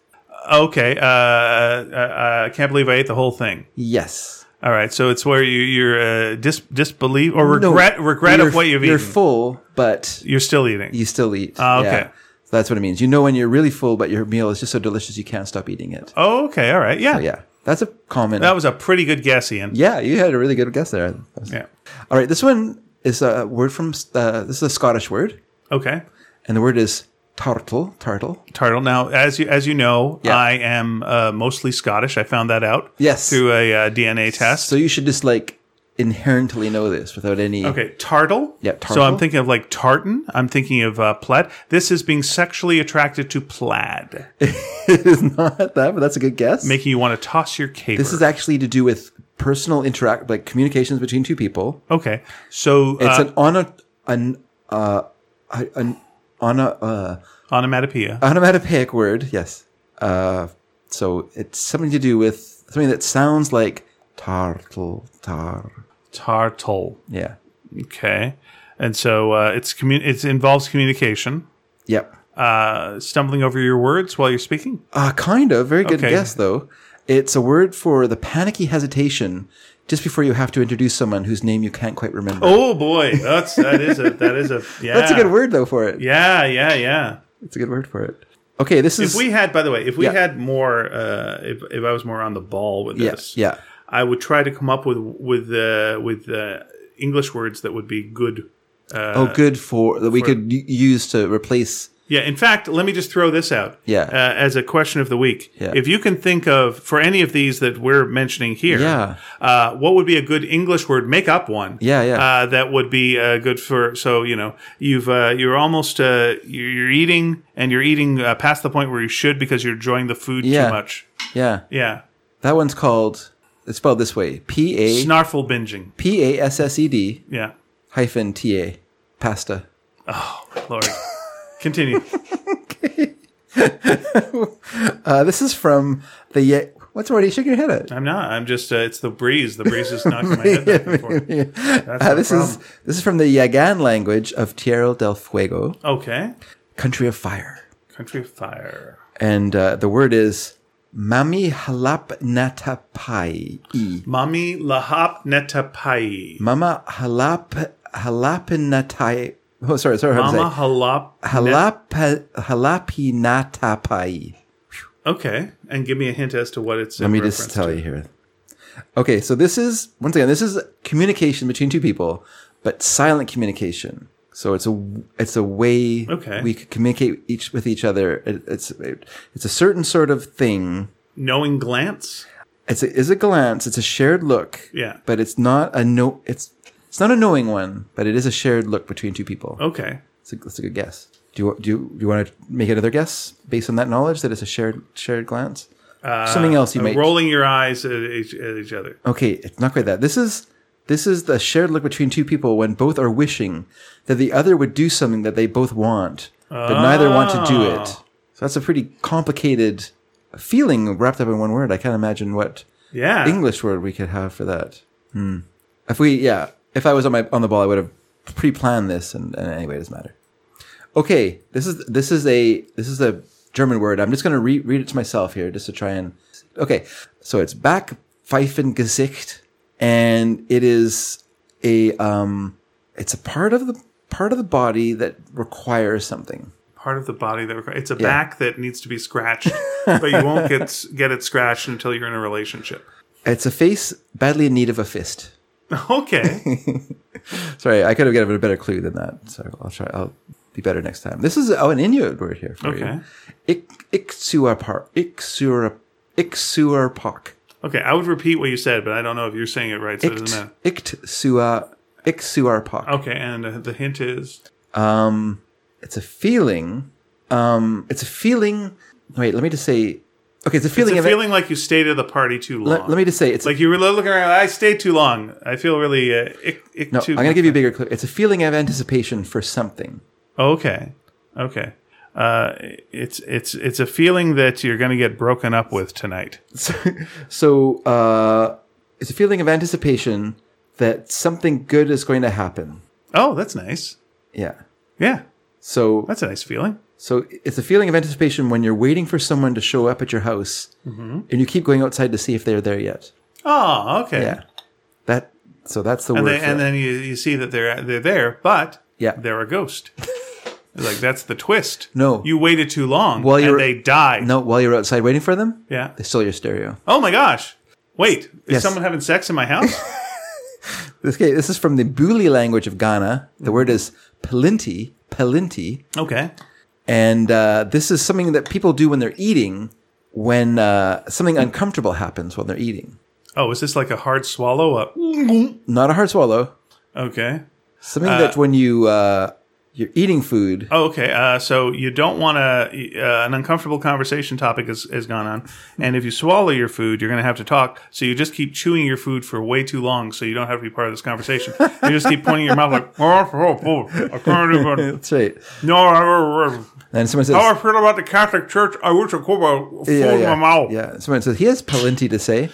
[SPEAKER 1] okay. Uh, uh, uh, I can't believe I ate the whole thing.
[SPEAKER 2] Yes,
[SPEAKER 1] All right. So, it's where you, you're uh, dis- disbelief or
[SPEAKER 2] No,
[SPEAKER 1] regret regret
[SPEAKER 2] you're-
[SPEAKER 1] of what you've
[SPEAKER 2] You're
[SPEAKER 1] eaten.
[SPEAKER 2] full, but
[SPEAKER 1] you're still eating.
[SPEAKER 2] you still eat.
[SPEAKER 1] Ah, okay.
[SPEAKER 2] So that's what it means. You know when you're really full, but your meal is just so delicious you can't stop eating it.
[SPEAKER 1] Oh, okay. All right. Yeah.
[SPEAKER 2] Yeah, that's a common.
[SPEAKER 1] That was a pretty good guess, Ian.
[SPEAKER 2] yeah, you had a really good guess there. That was-
[SPEAKER 1] Yeah.
[SPEAKER 2] All right, this one is a word from uh, this is a Scottish word,
[SPEAKER 1] Okay.
[SPEAKER 2] and the word is tartle. Tartle.
[SPEAKER 1] Turtle. Now, as you as you know,
[SPEAKER 2] Yeah.
[SPEAKER 1] I am uh, mostly Scottish. I found that out
[SPEAKER 2] Yes.
[SPEAKER 1] through a uh, DNA test.
[SPEAKER 2] So you should just like inherently know this without any.
[SPEAKER 1] okay, tartle.
[SPEAKER 2] Yeah,
[SPEAKER 1] So
[SPEAKER 2] tartle.
[SPEAKER 1] I'm thinking of like tartan. I'm thinking of uh, plaid. This is being sexually attracted to plaid,
[SPEAKER 2] it is not <laughs> that, but that's a good guess.
[SPEAKER 1] making you want to toss your cape.
[SPEAKER 2] this is actually to do with personal interact, like communications between two people.
[SPEAKER 1] okay. So
[SPEAKER 2] It's
[SPEAKER 1] uh,
[SPEAKER 2] an on a an uh a- an on a uh,
[SPEAKER 1] onomatopoeia.
[SPEAKER 2] onomatopoeic word. Yes. Uh, so it's something to do with something that sounds like tartle tar.
[SPEAKER 1] tartle.
[SPEAKER 2] Yeah.
[SPEAKER 1] Okay. And so uh, it's commun- it involves communication,
[SPEAKER 2] Yep.
[SPEAKER 1] uh, stumbling over your words while you're speaking.
[SPEAKER 2] Uh, kind of. Very good
[SPEAKER 1] Okay.
[SPEAKER 2] guess, though. It's a word for the panicky hesitation just before you have to introduce someone whose name you can't quite remember.
[SPEAKER 1] Oh boy, that's that is a that is <laughs> a yeah.
[SPEAKER 2] That's a good word, though, for it.
[SPEAKER 1] Yeah, yeah, yeah.
[SPEAKER 2] It's a good word for it. Okay, this
[SPEAKER 1] If
[SPEAKER 2] is.
[SPEAKER 1] we had, by the way, if we
[SPEAKER 2] Yeah.
[SPEAKER 1] had more, uh, if if I was more on the ball with
[SPEAKER 2] yeah,
[SPEAKER 1] this,
[SPEAKER 2] yeah.
[SPEAKER 1] I would try to come up with with uh, with uh, English words that would be good.
[SPEAKER 2] oh, good for that we could y- use to replace
[SPEAKER 1] Yeah. In fact, let me just throw this out.
[SPEAKER 2] Yeah.
[SPEAKER 1] Uh, as a question of the week,
[SPEAKER 2] Yeah.
[SPEAKER 1] if you can think of for any of these that we're mentioning here,
[SPEAKER 2] Yeah.
[SPEAKER 1] uh, what would be a good English word? Make up one.
[SPEAKER 2] Yeah, yeah.
[SPEAKER 1] Uh, that would be uh, good for. So you know, you've uh, you're almost uh, you're you're eating and you're eating uh, past the point where you should because you're enjoying the food
[SPEAKER 2] Yeah.
[SPEAKER 1] too much.
[SPEAKER 2] Yeah.
[SPEAKER 1] Yeah.
[SPEAKER 2] That one's called, it's spelled this way P A
[SPEAKER 1] Snarful binging.
[SPEAKER 2] P A S S E D
[SPEAKER 1] Yeah.
[SPEAKER 2] hyphen T A. Pasta. <laughs>
[SPEAKER 1] Lord. Continue.
[SPEAKER 2] Uh, this is from the. Ye- What's already shaking your head at?
[SPEAKER 1] I'm not. I'm just. Uh, it's the breeze. The breeze is knocking
[SPEAKER 2] <laughs>
[SPEAKER 1] my head back and forth. That's
[SPEAKER 2] Uh,
[SPEAKER 1] the
[SPEAKER 2] this is
[SPEAKER 1] problem.
[SPEAKER 2] this is from the Yagan language of Tierra del Fuego,
[SPEAKER 1] okay.
[SPEAKER 2] country of fire,
[SPEAKER 1] Country of Fire.
[SPEAKER 2] and uh, the word is mami halap natapai.
[SPEAKER 1] Mami lahap netapai.
[SPEAKER 2] Mama halap halapinatai. Oh, sorry, sorry, how to
[SPEAKER 1] Mama
[SPEAKER 2] say
[SPEAKER 1] halap.
[SPEAKER 2] halap halapinatapai.
[SPEAKER 1] Okay, and give me a hint as to what it's.
[SPEAKER 2] Let me just tell you here. Okay, so this is once again this is communication between two people, but silent communication. So it's a it's a way
[SPEAKER 1] Okay.
[SPEAKER 2] we could communicate each with each other. It, it's it's a certain sort of thing.
[SPEAKER 1] Knowing glance.
[SPEAKER 2] It's a, is a glance. It's a shared look.
[SPEAKER 1] Yeah.
[SPEAKER 2] but it's not a no. It's it's not a knowing one, but it is a shared look between two people.
[SPEAKER 1] Okay.
[SPEAKER 2] It's a, that's a good guess. Do you do you, do you want to make another guess based on that knowledge that it's a shared shared glance? Something else you
[SPEAKER 1] Uh,
[SPEAKER 2] might
[SPEAKER 1] rolling your eyes at each, at each other.
[SPEAKER 2] Okay, it's not quite that. This is this is the shared look between two people when both are wishing that the other would do something that they both want, but neither want to do it. So that's a pretty complicated feeling wrapped up in one word. I can't imagine what
[SPEAKER 1] Yeah.
[SPEAKER 2] English word we could have for that. Hmm. If we, yeah, if I was on my on the ball, I would have pre-planned this, and, and anyway, it doesn't matter. Okay, this is this is a this is a German word. I'm just going to re- read it to myself here, just to try and. Okay, so it's back Pfeifengesicht, and it is a um, it's a part of the part of the body that requires something.
[SPEAKER 1] Part of the body that requires. It's a back that needs to be scratched,
[SPEAKER 2] <laughs>
[SPEAKER 1] but you won't get s- get it scratched until you're in a relationship. <laughs>
[SPEAKER 2] It's a face badly in need of a fist. <laughs>
[SPEAKER 1] Okay.
[SPEAKER 2] Sorry, I could have given a better clue than that. So I'll try. I'll be better next time. This is oh an Inuit word here for
[SPEAKER 1] Okay.
[SPEAKER 2] you. Ik iksuarpar iksura iksuarpak
[SPEAKER 1] Okay. I would repeat what you said, but I don't know if you're saying it right, so it doesn't
[SPEAKER 2] ikt
[SPEAKER 1] matter.
[SPEAKER 2] iktsua iksuarpak.
[SPEAKER 1] Okay, and uh, the hint is
[SPEAKER 2] Um, it's a feeling. Um, it's a feeling. Wait, let me just say. Okay, it's a feeling
[SPEAKER 1] it's a
[SPEAKER 2] of
[SPEAKER 1] feeling like you stayed at the party too long.
[SPEAKER 2] Let, let me just say it's.
[SPEAKER 1] like you were looking around. I stayed too long. I feel really uh, ick, ick
[SPEAKER 2] no,
[SPEAKER 1] too.
[SPEAKER 2] I'm gonna give you a bigger clue. It's a feeling of anticipation for something. <laughs>
[SPEAKER 1] Okay, okay. Uh, it's it's it's a feeling that you're gonna get broken up with tonight.
[SPEAKER 2] So, so uh, it's a feeling of anticipation that something good is going to happen.
[SPEAKER 1] Oh, that's nice.
[SPEAKER 2] Yeah.
[SPEAKER 1] Yeah,
[SPEAKER 2] So,
[SPEAKER 1] that's a nice feeling.
[SPEAKER 2] so it's a feeling of anticipation when you're waiting for someone to show up at your house,
[SPEAKER 1] Mm-hmm.
[SPEAKER 2] and you keep going outside to see if they're there yet.
[SPEAKER 1] Oh, okay.
[SPEAKER 2] Yeah. That. So that's the
[SPEAKER 1] And,
[SPEAKER 2] word.
[SPEAKER 1] then,
[SPEAKER 2] for
[SPEAKER 1] and
[SPEAKER 2] it.
[SPEAKER 1] then you, you see that they're they're there, but
[SPEAKER 2] Yeah.
[SPEAKER 1] they're a ghost. <laughs> like that's the twist.
[SPEAKER 2] No.
[SPEAKER 1] you waited too long.
[SPEAKER 2] Well,
[SPEAKER 1] Well, and
[SPEAKER 2] you're-
[SPEAKER 1] they died.
[SPEAKER 2] no, while you're outside waiting for them,
[SPEAKER 1] Yeah.
[SPEAKER 2] they stole your stereo.
[SPEAKER 1] Oh my gosh. Wait, is
[SPEAKER 2] Yes.
[SPEAKER 1] someone having sex in my house? <laughs>
[SPEAKER 2] This, okay, this is from the Buli language of Ghana. The
[SPEAKER 1] Mm-hmm.
[SPEAKER 2] word is palinti, palinti,
[SPEAKER 1] okay.
[SPEAKER 2] and uh, this is something that people do when they're eating. When uh, something uncomfortable happens while they're eating,
[SPEAKER 1] Oh, is this like a hard swallow up?
[SPEAKER 2] not a hard swallow.
[SPEAKER 1] Okay.
[SPEAKER 2] Something that when you uh, you're eating food,
[SPEAKER 1] Oh, okay. Uh, so you don't want to. Uh, an uncomfortable conversation topic has, has gone on, and if you swallow your food, you're going to have to talk. So you just keep chewing your food for way too long, so you don't have to be part of this conversation. you just keep pointing your mouth like, <laughs> oh, oh, oh, I can't even.
[SPEAKER 2] <laughs> that's right.
[SPEAKER 1] No, I,
[SPEAKER 2] And someone says,
[SPEAKER 1] how I feel about the Catholic Church. I wish I could put food
[SPEAKER 2] yeah,
[SPEAKER 1] in
[SPEAKER 2] yeah,
[SPEAKER 1] my mouth.
[SPEAKER 2] yeah. Someone says he has palinti to say.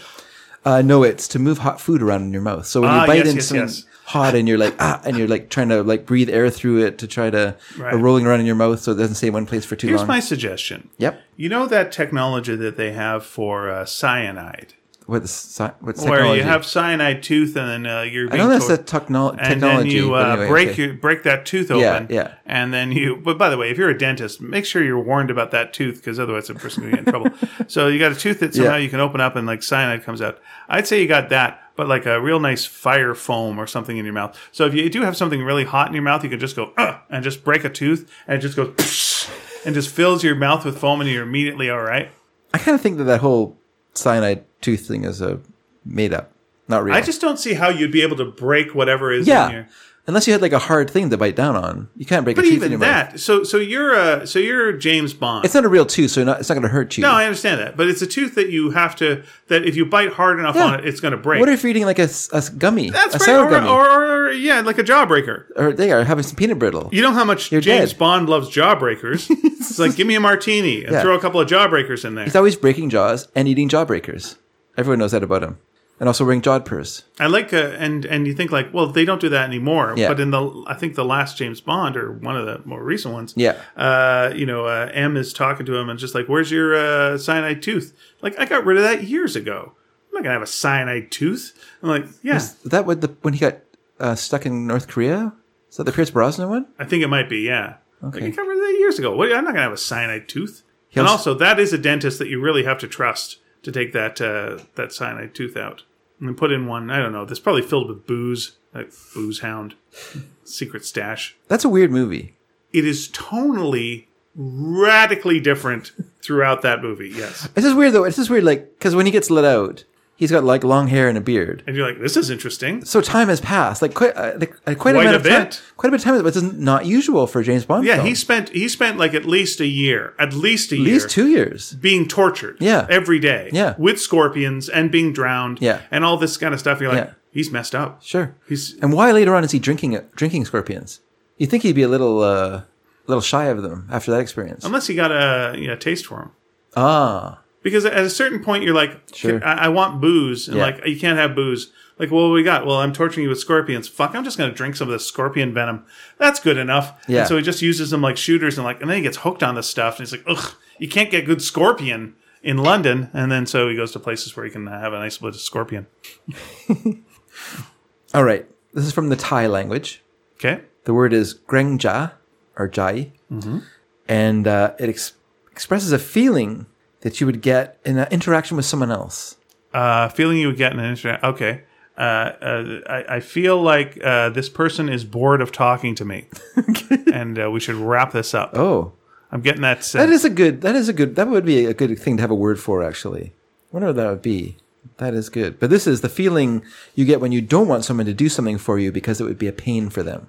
[SPEAKER 2] Uh, no, it's to move hot food around in your mouth. So when you
[SPEAKER 1] Ah,
[SPEAKER 2] bite
[SPEAKER 1] yes,
[SPEAKER 2] into
[SPEAKER 1] yes,
[SPEAKER 2] something
[SPEAKER 1] yes.
[SPEAKER 2] hot and you're like ah, and you're like trying to like breathe air through it to try to
[SPEAKER 1] Right.
[SPEAKER 2] or rolling around in your mouth so it doesn't stay in one place for too
[SPEAKER 1] Here's
[SPEAKER 2] long.
[SPEAKER 1] my suggestion.
[SPEAKER 2] yep.
[SPEAKER 1] You know that technology that they have for uh, cyanide,
[SPEAKER 2] What's sci- what's
[SPEAKER 1] where
[SPEAKER 2] technology?
[SPEAKER 1] you have cyanide tooth, and then uh, you're.
[SPEAKER 2] I
[SPEAKER 1] Being
[SPEAKER 2] know that's
[SPEAKER 1] told-
[SPEAKER 2] a techno- technology.
[SPEAKER 1] and then you
[SPEAKER 2] but
[SPEAKER 1] uh,
[SPEAKER 2] anyway,
[SPEAKER 1] break
[SPEAKER 2] okay.
[SPEAKER 1] your break that tooth open.
[SPEAKER 2] Yeah, yeah.
[SPEAKER 1] And then you. But by the way, if you're a dentist, make sure you're warned about that tooth because otherwise the person going get in
[SPEAKER 2] <laughs>
[SPEAKER 1] trouble. So you got a tooth that somehow
[SPEAKER 2] Yeah.
[SPEAKER 1] you can open up and like cyanide comes out. I'd say you got that, but like a real nice fire foam or something in your mouth. So if you do have something really hot in your mouth, you can just go "Ugh," and just break a tooth and it just goes. <laughs> and just fills your mouth with foam and you're immediately all right.
[SPEAKER 2] I kind of think that that whole cyanide tooth thing is a made up, not real.
[SPEAKER 1] I just don't see how you'd be able to break whatever is in
[SPEAKER 2] yeah,
[SPEAKER 1] here.
[SPEAKER 2] unless you had like a hard thing to bite down on, you can't break
[SPEAKER 1] But
[SPEAKER 2] a tooth in
[SPEAKER 1] even
[SPEAKER 2] your mouth.
[SPEAKER 1] that, so so you're uh so you're James Bond.
[SPEAKER 2] It's not a real tooth, so you're not, it's not going to hurt you.
[SPEAKER 1] no, I understand that, but it's a tooth that you have to that if you bite hard enough
[SPEAKER 2] Yeah.
[SPEAKER 1] on it, it's going to break.
[SPEAKER 2] what if you're eating like a, s- a s- gummy,
[SPEAKER 1] That's
[SPEAKER 2] a
[SPEAKER 1] right,
[SPEAKER 2] sour
[SPEAKER 1] or,
[SPEAKER 2] gummy, or,
[SPEAKER 1] or, or- yeah, like a jawbreaker.
[SPEAKER 2] they are having some peanut brittle?
[SPEAKER 1] You know how much
[SPEAKER 2] You're
[SPEAKER 1] James
[SPEAKER 2] dead.
[SPEAKER 1] Bond loves
[SPEAKER 2] <laughs>
[SPEAKER 1] jawbreakers. it's like give me a martini and
[SPEAKER 2] Yeah.
[SPEAKER 1] throw a couple of jawbreakers in there.
[SPEAKER 2] He's always breaking jaws and eating jawbreakers. Everyone knows that about him, and also wearing jawpers.
[SPEAKER 1] I like uh, and and you think like, well, they don't do that anymore.
[SPEAKER 2] Yeah.
[SPEAKER 1] But in the I think the last James Bond or one of the more recent ones,
[SPEAKER 2] Yeah.
[SPEAKER 1] uh, you know, uh, M is talking to him and just like, "Where's your uh, cyanide tooth?" Like, I got rid of that years ago. I'm not gonna have a cyanide tooth. I'm like, yeah,
[SPEAKER 2] Is that what the when he got uh, stuck in North Korea? Is that the Pierce Brosnan one?
[SPEAKER 1] I think it might be. Yeah,
[SPEAKER 2] Okay.
[SPEAKER 1] like, I got rid of that years ago. What, I'm not gonna have a cyanide tooth.
[SPEAKER 2] He
[SPEAKER 1] and
[SPEAKER 2] also-
[SPEAKER 1] also, that is a dentist that you really have to trust to take that uh, that cyanide tooth out and put in one. I don't know. That's probably filled with booze, like booze hound, <laughs> secret stash.
[SPEAKER 2] That's a weird movie.
[SPEAKER 1] It is tonally radically different throughout that movie. Yes,
[SPEAKER 2] This is weird though. It's just weird, like because when he gets let out, he's got like long hair and a beard.
[SPEAKER 1] and you're like, this is interesting.
[SPEAKER 2] So time has passed, like quite uh, like, uh, quite,
[SPEAKER 1] Quite a
[SPEAKER 2] amount of time-
[SPEAKER 1] bit.
[SPEAKER 2] Quite a bit of time, but this is not usual for a James Bond.
[SPEAKER 1] Yeah,
[SPEAKER 2] film.
[SPEAKER 1] he spent he spent like at least a year, at least a
[SPEAKER 2] at
[SPEAKER 1] year,
[SPEAKER 2] least two years.
[SPEAKER 1] being tortured.
[SPEAKER 2] Yeah.
[SPEAKER 1] every day.
[SPEAKER 2] Yeah.
[SPEAKER 1] with scorpions and being drowned.
[SPEAKER 2] Yeah.
[SPEAKER 1] and all this kind of stuff. You're like,
[SPEAKER 2] Yeah.
[SPEAKER 1] he's messed up.
[SPEAKER 2] Sure.
[SPEAKER 1] He's
[SPEAKER 2] And why later on is he drinking drinking scorpions? You think he'd be a little uh, little shy of them after that experience?
[SPEAKER 1] unless he got a you know, taste for him.
[SPEAKER 2] ah,
[SPEAKER 1] Because at a certain point, you're like,
[SPEAKER 2] Sure.
[SPEAKER 1] I, I want booze, and
[SPEAKER 2] Yeah.
[SPEAKER 1] like you can't have booze. Like, well, what we got? Well, I'm torturing you with scorpions. Fuck, I'm just going to drink some of this scorpion venom. That's good enough.
[SPEAKER 2] Yeah.
[SPEAKER 1] And so he just uses them like shooters, and like, and then he gets hooked on this stuff, and he's like, ugh, you can't get good scorpion in London. And then so he goes to places where he can have a nice bit of scorpion.
[SPEAKER 2] all right. This is from the Thai language.
[SPEAKER 1] Okay.
[SPEAKER 2] The word is grengja or jai, and uh, it ex- expresses a feeling that you would get in an interaction with someone else.
[SPEAKER 1] Uh, feeling you would get in an internet. Okay. Uh, uh, I, I feel like uh, this person is bored of talking to
[SPEAKER 2] <laughs>
[SPEAKER 1] me, and uh, we should wrap this up.
[SPEAKER 2] Oh,
[SPEAKER 1] I'm getting that. Sense.
[SPEAKER 2] that is a good. That is a good. That would be a good thing to have a word for. Actually, I wonder what that would be. That is good. But this is the feeling you get when you don't want someone to do something for you because it would be a pain for them.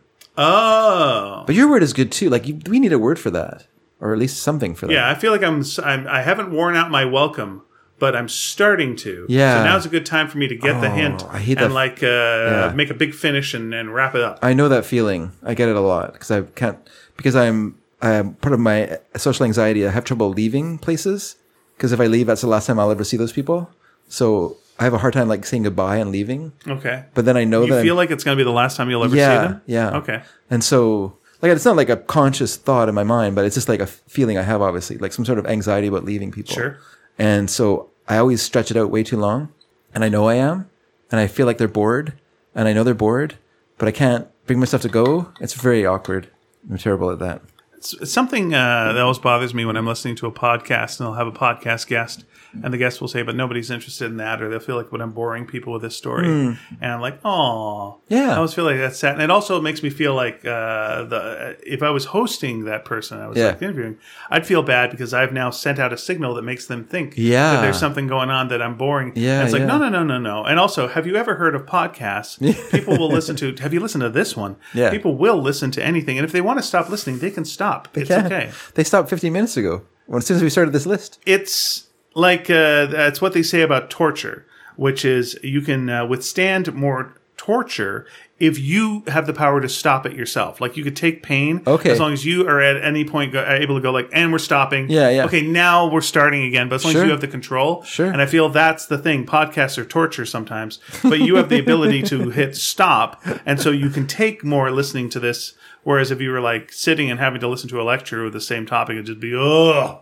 [SPEAKER 1] Oh,
[SPEAKER 2] But your word is good too. Like you, we need a word for that, or at least something for that.
[SPEAKER 1] yeah. I feel like I'm, I'm. I haven't worn out my welcome, but I'm starting to.
[SPEAKER 2] Yeah.
[SPEAKER 1] So now's a good time for me to get the
[SPEAKER 2] Oh,
[SPEAKER 1] hint
[SPEAKER 2] I hate
[SPEAKER 1] and
[SPEAKER 2] that.
[SPEAKER 1] like uh, make a big finish and, and wrap it up.
[SPEAKER 2] I know that feeling. I get it a lot because I can't because I'm um, part of my social anxiety. I have trouble leaving places because if I leave, that's the last time I'll ever see those people. So I have a hard time like saying goodbye and leaving.
[SPEAKER 1] Okay.
[SPEAKER 2] But then I know
[SPEAKER 1] You
[SPEAKER 2] that
[SPEAKER 1] feel
[SPEAKER 2] I'm,
[SPEAKER 1] like it's going to be the last time you'll ever
[SPEAKER 2] yeah,
[SPEAKER 1] see them.
[SPEAKER 2] yeah,
[SPEAKER 1] Okay.
[SPEAKER 2] And so like it's not like a conscious thought in my mind, but it's just like a f- feeling I have, obviously, like some sort of anxiety about leaving people.
[SPEAKER 1] Sure.
[SPEAKER 2] And so I always stretch it out way too long. And I know I am. And I feel like they're bored. And I know they're bored, but I can't bring myself to go. It's very awkward. I'm terrible at that.
[SPEAKER 1] It's- it's Something uh, that always bothers me when I'm listening to a podcast and I'll have a podcast guest and the guest will say, but nobody's interested in that, or they'll feel like, but I'm boring people with this story. And I'm like, oh,
[SPEAKER 2] Hmm. Yeah.
[SPEAKER 1] I always feel like that's sad. And it also makes me feel like uh, the if I was hosting that person, I was
[SPEAKER 2] Yeah.
[SPEAKER 1] like interviewing, I'd feel bad because I've now sent out a signal that makes them think
[SPEAKER 2] Yeah.
[SPEAKER 1] that there's something going on that I'm boring.
[SPEAKER 2] Yeah,
[SPEAKER 1] And it's like,
[SPEAKER 2] yeah.
[SPEAKER 1] no, no, no, no, no. And also, have you ever heard of <laughs> podcasts? people will listen to, have you listened to this one?
[SPEAKER 2] Yeah.
[SPEAKER 1] People will listen to anything. And if they want to stop listening, they can stop. it's
[SPEAKER 2] Yeah.
[SPEAKER 1] okay.
[SPEAKER 2] <laughs> They stopped 15 minutes ago. Well, as soon as we started this list.
[SPEAKER 1] It's like, uh, that's what they say about torture, which is you can uh, withstand more torture if you have the power to stop it yourself. Like you could take pain
[SPEAKER 2] Okay.
[SPEAKER 1] as long as you are at any point go, uh, able to go like, and we're stopping.
[SPEAKER 2] Yeah, yeah.
[SPEAKER 1] Okay, now we're starting again. But as long
[SPEAKER 2] Sure.
[SPEAKER 1] as you have the control.
[SPEAKER 2] Sure.
[SPEAKER 1] And I feel that's the thing. Podcasts are torture sometimes, but you have the ability
[SPEAKER 2] <laughs>
[SPEAKER 1] to hit stop. And so you can take more listening to this. Whereas if you were like sitting and having to listen to a lecture with the same topic, it'd just be, oh,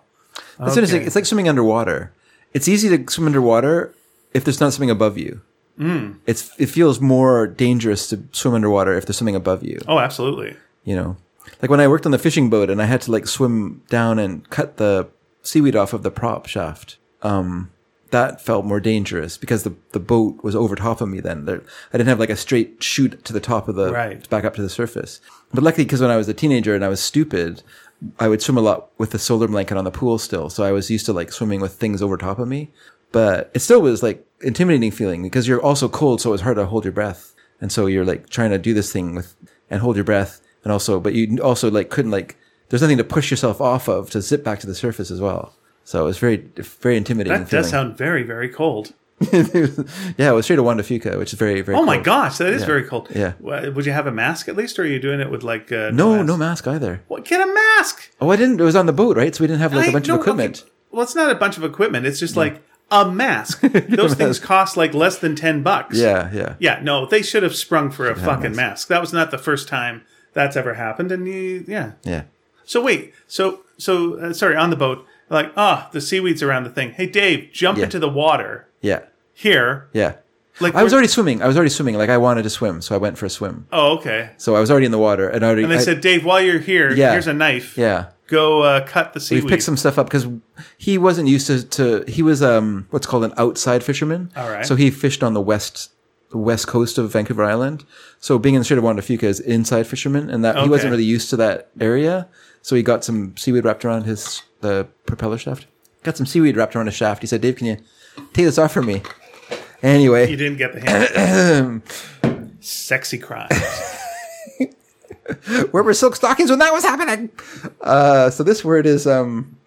[SPEAKER 2] That's interesting. It's like swimming underwater. It's easy to swim underwater if there's not something above you. Mm. It's, it feels more dangerous to swim underwater if there's something above you.
[SPEAKER 1] oh, absolutely.
[SPEAKER 2] you know like when i worked on the fishing boat and i had to like swim down and cut the seaweed off of the prop shaft um that felt more dangerous because the the boat was over top of me then there, i didn't have like a straight chute to the top of the
[SPEAKER 1] Right.
[SPEAKER 2] back up to the surface but luckily because when i was a teenager and i was stupid I would swim a lot with a solar blanket on the pool still. So I was used to like swimming with things over top of me, but it still was like intimidating feeling because you're also cold. So it's hard to hold your breath. And so you're like trying to do this thing with and hold your breath. And also, but you also like couldn't like, there's nothing to push yourself off of to zip back to the surface as well. So it was very, very intimidating.
[SPEAKER 1] That does sound very, very cold.
[SPEAKER 2] <laughs> yeah, it was straight to Juan de Fuca, which is very, very.
[SPEAKER 1] Oh my
[SPEAKER 2] cold.
[SPEAKER 1] gosh, that is very cold.
[SPEAKER 2] Yeah.
[SPEAKER 1] Wha- Would you have a mask at least, or are you doing it with like uh,
[SPEAKER 2] No,
[SPEAKER 1] mask?
[SPEAKER 2] no mask either.
[SPEAKER 1] What get a mask?
[SPEAKER 2] Oh, I didn't. It was on the boat, right? So we didn't have like a
[SPEAKER 1] I-
[SPEAKER 2] bunch
[SPEAKER 1] no,
[SPEAKER 2] of equipment.
[SPEAKER 1] okay. Well, it's not a bunch of equipment. It's just like a
[SPEAKER 2] <laughs>
[SPEAKER 1] mask. Those things cost like less than ten bucks.
[SPEAKER 2] Yeah, yeah,
[SPEAKER 1] Yeah. No, they should have sprung for a fucking mask. That was not the first time that's ever happened. And you, yeah.
[SPEAKER 2] yeah.
[SPEAKER 1] So wait. So so uh, sorry. On the boat, like ah, the seaweed's around the thing. Hey, Dave, jump into the water
[SPEAKER 2] Yeah.
[SPEAKER 1] here.
[SPEAKER 2] Yeah.
[SPEAKER 1] Like
[SPEAKER 2] I was
[SPEAKER 1] we're-
[SPEAKER 2] already swimming. I was already swimming. Like I wanted to swim, so I went for a swim.
[SPEAKER 1] Oh, okay.
[SPEAKER 2] So I was already in the water, and I already.
[SPEAKER 1] And they
[SPEAKER 2] I-
[SPEAKER 1] said, Dave, while you're here,
[SPEAKER 2] Yeah.
[SPEAKER 1] here's a knife.
[SPEAKER 2] "Yeah."
[SPEAKER 1] Go uh, cut the
[SPEAKER 2] We
[SPEAKER 1] seaweed.
[SPEAKER 2] picked some stuff up because he wasn't used to, to. He was um what's called an outside fisherman.
[SPEAKER 1] All right.
[SPEAKER 2] So he fished on the west the west coast of Vancouver Island. So being in the Strait of Juan de Fuca is inside fisherman, and that he wasn't
[SPEAKER 1] Okay.
[SPEAKER 2] really used to that area. So he got some seaweed wrapped around his the propeller shaft. Got some seaweed wrapped around his shaft. He said, "Dave, can you take this off for me?" Anyway,
[SPEAKER 1] you didn't get the hint.
[SPEAKER 2] <coughs>
[SPEAKER 1] Sexy crime.
[SPEAKER 2] Where were silk stockings when that was happening? Uh, so this word is um,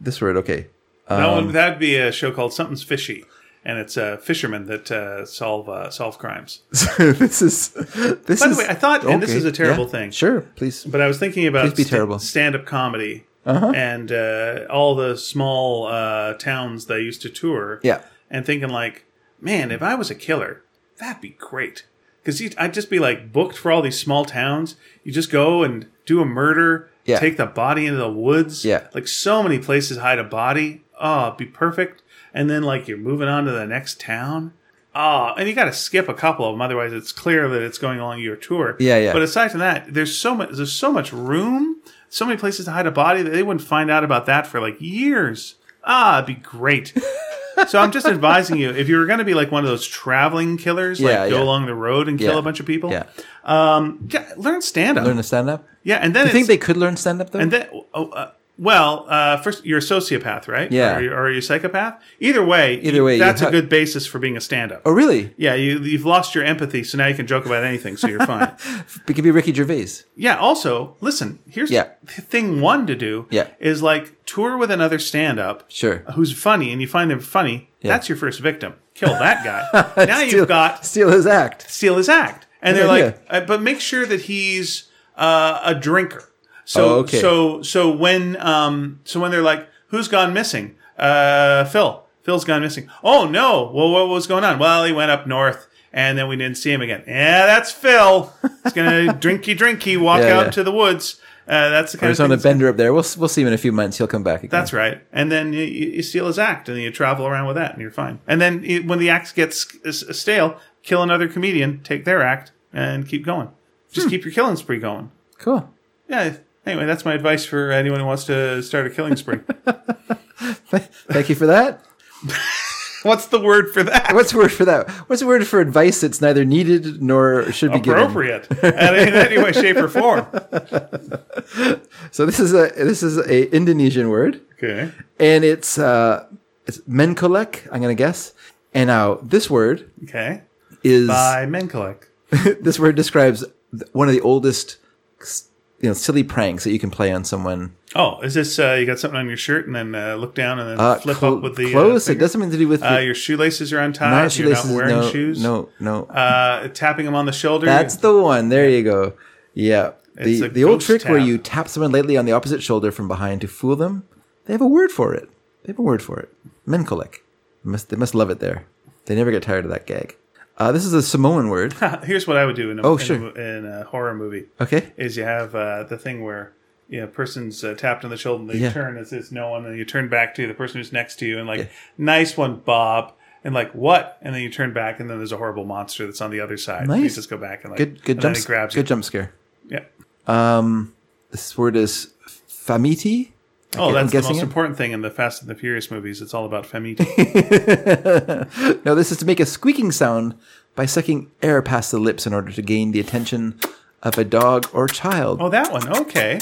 [SPEAKER 2] this word. Okay, <laughs>
[SPEAKER 1] that
[SPEAKER 2] Um,
[SPEAKER 1] one, that'd be a show called Something's Fishy. And it's uh, fishermen that uh, solve uh, solve crimes.
[SPEAKER 2] so this is this
[SPEAKER 1] By the
[SPEAKER 2] is.
[SPEAKER 1] way, I thought, and this
[SPEAKER 2] okay,
[SPEAKER 1] is a terrible
[SPEAKER 2] yeah,
[SPEAKER 1] thing,
[SPEAKER 2] Sure, please.
[SPEAKER 1] but I was thinking about
[SPEAKER 2] be terrible. Uh-huh.
[SPEAKER 1] stand up comedy and uh, all the small uh, towns that I used to tour.
[SPEAKER 2] Yeah.
[SPEAKER 1] and thinking like, man, if I was a killer, that'd be great. Because I'd just be like booked for all these small towns. You just go and do a murder,
[SPEAKER 2] Yeah.
[SPEAKER 1] take the body into the woods.
[SPEAKER 2] Yeah.
[SPEAKER 1] like so many places hide a body. Oh, it'd be perfect. And then like you're moving on to the next town. Ah, and you got to skip a couple of them, otherwise it's clear that it's going along your tour.
[SPEAKER 2] Yeah, yeah.
[SPEAKER 1] But aside from that, there's so much. There's so much room. So many places to hide a body that they wouldn't find out about that for like years. Ah, it'd be great. So I'm just advising you if you were going to be like one of those traveling killers, like
[SPEAKER 2] Yeah,
[SPEAKER 1] go
[SPEAKER 2] yeah.
[SPEAKER 1] along the road and kill
[SPEAKER 2] Yeah.
[SPEAKER 1] a bunch of people.
[SPEAKER 2] Yeah,
[SPEAKER 1] Um, yeah, learn stand up.
[SPEAKER 2] learn to stand up.
[SPEAKER 1] yeah, and then
[SPEAKER 2] I think
[SPEAKER 1] it's-
[SPEAKER 2] they could learn stand up though.
[SPEAKER 1] and then oh, uh, well, uh, first you're a sociopath, right?
[SPEAKER 2] Yeah.
[SPEAKER 1] Or, you- or are you a psychopath? Either way,
[SPEAKER 2] Either way, you
[SPEAKER 1] that's a
[SPEAKER 2] ha-
[SPEAKER 1] good basis for being a stand up.
[SPEAKER 2] oh, really?
[SPEAKER 1] Yeah, you, you've lost your empathy, so now you can joke about anything, so you're
[SPEAKER 2] <laughs>
[SPEAKER 1] fine.
[SPEAKER 2] It could be Ricky Gervais.
[SPEAKER 1] Yeah. Also, listen. Here's
[SPEAKER 2] Yeah.
[SPEAKER 1] th- thing one to do.
[SPEAKER 2] Yeah.
[SPEAKER 1] Is like tour with another stand-up.
[SPEAKER 2] Sure.
[SPEAKER 1] Who's funny, and you find them funny. That's your first victim. Kill that
[SPEAKER 2] <laughs>
[SPEAKER 1] guy. now
[SPEAKER 2] Steal-
[SPEAKER 1] you've got
[SPEAKER 2] steal his act.
[SPEAKER 1] steal his act, and
[SPEAKER 2] Good
[SPEAKER 1] they're
[SPEAKER 2] idea.
[SPEAKER 1] like, uh, but make sure that he's uh, a drinker. So
[SPEAKER 2] Oh, okay.
[SPEAKER 1] so so when um so when they're like, who's gone missing? Uh, Phil. Phil's gone missing. Oh no. Well, what was going on? Well, he went up north. And then we didn't see him again. Yeah, that's Phil. He's gonna <laughs> drinky drinky walk
[SPEAKER 2] Yeah,
[SPEAKER 1] out
[SPEAKER 2] yeah.
[SPEAKER 1] to the woods. Uh, that's the kind
[SPEAKER 2] He's
[SPEAKER 1] of
[SPEAKER 2] on
[SPEAKER 1] thing.
[SPEAKER 2] a bender up there. We'll we'll see him in a few months. He'll come back. Again.
[SPEAKER 1] That's right. And then you, you you steal his act, and you travel around with that, and you're fine. And then you, when the act gets s- stale, kill another comedian, take their act, and keep going. Just
[SPEAKER 2] Hmm.
[SPEAKER 1] keep your killing spree going.
[SPEAKER 2] cool. <laughs>
[SPEAKER 1] Yeah. Anyway, that's my advice for anyone who wants to start a killing
[SPEAKER 2] <laughs>
[SPEAKER 1] spree.
[SPEAKER 2] Thank you for that.
[SPEAKER 1] What's the word for that?
[SPEAKER 2] What's the word for that? What's the word for advice that's neither needed nor should be given?
[SPEAKER 1] Appropriate and in any way, shape, or form.
[SPEAKER 2] So this is a this is a Indonesian word,
[SPEAKER 1] Okay.
[SPEAKER 2] and it's uh, it's menkolek. I'm gonna guess. And now this word
[SPEAKER 1] Okay.
[SPEAKER 2] is
[SPEAKER 1] By Menkelek.
[SPEAKER 2] this word describes th- one of the oldest, you know, silly pranks that you can play on someone.
[SPEAKER 1] Oh, is this uh, you got something on your shirt and then uh, look down and then
[SPEAKER 2] Uh,
[SPEAKER 1] flip
[SPEAKER 2] clo-
[SPEAKER 1] up with the uh,
[SPEAKER 2] clothes. it
[SPEAKER 1] finger?
[SPEAKER 2] does something to do with
[SPEAKER 1] Uh,
[SPEAKER 2] the-
[SPEAKER 1] your shoelaces are untied.
[SPEAKER 2] not
[SPEAKER 1] you're not
[SPEAKER 2] shoelaces,
[SPEAKER 1] wearing
[SPEAKER 2] no,
[SPEAKER 1] shoes.
[SPEAKER 2] No, no.
[SPEAKER 1] Uh, tapping him on the shoulder.
[SPEAKER 2] That's the one. There you go. Yeah.
[SPEAKER 1] It's
[SPEAKER 2] The
[SPEAKER 1] a
[SPEAKER 2] the old
[SPEAKER 1] ghost
[SPEAKER 2] trick where
[SPEAKER 1] tap.
[SPEAKER 2] you tap someone lightly on the opposite shoulder from behind to fool them. They have a word for it. They have a word for it. Menkolek. They must, they must love it there. They never get tired of that gag. Uh, this is a
[SPEAKER 1] <laughs>
[SPEAKER 2] Samoan word.
[SPEAKER 1] Here's what I would do in a,
[SPEAKER 2] Oh,
[SPEAKER 1] in,
[SPEAKER 2] sure.
[SPEAKER 1] a, in a horror movie
[SPEAKER 2] Okay.
[SPEAKER 1] is you have uh, the thing where you know, person's uh, tapped on the shoulder and they
[SPEAKER 2] Yeah.
[SPEAKER 1] turn as it's no one and you turn back to the person who's next to you and like nice one Bob and like what and then you turn back and then there's a horrible monster that's on the other side. You
[SPEAKER 2] Nice.
[SPEAKER 1] just go back and like
[SPEAKER 2] Good good
[SPEAKER 1] and
[SPEAKER 2] jump
[SPEAKER 1] then it grabs
[SPEAKER 2] good jump scare.
[SPEAKER 1] you. Yeah.
[SPEAKER 2] This word is famiti.
[SPEAKER 1] Oh,
[SPEAKER 2] I'm
[SPEAKER 1] that's the
[SPEAKER 2] guessing
[SPEAKER 1] most
[SPEAKER 2] it.
[SPEAKER 1] important thing in the Fast and the Furious movies. It's all about family.
[SPEAKER 2] No, this is to make a squeaking sound by sucking air past the lips in order to gain the attention of a dog or child.
[SPEAKER 1] oh, that one. Okay.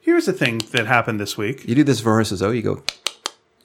[SPEAKER 1] Here's a thing that happened this week.
[SPEAKER 2] You do this for horses, oh, you go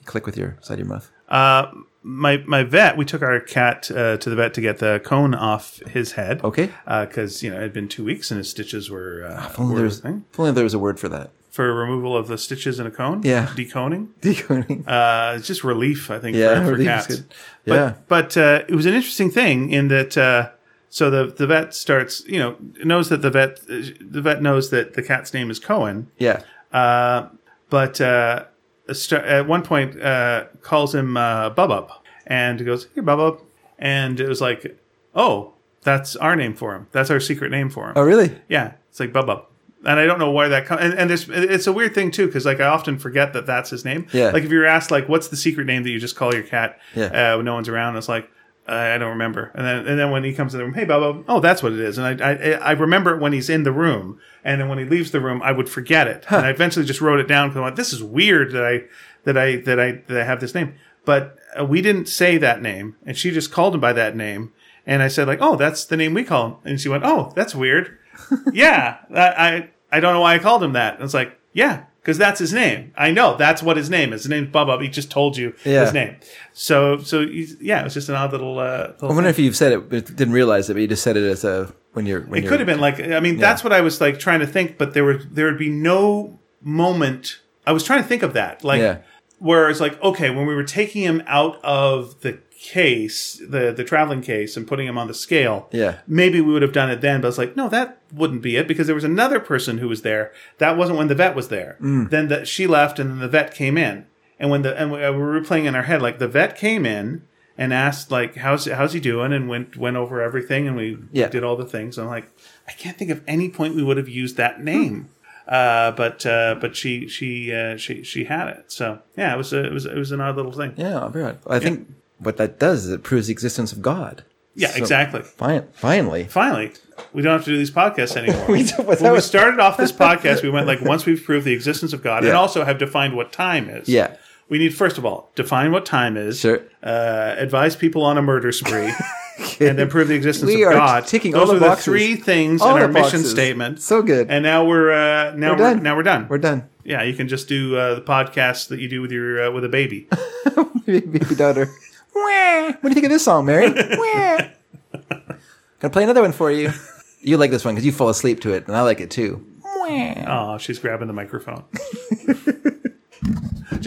[SPEAKER 2] click with your side of your mouth.
[SPEAKER 1] Uh, my my vet, we took our cat uh, to the vet to get the cone off his head.
[SPEAKER 2] Okay. Ah,
[SPEAKER 1] Because you know it had been two weeks and his stitches were. Uh,
[SPEAKER 2] If only,
[SPEAKER 1] were
[SPEAKER 2] there's,
[SPEAKER 1] the thing.
[SPEAKER 2] if only there was a word for that. <laughs>
[SPEAKER 1] for removal of the stitches in a cone.
[SPEAKER 2] Yeah.
[SPEAKER 1] Deconing.
[SPEAKER 2] Deconing.
[SPEAKER 1] Uh, it's just relief, I think,
[SPEAKER 2] Yeah,
[SPEAKER 1] for, for
[SPEAKER 2] relief is
[SPEAKER 1] cats.
[SPEAKER 2] good. Yeah.
[SPEAKER 1] But, but uh, it was an interesting thing in that. Uh, so the the vet starts, you know, knows that the vet uh, the vet knows that the cat's name is Cohen,
[SPEAKER 2] yeah.
[SPEAKER 1] uh, but uh, st- at one point uh, calls him uh, Bubba and he goes, "Hey, Bubba," and it was like, "Oh, that's our name for him. That's our secret name for him."
[SPEAKER 2] Oh, really?
[SPEAKER 1] Yeah, it's like Bubba. And I don't know where that comes. And, and there's, it's a weird thing too, because like I often forget that that's his name.
[SPEAKER 2] Yeah.
[SPEAKER 1] Like if you're asked like, what's the secret name that you just call your cat?
[SPEAKER 2] Yeah.
[SPEAKER 1] Uh, when no one's around, it's like uh, I I don't remember. And then and then when he comes in the room, hey Bubba, oh that's what it is. And I I, I remember it when he's in the room, and then when he leaves the room, I would forget it. And I eventually just wrote it down because I went, this is weird that I that I that I that I have this name. But uh, we didn't say that name, and she just called him by that name. And I said like, oh, that's the name we call him. And she went, oh, that's weird yeah, that, I I don't know why I called him that. And it's like, yeah, because that's his name. I know that's what his name is. His name's Bubba. He just told you
[SPEAKER 2] Yeah.
[SPEAKER 1] his name. So so he's, yeah, it was just an odd little. Uh, little
[SPEAKER 2] I
[SPEAKER 1] thing.
[SPEAKER 2] wonder if you've said it, but didn't realize it, but you just said it as a when you're. When
[SPEAKER 1] it
[SPEAKER 2] you're,
[SPEAKER 1] could have been like I mean that's what I was like trying to think, but there were there would be no moment. I was trying to think of that like
[SPEAKER 2] Yeah.
[SPEAKER 1] where it's like okay when we were taking him out of the case the the traveling case and putting him on the scale
[SPEAKER 2] Yeah.
[SPEAKER 1] maybe we would have done it then but it's like no that wouldn't be it because there was another person who was there that wasn't when the vet was there
[SPEAKER 2] Mm.
[SPEAKER 1] then the, she left and then the vet came in and when the and we, we were replaying in our head like the vet came in and asked like how's how's he doing and went went over everything and we
[SPEAKER 2] Yeah.
[SPEAKER 1] did all the things. I'm like, I can't think of any point we would have used
[SPEAKER 2] Hmm.
[SPEAKER 1] that name. Uh, but uh, but she she uh, she she had it. So yeah, it was a, it was it was an odd little thing. Yeah,
[SPEAKER 2] Yeah, very odd. I think what that does is it proves the existence of God. So-
[SPEAKER 1] exactly.
[SPEAKER 2] Fin- finally.
[SPEAKER 1] Finally, we don't have to do these podcasts anymore.
[SPEAKER 2] <laughs> We don't- but that
[SPEAKER 1] when we
[SPEAKER 2] was-
[SPEAKER 1] started off this podcast, we went like once we've proved the existence of God
[SPEAKER 2] Yeah.
[SPEAKER 1] and also have defined what time is.
[SPEAKER 2] Yeah.
[SPEAKER 1] We need first of all define what time is.
[SPEAKER 2] Sure.
[SPEAKER 1] Uh, advise people on a murder
[SPEAKER 2] <laughs>
[SPEAKER 1] spree, and then prove the existence
[SPEAKER 2] We
[SPEAKER 1] of
[SPEAKER 2] are
[SPEAKER 1] God.
[SPEAKER 2] ticking
[SPEAKER 1] Those
[SPEAKER 2] all the
[SPEAKER 1] are
[SPEAKER 2] boxes.
[SPEAKER 1] the three things
[SPEAKER 2] All
[SPEAKER 1] in
[SPEAKER 2] the
[SPEAKER 1] our mission
[SPEAKER 2] boxes.
[SPEAKER 1] statement.
[SPEAKER 2] So good.
[SPEAKER 1] And now we're uh, now we're,
[SPEAKER 2] done.
[SPEAKER 1] now we're done.
[SPEAKER 2] We're done.
[SPEAKER 1] yeah, you can just do uh, the podcast that you do with your uh, with a
[SPEAKER 2] <laughs>
[SPEAKER 1] baby.
[SPEAKER 2] Baby daughter. Wah. What do you think of this song,
[SPEAKER 1] <laughs>
[SPEAKER 2] Mary? Wah. Gonna play another one for you. You like this one because you fall asleep to it, and I like it too. Wah.
[SPEAKER 1] oh, she's grabbing the microphone. <laughs> do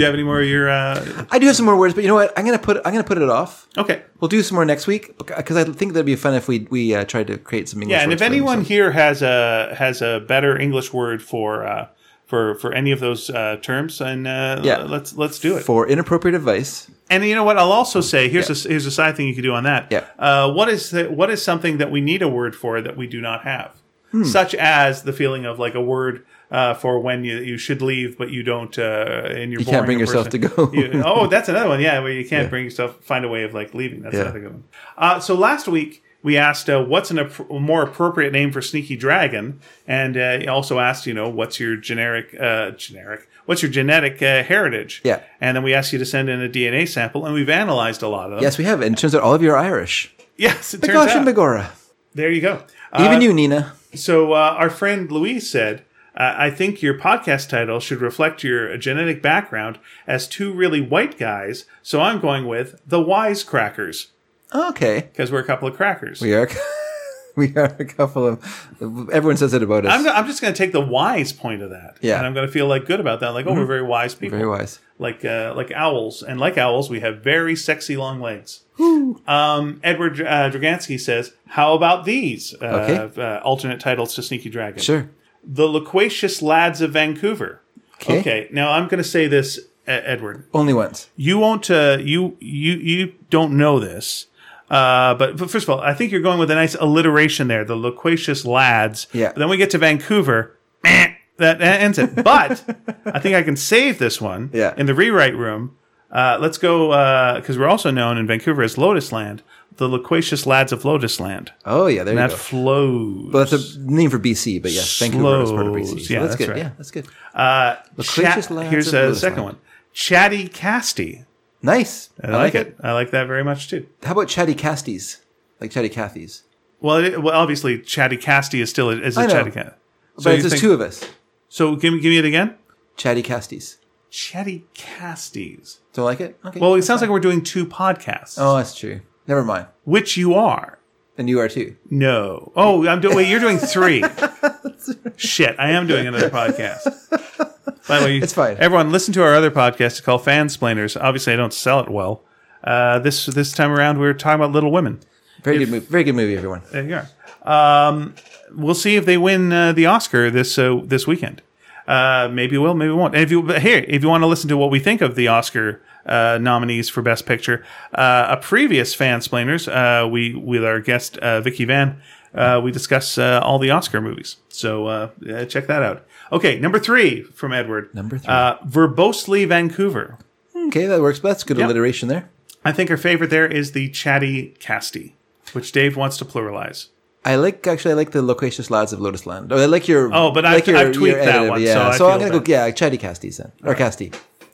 [SPEAKER 1] you have any more of your uh,
[SPEAKER 2] I do have some more words, but you know what? I'm gonna put I'm gonna put it off.
[SPEAKER 1] okay?
[SPEAKER 2] We'll do some more next week because I think that'd be fun if we we uh, tried to create some English.
[SPEAKER 1] Yeah, and
[SPEAKER 2] words
[SPEAKER 1] if
[SPEAKER 2] for them,
[SPEAKER 1] anyone
[SPEAKER 2] so-
[SPEAKER 1] here has a has a better English word for uh, for for any of those uh, terms, then uh,
[SPEAKER 2] Yeah.
[SPEAKER 1] let's let's do it.
[SPEAKER 2] for inappropriate advice,
[SPEAKER 1] And you know what? I'll also say here's a here's a side thing you could do on that.
[SPEAKER 2] Yeah.
[SPEAKER 1] Uh, what is the, what is something that we need a word for that we do not have,
[SPEAKER 2] Hmm.
[SPEAKER 1] such as the feeling of like a word uh, for when you, you should leave but you don't uh, and you're you
[SPEAKER 2] can't bring yourself to go. <laughs>
[SPEAKER 1] oh, that's another one. Yeah, where you can't bring yourself find a way of like leaving. That's
[SPEAKER 2] Yeah.
[SPEAKER 1] another good one. Uh, so last week. We asked uh, what's an app- more appropriate name for sneaky dragon, and uh, he also asked, you know, what's your generic, uh, generic, what's your genetic uh, heritage?
[SPEAKER 2] Yeah.
[SPEAKER 1] And then we asked you to send in a DNA sample, and we've analyzed a lot of them.
[SPEAKER 2] yes, we have. And it turns out all of you are Irish.
[SPEAKER 1] Yes, it turns
[SPEAKER 2] Gosh,
[SPEAKER 1] out.
[SPEAKER 2] and Begora.
[SPEAKER 1] there you go. Uh,
[SPEAKER 2] Even you, Nina.
[SPEAKER 1] so uh, our friend Louise said, uh, I think your podcast title should reflect your genetic background as two really white guys. So I'm going with the Wisecrackers
[SPEAKER 2] Okay,
[SPEAKER 1] because we're a couple of crackers.
[SPEAKER 2] we are. <laughs> we are a couple of. Everyone says it about us.
[SPEAKER 1] I'm, go- I'm just going to take the wise point of that.
[SPEAKER 2] Yeah. Mm-hmm.
[SPEAKER 1] And I'm going to feel like good about that. Like, oh, we're very wise people.
[SPEAKER 2] Very wise.
[SPEAKER 1] like uh, like owls, and like owls, we have very sexy long legs. Um, Edward uh, Dragansky says, "How about these uh,
[SPEAKER 2] Okay.
[SPEAKER 1] uh, alternate titles to Sneaky Dragon?
[SPEAKER 2] Sure.
[SPEAKER 1] the Loquacious Lads of Vancouver.
[SPEAKER 2] Okay.
[SPEAKER 1] now I'm going to say this, E- Edward.
[SPEAKER 2] Only once.
[SPEAKER 1] You won't. Uh, you you you don't know this." Uh, but, but first of all, I think you're going with a nice alliteration there, the loquacious lads.
[SPEAKER 2] Yeah.
[SPEAKER 1] But then we get to Vancouver. meh, That ends it. But <laughs> I think I can save this one
[SPEAKER 2] Yeah.
[SPEAKER 1] in the rewrite room. Uh, let's go because we're also known in Vancouver as Lotus Land, the loquacious lads of Lotus Land.
[SPEAKER 2] Oh yeah, there you
[SPEAKER 1] That
[SPEAKER 2] go.
[SPEAKER 1] flows.
[SPEAKER 2] Well, that's a name for BC, but yes, Vancouver is part of BC.
[SPEAKER 1] Slows.
[SPEAKER 2] So
[SPEAKER 1] Yeah,
[SPEAKER 2] that's,
[SPEAKER 1] that's
[SPEAKER 2] good.
[SPEAKER 1] right.
[SPEAKER 2] Yeah, that's good.
[SPEAKER 1] uh,
[SPEAKER 2] Loquacious
[SPEAKER 1] chat,
[SPEAKER 2] lads
[SPEAKER 1] here's
[SPEAKER 2] of
[SPEAKER 1] a
[SPEAKER 2] Lotus
[SPEAKER 1] second
[SPEAKER 2] Land.
[SPEAKER 1] one. Chatty Casty.
[SPEAKER 2] Nice.
[SPEAKER 1] I, like it. I like that very much too.
[SPEAKER 2] How about Chatty Casties? Like Chatty Cathy's.
[SPEAKER 1] Well, it, well obviously, Chatty Casty is still a, is
[SPEAKER 2] I
[SPEAKER 1] a
[SPEAKER 2] know.
[SPEAKER 1] Chatty Cat.
[SPEAKER 2] but it's just two of us.
[SPEAKER 1] So give me give me it again.
[SPEAKER 2] Chatty Casties.
[SPEAKER 1] Chatty Casties.
[SPEAKER 2] Don't like it? Okay.
[SPEAKER 1] Well, it sounds like we're doing two podcasts,
[SPEAKER 2] oh, that's true. Never mind.
[SPEAKER 1] which you are.
[SPEAKER 2] And you are too.
[SPEAKER 1] No. Oh, I'm doing. Wait, you're doing three.
[SPEAKER 2] <laughs>
[SPEAKER 1] Shit, I am doing another podcast. By the way,
[SPEAKER 2] It's fine.
[SPEAKER 1] Everyone, listen to our other podcast. It's called Fansplainers. Obviously, I don't sell it well. Uh, this this time around, we were talking about Little Women.
[SPEAKER 2] Very good movie. Very good movie, everyone.
[SPEAKER 1] There you are. Um, we'll see if they win uh, the Oscar this uh, this weekend. Uh, maybe will, maybe won't. And if you but here, if you want to listen to what we think of the Oscar uh, nominees for Best Picture, uh, a previous fansplainers, uh, we with our guest uh, Vicky Van, uh, we discuss uh, all the Oscar movies. So uh, uh, check that out. Okay, number three from Edward.
[SPEAKER 2] Number three.
[SPEAKER 1] Uh, verbosely Vancouver.
[SPEAKER 2] Okay, that works. That's good alliteration there.
[SPEAKER 1] I think our favorite there is the chatty casty, which Dave wants to pluralize.
[SPEAKER 2] I like actually. I like the loquacious lads of Lotus Land. Or I like your.
[SPEAKER 1] Oh, but
[SPEAKER 2] like
[SPEAKER 1] I've- I've tweaked that
[SPEAKER 2] edited-
[SPEAKER 1] one, so
[SPEAKER 2] Yeah.
[SPEAKER 1] I
[SPEAKER 2] I'm
[SPEAKER 1] feel
[SPEAKER 2] gonna
[SPEAKER 1] bad.
[SPEAKER 2] go. Yeah, Chatty Casties then, or Casty.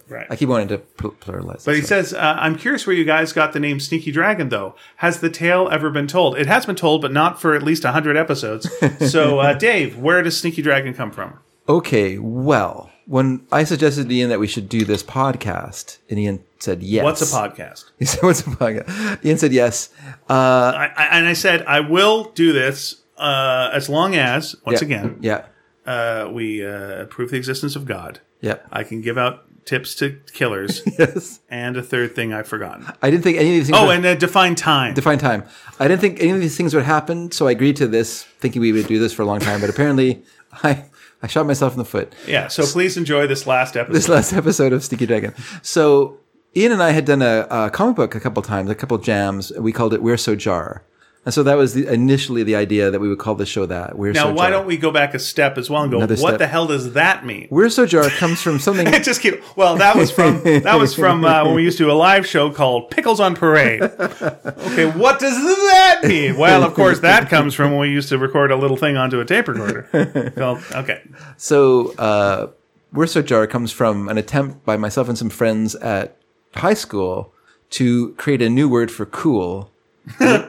[SPEAKER 1] Right.
[SPEAKER 2] I keep wanting to pl- pluralize.
[SPEAKER 1] But he
[SPEAKER 2] this one.
[SPEAKER 1] says, uh, I'm curious where you guys got the name Sneaky Dragon, though. Has the tale ever been told? It has been told, but not for at least 100
[SPEAKER 2] <laughs>
[SPEAKER 1] episodes. so, uh, Dave, where does Sneaky Dragon come from?
[SPEAKER 2] "Okay, well, when I suggested to Ian that we should do this podcast, and Ian said yes.
[SPEAKER 1] What's a podcast?
[SPEAKER 2] <laughs> He said, "What's a podcast?" Ian said yes. Uh,
[SPEAKER 1] I, I, and I said, I will do this uh, as long as, once
[SPEAKER 2] yeah,
[SPEAKER 1] again,
[SPEAKER 2] yeah,
[SPEAKER 1] uh, we uh, prove the existence of God.
[SPEAKER 2] yeah,
[SPEAKER 1] I can give out tips to
[SPEAKER 2] <laughs>
[SPEAKER 1] killers.
[SPEAKER 2] yes.
[SPEAKER 1] and a third thing I've forgotten.
[SPEAKER 2] <laughs> I didn't think any of these things.
[SPEAKER 1] Oh,
[SPEAKER 2] would
[SPEAKER 1] and uh, define time.
[SPEAKER 2] <laughs> define time. I didn't think any of these things would happen, so I agreed to this, thinking we would do this for a long time. But apparently, <laughs> I I shot myself in the foot. <laughs>
[SPEAKER 1] yeah, so please enjoy this last episode.
[SPEAKER 2] this last episode of Sneaky Dragon. So Ian and I had done a, a comic book a couple times, a couple jams. We called it "We're So Jar," and so that was the, initially the idea that we would call the show that. We're
[SPEAKER 1] now,
[SPEAKER 2] so
[SPEAKER 1] why
[SPEAKER 2] jar.
[SPEAKER 1] don't we go back a step as well and go,
[SPEAKER 2] Another
[SPEAKER 1] what
[SPEAKER 2] step.
[SPEAKER 1] the hell does that mean?
[SPEAKER 2] "We're So Jar" comes from something.
[SPEAKER 1] It <laughs> just keep. Well, that was from that was from uh, when we used to do a live show called Pickles on Parade. Okay, what does that mean? Well, of course, that comes from when we used to record a little thing onto a tape recorder. Called, okay,
[SPEAKER 2] so uh, "We're So Jar" comes from an attempt by myself and some friends at high school to create a new word for cool.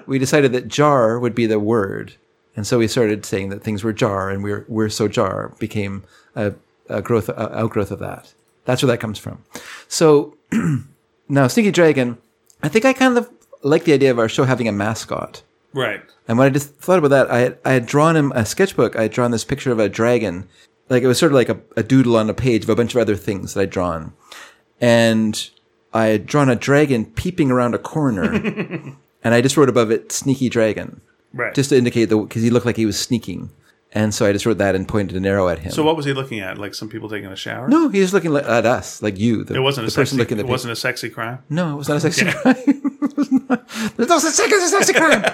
[SPEAKER 2] we decided that jar would be the word. And so we started saying that things were jar and we're, we're so jar became a, a growth, a outgrowth of that. That's where that comes from. So <clears throat> now Sneaky Dragon, I think I kind of like the idea of our show having a mascot.
[SPEAKER 1] right.
[SPEAKER 2] And when I just thought about that, I had, I had drawn him a sketchbook. I had drawn this picture of a dragon. Like it was sort of like a, a doodle on a page of a bunch of other things that I'd drawn. And I had drawn a dragon peeping around a corner.
[SPEAKER 1] <laughs>
[SPEAKER 2] and I just wrote above it, sneaky dragon,
[SPEAKER 1] Right.
[SPEAKER 2] just to indicate that because he looked like he was sneaking. And so I just wrote that and pointed an arrow at him.
[SPEAKER 1] so, what was he looking at? Like some people taking a shower?
[SPEAKER 2] no, he was looking li- at us, like you, the,
[SPEAKER 1] it wasn't
[SPEAKER 2] the
[SPEAKER 1] a sexy.
[SPEAKER 2] person looking at
[SPEAKER 1] It
[SPEAKER 2] the
[SPEAKER 1] wasn't a sexy crime.
[SPEAKER 2] no,
[SPEAKER 1] <laughs>
[SPEAKER 2] it was not a sexy crime. <laughs> It was not- There's no such thing as a
[SPEAKER 1] <laughs>
[SPEAKER 2] sexy crime.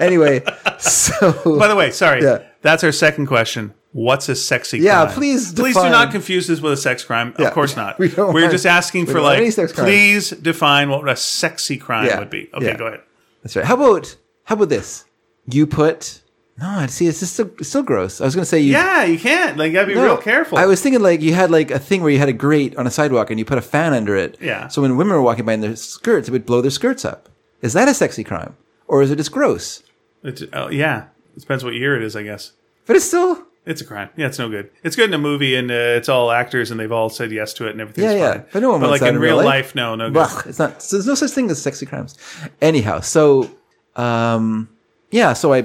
[SPEAKER 2] anyway, so
[SPEAKER 1] By the way, sorry.
[SPEAKER 2] Yeah.
[SPEAKER 1] That's our second question. What's a sexy
[SPEAKER 2] Yeah,
[SPEAKER 1] crime?
[SPEAKER 2] please
[SPEAKER 1] Please do
[SPEAKER 2] define-
[SPEAKER 1] not confuse this with a sex crime.
[SPEAKER 2] Yeah.
[SPEAKER 1] Of course not.
[SPEAKER 2] <laughs> We don't
[SPEAKER 1] are
[SPEAKER 2] want-
[SPEAKER 1] just asking
[SPEAKER 2] we
[SPEAKER 1] for
[SPEAKER 2] don't want
[SPEAKER 1] like
[SPEAKER 2] any sex crime.
[SPEAKER 1] please define what a sexy crime
[SPEAKER 2] Yeah.
[SPEAKER 1] would be. Okay,
[SPEAKER 2] Yeah.
[SPEAKER 1] go ahead.
[SPEAKER 2] That's right. How about how about this? You put no. I see. It's just so, it's so gross. I was gonna say you.
[SPEAKER 1] Yeah, you can't. Like you gotta be
[SPEAKER 2] no.
[SPEAKER 1] real careful.
[SPEAKER 2] I was thinking like you had like a thing where you had a grate on a sidewalk and you put a fan under it.
[SPEAKER 1] Yeah.
[SPEAKER 2] So when women were walking by in their skirts, it would blow their skirts up. Is that a sexy crime or is it just gross?
[SPEAKER 1] It's, oh, yeah, it depends what year it is, I guess.
[SPEAKER 2] But it's still
[SPEAKER 1] It's a crime. Yeah, it's no good. It's good in a movie, and uh, it's all actors, and they've all said yes to it, and everything's
[SPEAKER 2] Yeah, yeah.
[SPEAKER 1] fine.
[SPEAKER 2] But no one wants
[SPEAKER 1] like
[SPEAKER 2] that
[SPEAKER 1] in real life, no, no. Good.
[SPEAKER 2] Ugh, it's not. So there's no such thing as sexy crimes. Anyhow, so um, yeah. So I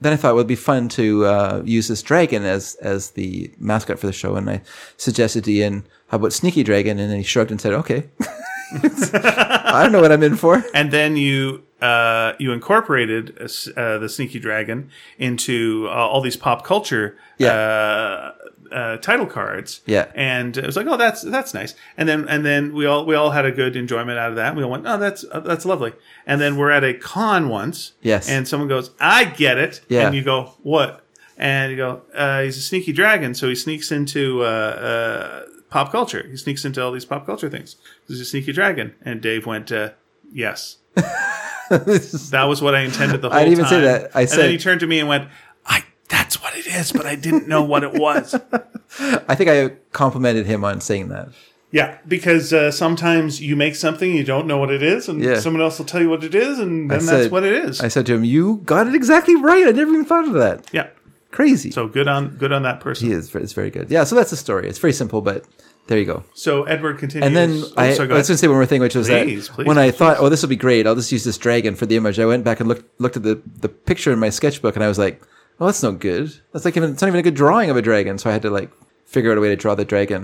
[SPEAKER 2] then I thought it would be fun to uh, use this dragon as as the mascot for the show, and I suggested to Ian how about sneaky dragon, and then he shrugged and said, "Okay." <laughs> I don't know what I'm in for.
[SPEAKER 1] and then you uh, you incorporated uh, s- uh, the sneaky dragon into uh, all these pop culture uh, uh, title cards.
[SPEAKER 2] Yeah.
[SPEAKER 1] and it was like, oh, that's that's nice. And then and then we all we all had a good enjoyment out of that. We all went, oh, that's uh, that's lovely. And then we're at a con once.
[SPEAKER 2] Yes.
[SPEAKER 1] and someone goes, I get it.
[SPEAKER 2] Yeah.
[SPEAKER 1] and you go, what? And you go, uh, he's a sneaky dragon, so he sneaks into. Uh, uh, Pop culture. He sneaks into all these pop culture things. He's a sneaky dragon. And Dave went, uh,
[SPEAKER 2] <laughs>
[SPEAKER 1] "Yes, that was what I intended the whole time.
[SPEAKER 2] didn't even say that. I
[SPEAKER 1] and
[SPEAKER 2] said-
[SPEAKER 1] then he turned to me and went, "I that's what it is, but I didn't know what it
[SPEAKER 2] <laughs>
[SPEAKER 1] was."
[SPEAKER 2] I think I complimented him on saying that.
[SPEAKER 1] yeah, because uh, sometimes you make something you don't know what it is, and
[SPEAKER 2] Yeah.
[SPEAKER 1] someone else will tell you what it is, and then
[SPEAKER 2] I
[SPEAKER 1] that's
[SPEAKER 2] said-
[SPEAKER 1] what it is.
[SPEAKER 2] I said to him, "You got it exactly right. I never even thought of that."
[SPEAKER 1] yeah,
[SPEAKER 2] Crazy.
[SPEAKER 1] So good on good on that person.
[SPEAKER 2] he is. It's very good. Yeah. So that's the story. It's very simple, but there you go.
[SPEAKER 1] So Edward continues.
[SPEAKER 2] And then
[SPEAKER 1] Oh,
[SPEAKER 2] I,
[SPEAKER 1] sorry, go
[SPEAKER 2] I was
[SPEAKER 1] ahead.
[SPEAKER 2] going to say one more thing, which was
[SPEAKER 1] Please,
[SPEAKER 2] that
[SPEAKER 1] please,
[SPEAKER 2] when I
[SPEAKER 1] please,
[SPEAKER 2] thought, oh, this will be great, I'll just use this dragon for the image. I went back and looked looked at the, the picture in my sketchbook, and I was like, oh, that's no good. That's like even, it's not even a good drawing of a dragon. So I had to like figure out a way to draw the dragon.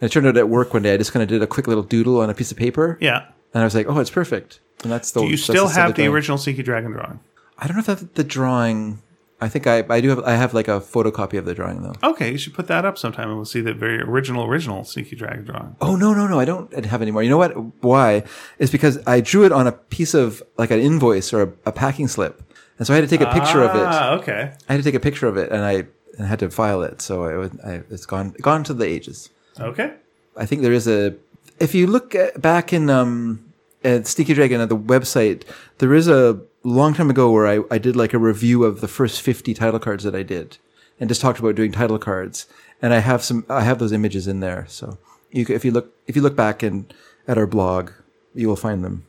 [SPEAKER 2] And it turned out at work one day, I just kind of did a quick little doodle on a piece of paper,
[SPEAKER 1] yeah.
[SPEAKER 2] and I was like, oh, it's perfect. And that's the.
[SPEAKER 1] Do you
[SPEAKER 2] Oh, that's
[SPEAKER 1] still
[SPEAKER 2] side
[SPEAKER 1] have
[SPEAKER 2] of
[SPEAKER 1] the
[SPEAKER 2] drawing.
[SPEAKER 1] original Seeky Dragon drawing?
[SPEAKER 2] I don't know if that's the drawing. I think I I do have I have like a photocopy of the drawing though.
[SPEAKER 1] Okay, you should put that up sometime, and we'll see the very original original Seeky Dragon drawing.
[SPEAKER 2] Oh no no no! I don't have any more. You know what? Why? It's because I drew it on a piece of like an invoice or a, a packing slip, and so I had to take a picture of it.
[SPEAKER 1] Ah, okay.
[SPEAKER 2] I had to take a picture of it, and I, and had to file it. So I, would- I, it's gone gone to the ages.
[SPEAKER 1] Okay.
[SPEAKER 2] I think there is a. If you look at, back in um, at Sticky Dragon at the website, there is a long time ago where I, I did like a review of the first fifty title cards that I did, and just talked about doing title cards. And I have some. I have those images in there. So you, c- if you look, if you look back and at our blog, you will find them.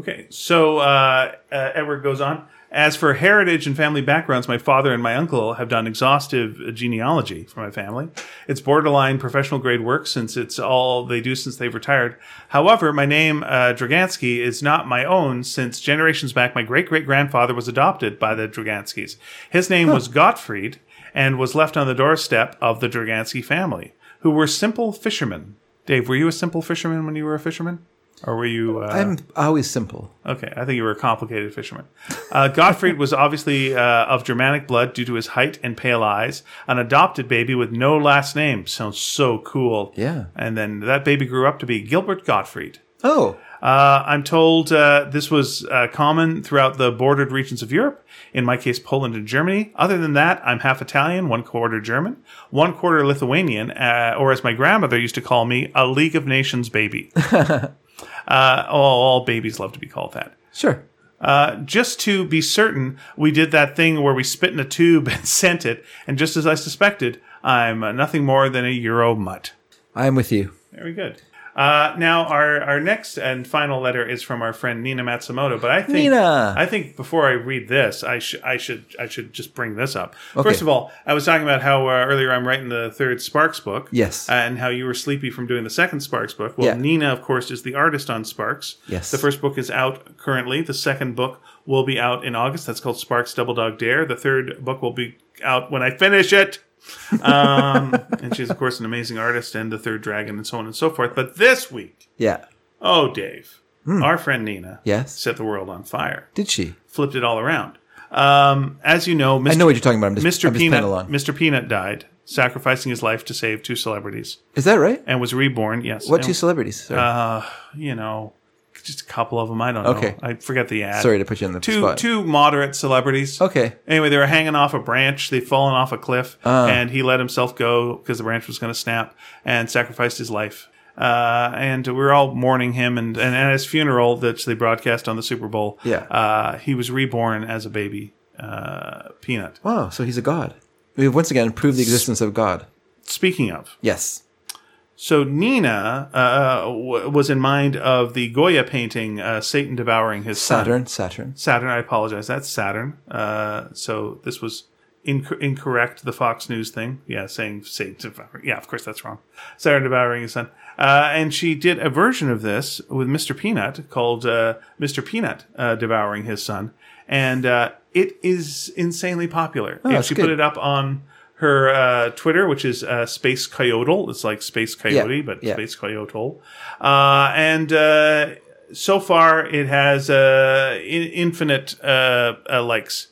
[SPEAKER 1] Okay, so uh, uh, Edward goes on. As for heritage and family backgrounds, my father and my uncle have done exhaustive genealogy for my family. It's borderline professional grade work since it's all they do since they've retired. However, my name, uh, Dragansky, is not my own since generations back, my great great grandfather was adopted by the Draganskys. His name was Gottfried and was left on the doorstep of the Dragansky family, who were simple fishermen. Dave, were you a simple fisherman when you were a fisherman? Or were you. Uh,
[SPEAKER 2] I'm always simple.
[SPEAKER 1] Okay, I think you were a complicated fisherman. Uh, Gottfried was obviously uh, of Germanic blood due to his height and pale eyes. An adopted baby with no last name sounds so cool.
[SPEAKER 2] Yeah.
[SPEAKER 1] And then that baby grew up to be Gilbert Gottfried.
[SPEAKER 2] Oh,
[SPEAKER 1] Uh, I'm told uh, this was uh, common throughout the bordered regions of Europe, in my case, Poland and Germany. Other than that, I'm half Italian, one quarter German, one quarter Lithuanian, uh, or as my grandmother used to call me, a League of Nations baby. uh, all, all babies love to be called that.
[SPEAKER 2] sure.
[SPEAKER 1] Uh, just to be certain, we did that thing where we spit in a tube <laughs> and sent it, and just as I suspected, I'm uh, nothing more than a Euro mutt.
[SPEAKER 2] I'm with you.
[SPEAKER 1] Very good. Uh, now, our, our next and final letter is from our friend Nina Matsumoto. But I think
[SPEAKER 2] Nina!
[SPEAKER 1] I think before I read this, I should I should I should just bring this up. First of all, I was talking about how uh, earlier I'm writing the third Sparks book.
[SPEAKER 2] Yes.
[SPEAKER 1] and how you were sleepy from doing the second Sparks book. Well,
[SPEAKER 2] Yeah.
[SPEAKER 1] Nina, of course, is the artist on Sparks.
[SPEAKER 2] Yes.
[SPEAKER 1] the first book is out currently. The second book will be out in August. That's called Sparks Double Dog Dare. The third book will be out when I finish
[SPEAKER 2] <laughs>
[SPEAKER 1] it um, and she's of course an amazing artist and the third dragon and so on and so forth but this week
[SPEAKER 2] Yeah.
[SPEAKER 1] oh dave
[SPEAKER 2] Hmm.
[SPEAKER 1] our friend nina
[SPEAKER 2] Yes.
[SPEAKER 1] set the world on fire
[SPEAKER 2] Did she?
[SPEAKER 1] flipped it all around um, as you know mr.
[SPEAKER 2] I know what you're talking about. I'm just, I'm
[SPEAKER 1] mr.
[SPEAKER 2] just playing
[SPEAKER 1] peanut
[SPEAKER 2] along.
[SPEAKER 1] mr peanut died sacrificing his life to save two celebrities
[SPEAKER 2] Is that right?
[SPEAKER 1] and was reborn yes
[SPEAKER 2] What
[SPEAKER 1] and,
[SPEAKER 2] two celebrities? Sorry,
[SPEAKER 1] uh, you know just a couple of them i don't
[SPEAKER 2] Okay.
[SPEAKER 1] know i forget the ad
[SPEAKER 2] Sorry to put you on the
[SPEAKER 1] two
[SPEAKER 2] spot.
[SPEAKER 1] two moderate celebrities
[SPEAKER 2] Okay.
[SPEAKER 1] Anyway, they were hanging off a branch. They'd fallen off a cliff,
[SPEAKER 2] Uh.
[SPEAKER 1] and he let himself go because the branch was going to snap and sacrificed his life. Uh, and we were all mourning him. And, and at his funeral, that they broadcast on the Super Bowl,
[SPEAKER 2] Yeah.
[SPEAKER 1] uh, he was reborn as a baby uh, peanut.
[SPEAKER 2] Wow, so he's a god. We've once again proved the existence of God.
[SPEAKER 1] Speaking of,
[SPEAKER 2] Yes.
[SPEAKER 1] so Nina uh, w- was in mind of the Goya painting, uh, Satan Devouring His Son.
[SPEAKER 2] Saturn, Saturn.
[SPEAKER 1] Saturn. I apologize. That's Saturn. Uh, so this was inc- incorrect. The Fox News thing. Yeah, saying Satan devouring. Yeah, of course that's wrong. Saturn devouring his son. Uh, and she did a version of this with Mr. Peanut called uh, Mr. Peanut uh, devouring his son, and uh, it is insanely popular. if
[SPEAKER 2] Oh, that's
[SPEAKER 1] she
[SPEAKER 2] good.
[SPEAKER 1] put it up on her uh, Twitter, which is uh, Space Coyotl. It's like Space Coyote,
[SPEAKER 2] Yeah,
[SPEAKER 1] but
[SPEAKER 2] yeah.
[SPEAKER 1] Space Coyotl. Uh, and uh, so far, it has uh, in- infinite uh, uh, likes.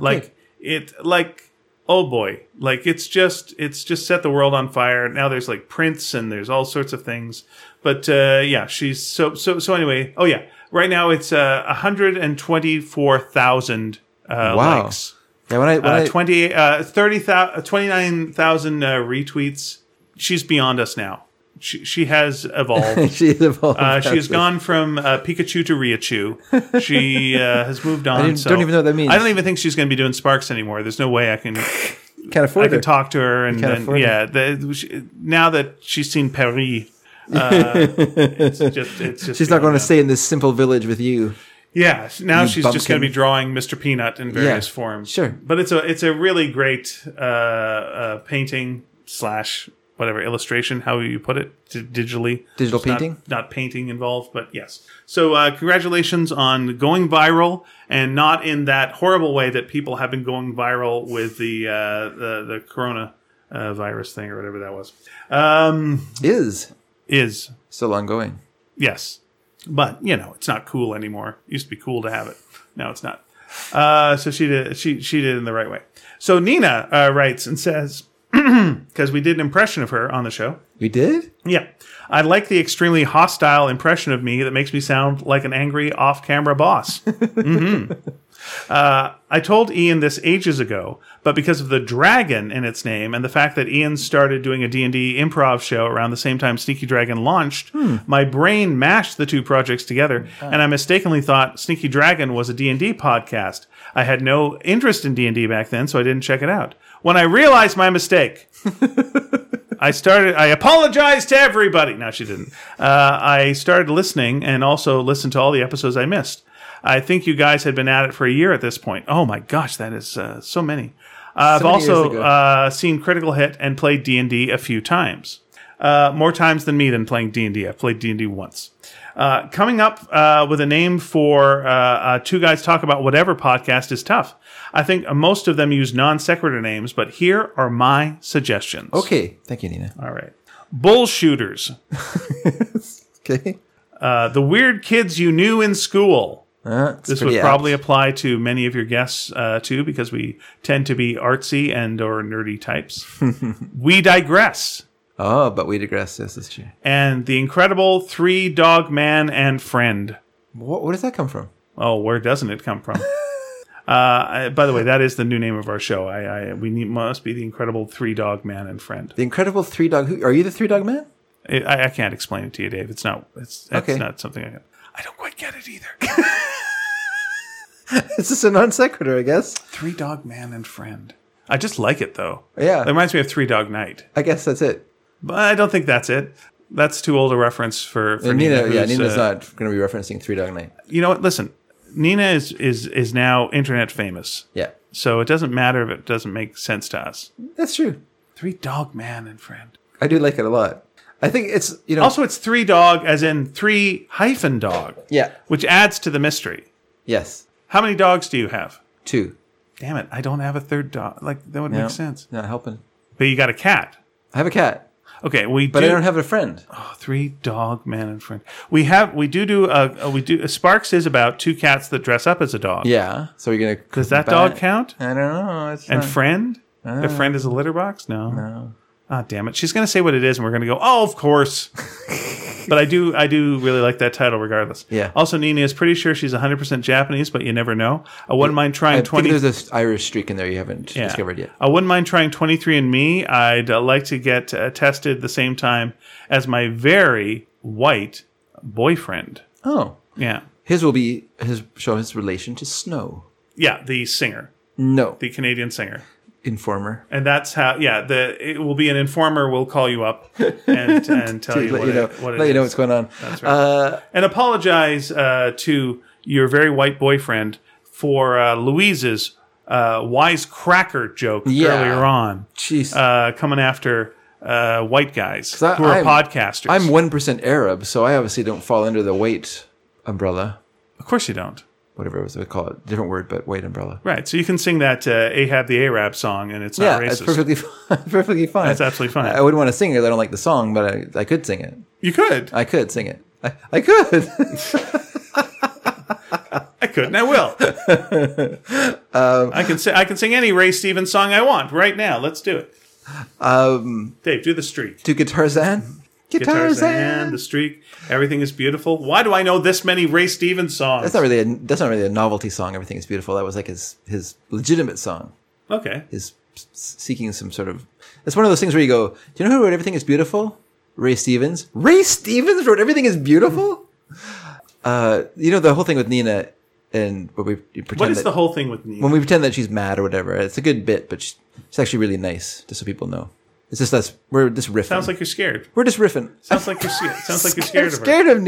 [SPEAKER 1] like it, like oh boy, like it's just it's just set the world on fire. Now there's like prints and there's all sorts of things. But uh, yeah, she's so so so. Anyway, oh yeah, right now it's uh, 124,000 uh,
[SPEAKER 2] Wow.
[SPEAKER 1] likes
[SPEAKER 2] Yeah, when I, when
[SPEAKER 1] uh,
[SPEAKER 2] I <laughs>
[SPEAKER 1] 20, uh, 30, thou- 29,000 uh, retweets. She's beyond us now. She, she has
[SPEAKER 2] <laughs>
[SPEAKER 1] evolved.
[SPEAKER 2] she's evolved.
[SPEAKER 1] Uh, she has
[SPEAKER 2] faster.
[SPEAKER 1] gone from uh, Pikachu to Raichu.
[SPEAKER 2] <laughs>
[SPEAKER 1] She uh, has moved on.
[SPEAKER 2] didn't-
[SPEAKER 1] so
[SPEAKER 2] don't even know what that means.
[SPEAKER 1] I don't even think she's going to be doing Sparks anymore. There's no way I can
[SPEAKER 2] Can't afford
[SPEAKER 1] I
[SPEAKER 2] her. <laughs>
[SPEAKER 1] can talk to her and,
[SPEAKER 2] can't
[SPEAKER 1] and
[SPEAKER 2] afford
[SPEAKER 1] yeah. The, she, now that she's seen
[SPEAKER 2] <laughs>
[SPEAKER 1] Paris, uh, it's just it's just
[SPEAKER 2] She's not
[SPEAKER 1] beyond
[SPEAKER 2] going to
[SPEAKER 1] us.
[SPEAKER 2] stay in this simple village with you.
[SPEAKER 1] Yeah, now
[SPEAKER 2] You
[SPEAKER 1] she's just going
[SPEAKER 2] bumpkin.
[SPEAKER 1] to be drawing Mr. Peanut in various
[SPEAKER 2] Yeah,
[SPEAKER 1] forms.
[SPEAKER 2] sure.
[SPEAKER 1] but it's a it's a really great uh, uh, painting slash whatever illustration. How you put it di- digitally?
[SPEAKER 2] Digital
[SPEAKER 1] It's not-
[SPEAKER 2] painting?
[SPEAKER 1] not, painting involved, but yes. So uh, congratulations on going viral, and not in that horrible way that people have been going viral with the uh, the the corona. Uh, virus thing or whatever that was um,
[SPEAKER 2] Is
[SPEAKER 1] is
[SPEAKER 2] still ongoing.
[SPEAKER 1] Yes. But, you know, it's not cool anymore. It used to be cool to have it. Now it's not. Uh, so she did, she, she did it in the right way. So Nina uh, writes and says, <clears throat> because we did an impression of her on the show.
[SPEAKER 2] We did?
[SPEAKER 1] Yeah. I like the extremely hostile impression of me that makes me sound like an angry off camera boss. hmm uh, I told Ian this ages ago, but because of the dragon in its name and the fact that Ian started doing a D&D improv show around the same time Sneaky Dragon launched, my brain mashed the two projects together and I mistakenly thought Sneaky Dragon was a D&D podcast. I had no interest in D&D back then, so I didn't check it out. When I realized my mistake, I started. I apologized to everybody. No, she didn't. Uh, I started listening and also listened to all the episodes I missed. I think you guys had been at it for a year at this point. Oh my gosh, that is uh, so many. Uh, I've
[SPEAKER 2] many years
[SPEAKER 1] also
[SPEAKER 2] ago.
[SPEAKER 1] uh, seen Critical Hit and played D and D a few times. Uh, more times than me than playing D and D. I've played D and D once. Uh, coming up uh, with a name for uh, uh, Two Guys Talk About Whatever podcast is tough. I think most of them use non sequitur names, but here are my suggestions.
[SPEAKER 2] Okay. Thank you, Nina.
[SPEAKER 1] All right. Bull shooters.
[SPEAKER 2] Okay. <laughs>
[SPEAKER 1] Uh, the weird kids you knew in school.
[SPEAKER 2] Uh, it's
[SPEAKER 1] This
[SPEAKER 2] pretty
[SPEAKER 1] would
[SPEAKER 2] apt.
[SPEAKER 1] probably apply to many of your guests uh, too, because we tend to be artsy and or nerdy types. we digress.
[SPEAKER 2] Oh, but we digress. Yes, that's true.
[SPEAKER 1] And the incredible three dog man and friend.
[SPEAKER 2] What, where does that come from?
[SPEAKER 1] Oh, where doesn't it come from? Uh, I- by the way, that is the new name of our show. I, I we need, must be the incredible three dog man and friend.
[SPEAKER 2] The incredible three dog. Who, are you the three dog man? <laughs>
[SPEAKER 1] I- I, I can't explain it to you, Dave. It's not. It's, it's
[SPEAKER 2] Okay.
[SPEAKER 1] not something I. Can, I don't quite get it either.
[SPEAKER 2] This is a non sequitur, I guess.
[SPEAKER 1] Three Dog Man and Friend. I just like it though.
[SPEAKER 2] Yeah.
[SPEAKER 1] It reminds me of Three Dog Night,
[SPEAKER 2] I guess that's it.
[SPEAKER 1] but I don't think that's it. That's too old a reference for, for
[SPEAKER 2] And Nina, yeah,
[SPEAKER 1] who's,
[SPEAKER 2] Nina's
[SPEAKER 1] uh,
[SPEAKER 2] not going to be referencing Three Dog Night.
[SPEAKER 1] You know what? Listen, Nina is is is now internet famous,
[SPEAKER 2] Yeah,
[SPEAKER 1] so it doesn't matter if it doesn't make sense to us.
[SPEAKER 2] that's true.
[SPEAKER 1] Three Dog Man and Friend.
[SPEAKER 2] I do like it a lot. I think it's you know
[SPEAKER 1] Also, it's three dog as in three hyphen dog,
[SPEAKER 2] yeah
[SPEAKER 1] which adds to the mystery.
[SPEAKER 2] yes
[SPEAKER 1] How many dogs do you have?
[SPEAKER 2] two
[SPEAKER 1] Damn it, I don't have a third dog. Like that would
[SPEAKER 2] No,
[SPEAKER 1] make sense.
[SPEAKER 2] not helping.
[SPEAKER 1] But you got a cat.
[SPEAKER 2] I have a cat,
[SPEAKER 1] Okay, we
[SPEAKER 2] but
[SPEAKER 1] do,
[SPEAKER 2] I don't have a friend.
[SPEAKER 1] three dog man and friend. We have we do do uh, uh, we do Sparks is about two cats that dress up as a dog.
[SPEAKER 2] Yeah, so you're gonna
[SPEAKER 1] Does that dog count?
[SPEAKER 2] I don't know. It's
[SPEAKER 1] And
[SPEAKER 2] not-
[SPEAKER 1] friend? the friend is a litter box? No. Ah, damn it. She's gonna say what it is, and we're gonna go. Oh, of
[SPEAKER 2] <laughs>
[SPEAKER 1] course. but I do, I do really like that title, regardless.
[SPEAKER 2] Yeah.
[SPEAKER 1] Also, Nina is pretty sure she's 100 percent Japanese, but you never know. I wouldn't mind
[SPEAKER 2] I
[SPEAKER 1] trying
[SPEAKER 2] think
[SPEAKER 1] 20.
[SPEAKER 2] there's this Irish streak in there you haven't
[SPEAKER 1] Yeah.
[SPEAKER 2] discovered yet.
[SPEAKER 1] I wouldn't mind trying 23andMe. I'd uh, like to get uh, tested the same time as my very white boyfriend.
[SPEAKER 2] Oh,
[SPEAKER 1] Yeah.
[SPEAKER 2] his will be his show his relation to snow.
[SPEAKER 1] Yeah, the singer,
[SPEAKER 2] No,
[SPEAKER 1] the Canadian singer,
[SPEAKER 2] informer.
[SPEAKER 1] and that's how. Yeah, the it will be an informer. will call you
[SPEAKER 2] <laughs>
[SPEAKER 1] up and, and tell you
[SPEAKER 2] let
[SPEAKER 1] what,
[SPEAKER 2] you know,
[SPEAKER 1] it, what it
[SPEAKER 2] let you know
[SPEAKER 1] is.
[SPEAKER 2] what's going on.
[SPEAKER 1] That's right. and apologize uh, to your very white boyfriend for uh, Louise's uh, wise cracker joke
[SPEAKER 2] Yeah.
[SPEAKER 1] earlier on,
[SPEAKER 2] Jeez,
[SPEAKER 1] uh, coming after uh, white guys
[SPEAKER 2] I-
[SPEAKER 1] who are
[SPEAKER 2] I'm-
[SPEAKER 1] podcasters.
[SPEAKER 2] I'm one percent Arab, so I obviously don't fall under the weight umbrella.
[SPEAKER 1] of course you don't.
[SPEAKER 2] Whatever it was, they call it different word, but weight umbrella.
[SPEAKER 1] Right, so you can sing that uh, Ahab the Arab song, and it's
[SPEAKER 2] Yeah,
[SPEAKER 1] not
[SPEAKER 2] that's
[SPEAKER 1] racist.
[SPEAKER 2] perfectly <laughs> fine. perfectly fine.
[SPEAKER 1] That's absolutely fine.
[SPEAKER 2] I, I wouldn't want to sing it. I don't like the song, but I, I could sing it.
[SPEAKER 1] You could,
[SPEAKER 2] I could sing it. I, I could. <laughs>
[SPEAKER 1] I could, and I
[SPEAKER 2] <laughs>
[SPEAKER 1] will.
[SPEAKER 2] Um,
[SPEAKER 1] I can say I can sing any Ray Stevens song I want right now. Let's do it. Um, Dave, do the streak.
[SPEAKER 2] Do guitar Zan. Guitar
[SPEAKER 1] Tarzan,
[SPEAKER 2] Zan.
[SPEAKER 1] the streak. Everything is beautiful. Why do I know this many Ray Stevens songs?
[SPEAKER 2] That's not really a that's not really a novelty song. Everything is beautiful. That was like his his legitimate song.
[SPEAKER 1] okay.
[SPEAKER 2] His s- seeking some sort of. It's one of those things where you go, "Do you know who wrote Everything Is Beautiful?" Ray Stevens. Ray Stevens wrote Everything Is
[SPEAKER 1] <laughs>
[SPEAKER 2] Beautiful. uh, you know the whole thing with Nina and what we you pretend
[SPEAKER 1] What is
[SPEAKER 2] that,
[SPEAKER 1] the whole thing with me?
[SPEAKER 2] when we pretend that she's mad or whatever, it's a good bit, but she, she's actually really nice, just so people know. It's just us. We're just riffing.
[SPEAKER 1] Sounds like you're scared.
[SPEAKER 2] we're just riffing.
[SPEAKER 1] Sounds like you're scared. Sounds like you're
[SPEAKER 2] I'm
[SPEAKER 1] scared of her.
[SPEAKER 2] <laughs> scared of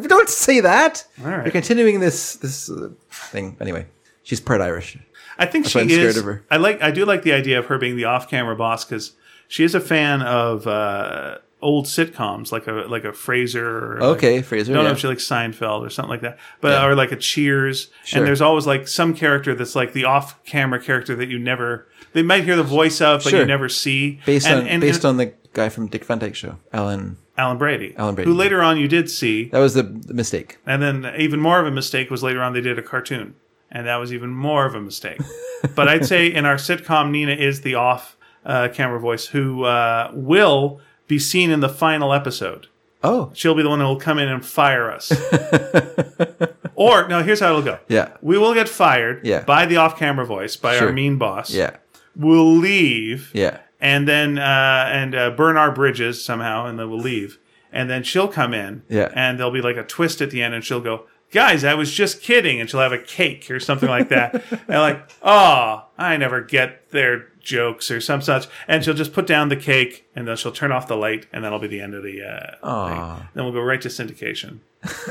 [SPEAKER 2] me. <laughs> Don't say that.
[SPEAKER 1] All right.
[SPEAKER 2] You're continuing this this uh, thing anyway. She's part Irish.
[SPEAKER 1] I think she
[SPEAKER 2] why I'm
[SPEAKER 1] is.
[SPEAKER 2] scared of her.
[SPEAKER 1] I like. I do like the idea of her being the off-camera boss because she is a fan of uh, old sitcoms, like a like a Frasier. Or
[SPEAKER 2] Okay,
[SPEAKER 1] like,
[SPEAKER 2] Fraser.
[SPEAKER 1] I don't
[SPEAKER 2] yeah.
[SPEAKER 1] know if she likes Seinfeld or something like that, but or like a Cheers.
[SPEAKER 2] Sure.
[SPEAKER 1] And there's always like some character that's like the off-camera character that you never. They might hear the voice of, but
[SPEAKER 2] Sure.
[SPEAKER 1] you never see.
[SPEAKER 2] based
[SPEAKER 1] and,
[SPEAKER 2] on based on the guy from Dick Van Dyke Show, Alan.
[SPEAKER 1] Alan Brady,
[SPEAKER 2] Alan Brady.
[SPEAKER 1] who later on you did see,
[SPEAKER 2] That was the, the mistake.
[SPEAKER 1] and then even more of a mistake was later on they did a cartoon, and that was even more of a
[SPEAKER 2] <laughs>
[SPEAKER 1] mistake. but I'd say in our sitcom, Nina is the off-camera voice who uh, will be seen in the final episode.
[SPEAKER 2] Oh,
[SPEAKER 1] She'll be the one who will come in and fire
[SPEAKER 2] <laughs>
[SPEAKER 1] us. or no, here's how it'll go.
[SPEAKER 2] yeah,
[SPEAKER 1] We will get fired
[SPEAKER 2] Yeah.
[SPEAKER 1] by the off-camera voice by
[SPEAKER 2] Sure.
[SPEAKER 1] our mean boss.
[SPEAKER 2] yeah,
[SPEAKER 1] We'll leave
[SPEAKER 2] yeah.
[SPEAKER 1] and then uh, and uh, burn our bridges somehow, and then we'll leave. And then she'll come in,
[SPEAKER 2] Yeah.
[SPEAKER 1] and there'll be like a twist at the end, and she'll go, "Guys, I was just kidding," and she'll have a cake or something like that,
[SPEAKER 2] <laughs>
[SPEAKER 1] and like, "Oh, I never get their jokes or some such," and she'll just put down the cake, and then she'll turn off the light, and that'll be the end of the. Uh,
[SPEAKER 2] Aw.
[SPEAKER 1] Then we'll go right to syndication,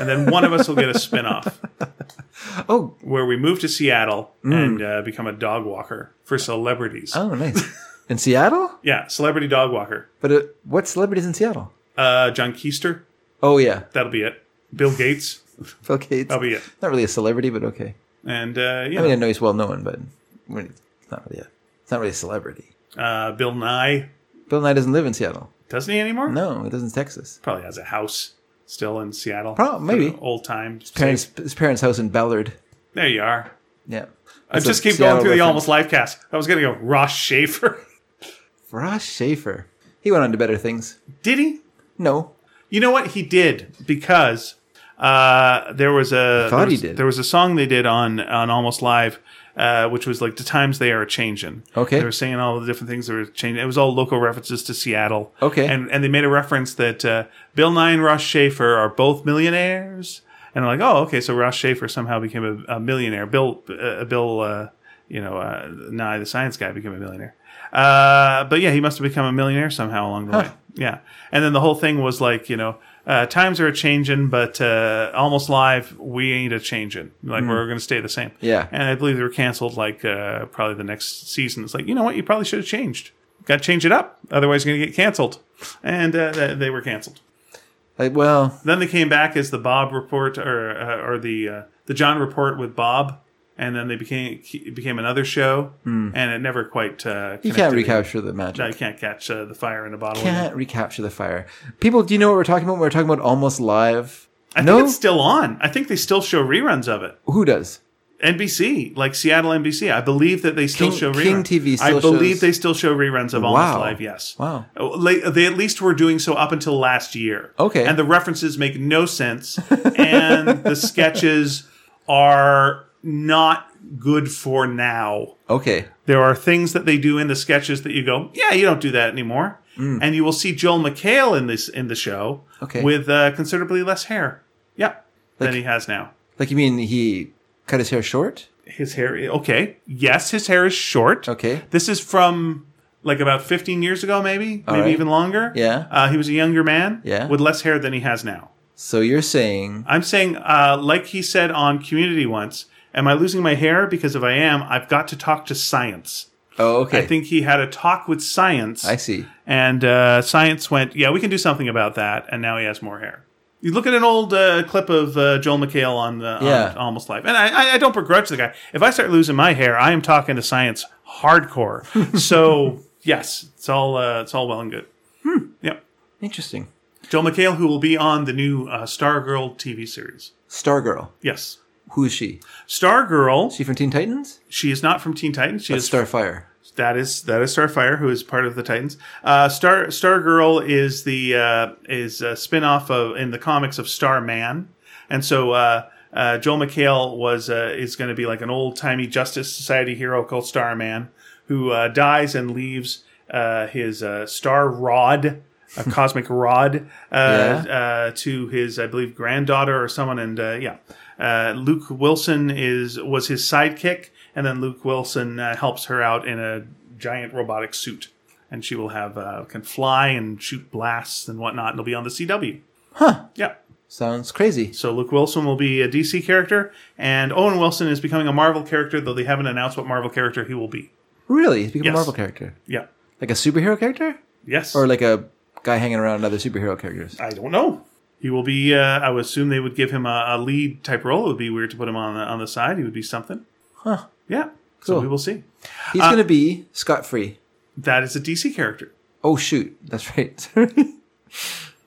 [SPEAKER 1] and then one of us will get a spin-off
[SPEAKER 2] <laughs> Oh, Mm.
[SPEAKER 1] where we move to Seattle and uh, become a dog walker for celebrities.
[SPEAKER 2] oh,
[SPEAKER 1] <laughs>
[SPEAKER 2] nice. In Seattle,
[SPEAKER 1] Yeah, celebrity dog walker.
[SPEAKER 2] but uh what celebrities in Seattle?
[SPEAKER 1] Uh, John Keister.
[SPEAKER 2] Oh yeah,
[SPEAKER 1] That'll be it. Bill Gates.
[SPEAKER 2] Phil Cates.
[SPEAKER 1] That'll be it.
[SPEAKER 2] Not really a celebrity, but okay.
[SPEAKER 1] And uh, you
[SPEAKER 2] I mean, I
[SPEAKER 1] know,
[SPEAKER 2] know he's well known, but really, it's not really a it's not really a celebrity.
[SPEAKER 1] uh, Bill Nye
[SPEAKER 2] Bill Nye doesn't live in Seattle.
[SPEAKER 1] doesn't he anymore?
[SPEAKER 2] No, he lives in Texas.
[SPEAKER 1] Probably has a house still in Seattle.
[SPEAKER 2] Prob- maybe.
[SPEAKER 1] old time.
[SPEAKER 2] Parents, his parents' house in Ballard.
[SPEAKER 1] There you are.
[SPEAKER 2] Yeah.
[SPEAKER 1] I
[SPEAKER 2] That's a
[SPEAKER 1] just keep
[SPEAKER 2] Seattle
[SPEAKER 1] going through the
[SPEAKER 2] reference.
[SPEAKER 1] almost live cast. I was gonna go Ross Schaefer. <laughs>
[SPEAKER 2] Ross Schaefer. He went on to better things.
[SPEAKER 1] Did he?
[SPEAKER 2] No.
[SPEAKER 1] You know what he did because uh, there was a
[SPEAKER 2] thought
[SPEAKER 1] there
[SPEAKER 2] he
[SPEAKER 1] was-
[SPEAKER 2] did.
[SPEAKER 1] there was a song they did on on Almost Live, uh, which was like the times they are a changing.
[SPEAKER 2] Okay.
[SPEAKER 1] they were saying all the different things they were changing. It was all local references to Seattle.
[SPEAKER 2] Okay.
[SPEAKER 1] and and they made a reference that uh, Bill Nye and Ross Schaefer are both millionaires, and I'm like, oh, okay, so Ross Schaefer somehow became a, a millionaire. Bill uh, Bill uh, you know uh, Nye the science guy became a millionaire. Uh, but yeah, he must have become a millionaire somehow along the way. Yeah. And then the whole thing was like, you know, uh, times are a changing, but uh, almost live, we ain't a changing. Like, we're going to stay the same.
[SPEAKER 2] Yeah.
[SPEAKER 1] And I believe they were canceled like uh, probably the next season. It's like, you know what? You probably should have changed. Got to change it up. Otherwise, you're going to get canceled. And uh, th- they were canceled.
[SPEAKER 2] Like, well,
[SPEAKER 1] Then they came back as the Bob report or uh, or the uh, the John report with Bob. And then they became became another show, and it never quite. Uh,
[SPEAKER 2] Hmm. you can't
[SPEAKER 1] connected.
[SPEAKER 2] recapture the
[SPEAKER 1] No,
[SPEAKER 2] magic.
[SPEAKER 1] you can't catch uh, the fire in a bottle.
[SPEAKER 2] can't recapture the fire. People, do you know what we're talking about? when We're talking about almost live.
[SPEAKER 1] I
[SPEAKER 2] no,
[SPEAKER 1] think it's still on. I think they still show reruns of it.
[SPEAKER 2] who does?
[SPEAKER 1] NBC, like Seattle NBC. I believe that they still
[SPEAKER 2] King-
[SPEAKER 1] show
[SPEAKER 2] King
[SPEAKER 1] reruns.
[SPEAKER 2] TV
[SPEAKER 1] I
[SPEAKER 2] still
[SPEAKER 1] believe
[SPEAKER 2] shows-
[SPEAKER 1] they still show reruns of Almost
[SPEAKER 2] Wow.
[SPEAKER 1] Live. Yes.
[SPEAKER 2] Wow.
[SPEAKER 1] Oh, like, They at least were doing so up until last year.
[SPEAKER 2] Okay.
[SPEAKER 1] And the references make no sense, and
[SPEAKER 2] <laughs>
[SPEAKER 1] the sketches are not good for now.
[SPEAKER 2] Okay,
[SPEAKER 1] There are things that they do in the sketches that you go, yeah, you don't do that anymore. And you will see Joel McHale in this in the show
[SPEAKER 2] Mm. Okay.
[SPEAKER 1] with uh, considerably less hair. Yeah. than he has now.
[SPEAKER 2] like you mean he cut his hair short?
[SPEAKER 1] His hair okay. Yes, his hair is short.
[SPEAKER 2] Okay,
[SPEAKER 1] This is from like about 15 years ago maybe, maybe
[SPEAKER 2] right.
[SPEAKER 1] even longer.
[SPEAKER 2] Yeah.
[SPEAKER 1] Uh, he was a younger man
[SPEAKER 2] Yeah.
[SPEAKER 1] with less hair than he has now.
[SPEAKER 2] so you're saying
[SPEAKER 1] I'm saying uh, like he said on Community once, am I losing my hair because if I am, I've got to talk to science.
[SPEAKER 2] oh okay,
[SPEAKER 1] I think he had a talk with science.
[SPEAKER 2] I see.
[SPEAKER 1] And uh, science went, yeah, we can do something about that. And now he has more hair. You look at an old uh, clip of uh, Joel McHale on the on
[SPEAKER 2] Yeah.
[SPEAKER 1] Almost Life, and I, I- I don't begrudge the guy. If I start losing my hair, I am talking to science hardcore. so yes, it's all uh, it's all well and good. Hmm. Yep.
[SPEAKER 2] Interesting.
[SPEAKER 1] Joel McHale, who will be on the new uh, Stargirl TV series.
[SPEAKER 2] Stargirl,
[SPEAKER 1] Yes,
[SPEAKER 2] who is she?
[SPEAKER 1] Stargirl.
[SPEAKER 2] She from Teen Titans?
[SPEAKER 1] She is not from Teen Titans. She
[SPEAKER 2] That's
[SPEAKER 1] is
[SPEAKER 2] Starfire.
[SPEAKER 1] That is that is Starfire, who is part of the Titans. Uh, Star Stargirl is the uh, is a spinoff of in the comics of Starman, and so uh, uh, Joel McHale was uh, is going to be like an old timey Justice Society hero called Starman, who uh, dies and leaves uh, his uh, star rod, a <laughs> cosmic rod, uh, uh, to his I believe granddaughter or someone, and uh, yeah. Uh, Luke Wilson is was his sidekick, and then Luke Wilson uh, helps her out in a giant robotic suit. and she will have uh, can fly and shoot blasts and whatnot. And it'll be on the CW.
[SPEAKER 2] Huh.
[SPEAKER 1] Yeah.
[SPEAKER 2] Sounds crazy.
[SPEAKER 1] So Luke Wilson will be a DC character, and Owen Wilson is becoming a Marvel character, though they haven't announced what Marvel character he will be.
[SPEAKER 2] Really? He's become
[SPEAKER 1] Yes.
[SPEAKER 2] a Marvel character.
[SPEAKER 1] Yeah.
[SPEAKER 2] Like a superhero character?
[SPEAKER 1] Yes.
[SPEAKER 2] Or like a guy hanging around other superhero characters?
[SPEAKER 1] I don't know. He will be. Uh, I would assume they would give him a, a lead type role. It would be weird to put him on the on the side. He would be something.
[SPEAKER 2] Huh.
[SPEAKER 1] Yeah. So
[SPEAKER 2] Cool.
[SPEAKER 1] we will see.
[SPEAKER 2] He's
[SPEAKER 1] Uh,
[SPEAKER 2] going to be scot free.
[SPEAKER 1] That is a DC character.
[SPEAKER 2] Oh, shoot. That's <laughs> right. Sorry.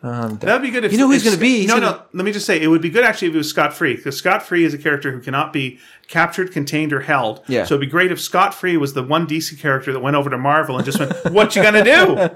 [SPEAKER 2] um, that-
[SPEAKER 1] That'd be good. If,
[SPEAKER 2] You know who he's
[SPEAKER 1] if-
[SPEAKER 2] gonna be? He's
[SPEAKER 1] no,
[SPEAKER 2] gonna-
[SPEAKER 1] no. Let me just say, it would be good actually if it was Scott Free, because Scott Free is a character who cannot be captured, contained, or held.
[SPEAKER 2] Yeah.
[SPEAKER 1] So it'd be great if Scott Free was the one DC character that went over to Marvel and just went, "What you gonna
[SPEAKER 2] <laughs>
[SPEAKER 1] do?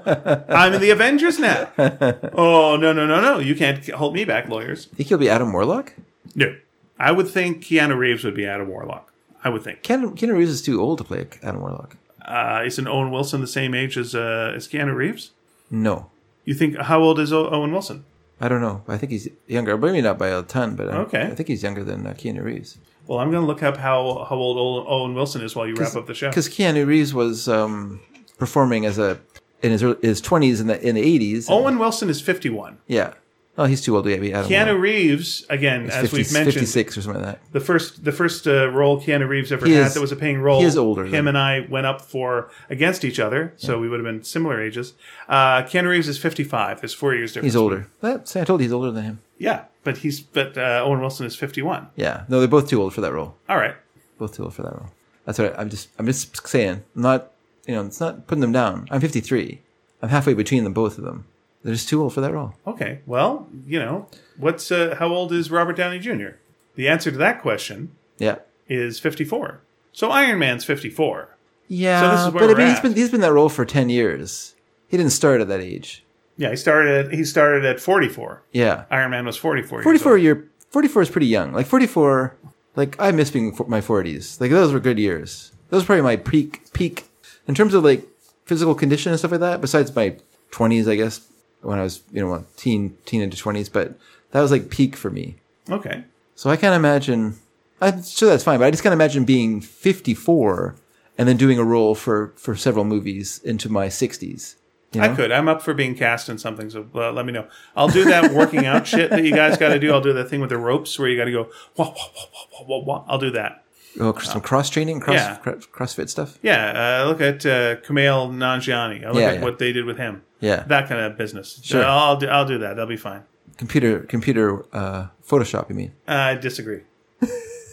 [SPEAKER 1] I'm in the Avengers now. Oh no, no, no, no! You can't hold me back, lawyers.
[SPEAKER 2] think he'll be Adam Warlock?
[SPEAKER 1] No, I would think Keanu Reeves would be Adam Warlock. I would think.
[SPEAKER 2] Keanu, Keanu Reeves is too old to play Adam Warlock.
[SPEAKER 1] Uh, isn't Owen Wilson the same age as uh, as Keanu Reeves?
[SPEAKER 2] No.
[SPEAKER 1] You think how old is o- Owen Wilson?
[SPEAKER 2] I don't know. I think he's younger. Maybe not by a ton, but I-
[SPEAKER 1] Okay.
[SPEAKER 2] I, think he's younger than uh, Keanu Reeves.
[SPEAKER 1] Well, I'm going to look up how how old Owen- Owen Wilson is while you wrap up the show.
[SPEAKER 2] Because Keanu Reeves was um, performing as a in his early, his twenties in the in the eighties.
[SPEAKER 1] Owen Wilson is 51.
[SPEAKER 2] yeah. Oh, he's too old to be Adam Warlock.
[SPEAKER 1] Keanu Reeves, again, as
[SPEAKER 2] 50
[SPEAKER 1] we've mentioned,
[SPEAKER 2] fifty-six or something like that.
[SPEAKER 1] the first the first uh, role Keanu Reeves ever
[SPEAKER 2] He
[SPEAKER 1] had
[SPEAKER 2] is-
[SPEAKER 1] that was a paying role.
[SPEAKER 2] he is older
[SPEAKER 1] Him
[SPEAKER 2] than-
[SPEAKER 1] and I went up for against each other, so we would have been similar ages. Uh, Keanu Reeves is 55. There's four years difference.
[SPEAKER 2] He's older. That see, I told you he's older than him.
[SPEAKER 1] yeah, but he's but uh, Owen Wilson is 51.
[SPEAKER 2] Yeah. No, they're both too old for that role.
[SPEAKER 1] All right.
[SPEAKER 2] Both too old for that role. That's what I, I'm just I'm just saying. I'm not you know it's not putting them down. I'm fifty-three. I'm halfway between them both of them. They're just too old for that role.
[SPEAKER 1] Okay. Well, you know, what's uh, how old is Robert Downey Jr.? The answer to that question
[SPEAKER 2] Yeah.
[SPEAKER 1] is 54. So Iron Man's 54.
[SPEAKER 2] Yeah,
[SPEAKER 1] So this is where
[SPEAKER 2] but I
[SPEAKER 1] we're
[SPEAKER 2] mean, he's
[SPEAKER 1] at.
[SPEAKER 2] been he's been in that role for ten years. He didn't start at that age.
[SPEAKER 1] Yeah, he started at, he started at 44.
[SPEAKER 2] Yeah,
[SPEAKER 1] Iron Man was 44. years
[SPEAKER 2] forty-four
[SPEAKER 1] old.
[SPEAKER 2] year forty-four is pretty young. Like forty-four, like I miss being for- my forties. Like those were good years. Those were probably my peak peak in terms of like physical condition and stuff like that. Besides my twenties, I guess when I was you know well, teen teen into twenties, but that was like peak for me.
[SPEAKER 1] Okay.
[SPEAKER 2] So I can't imagine. I'm sure that's fine, but I just can't imagine being 54 and then doing a role for for several movies into my 60s. You know?
[SPEAKER 1] I could. I'm up for being cast in something, so uh, let me know. I'll do that working out shit that you guys got to do. I'll do that thing with the ropes where you got to go, wah, wah, wah, wah, wah, wah, wah. I'll do that.
[SPEAKER 2] Oh, some cross training, cross
[SPEAKER 1] yeah.
[SPEAKER 2] cro- CrossFit stuff.
[SPEAKER 1] Yeah, uh, look at uh, Kumail Nanjiani. I look
[SPEAKER 2] Yeah,
[SPEAKER 1] at
[SPEAKER 2] yeah.
[SPEAKER 1] what they did with him.
[SPEAKER 2] Yeah.
[SPEAKER 1] That kind of business.
[SPEAKER 2] Sure.
[SPEAKER 1] Uh, I'll, do, I'll do that. That'll be fine.
[SPEAKER 2] computer computer uh, Photoshop. You mean?
[SPEAKER 1] I disagree.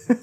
[SPEAKER 1] do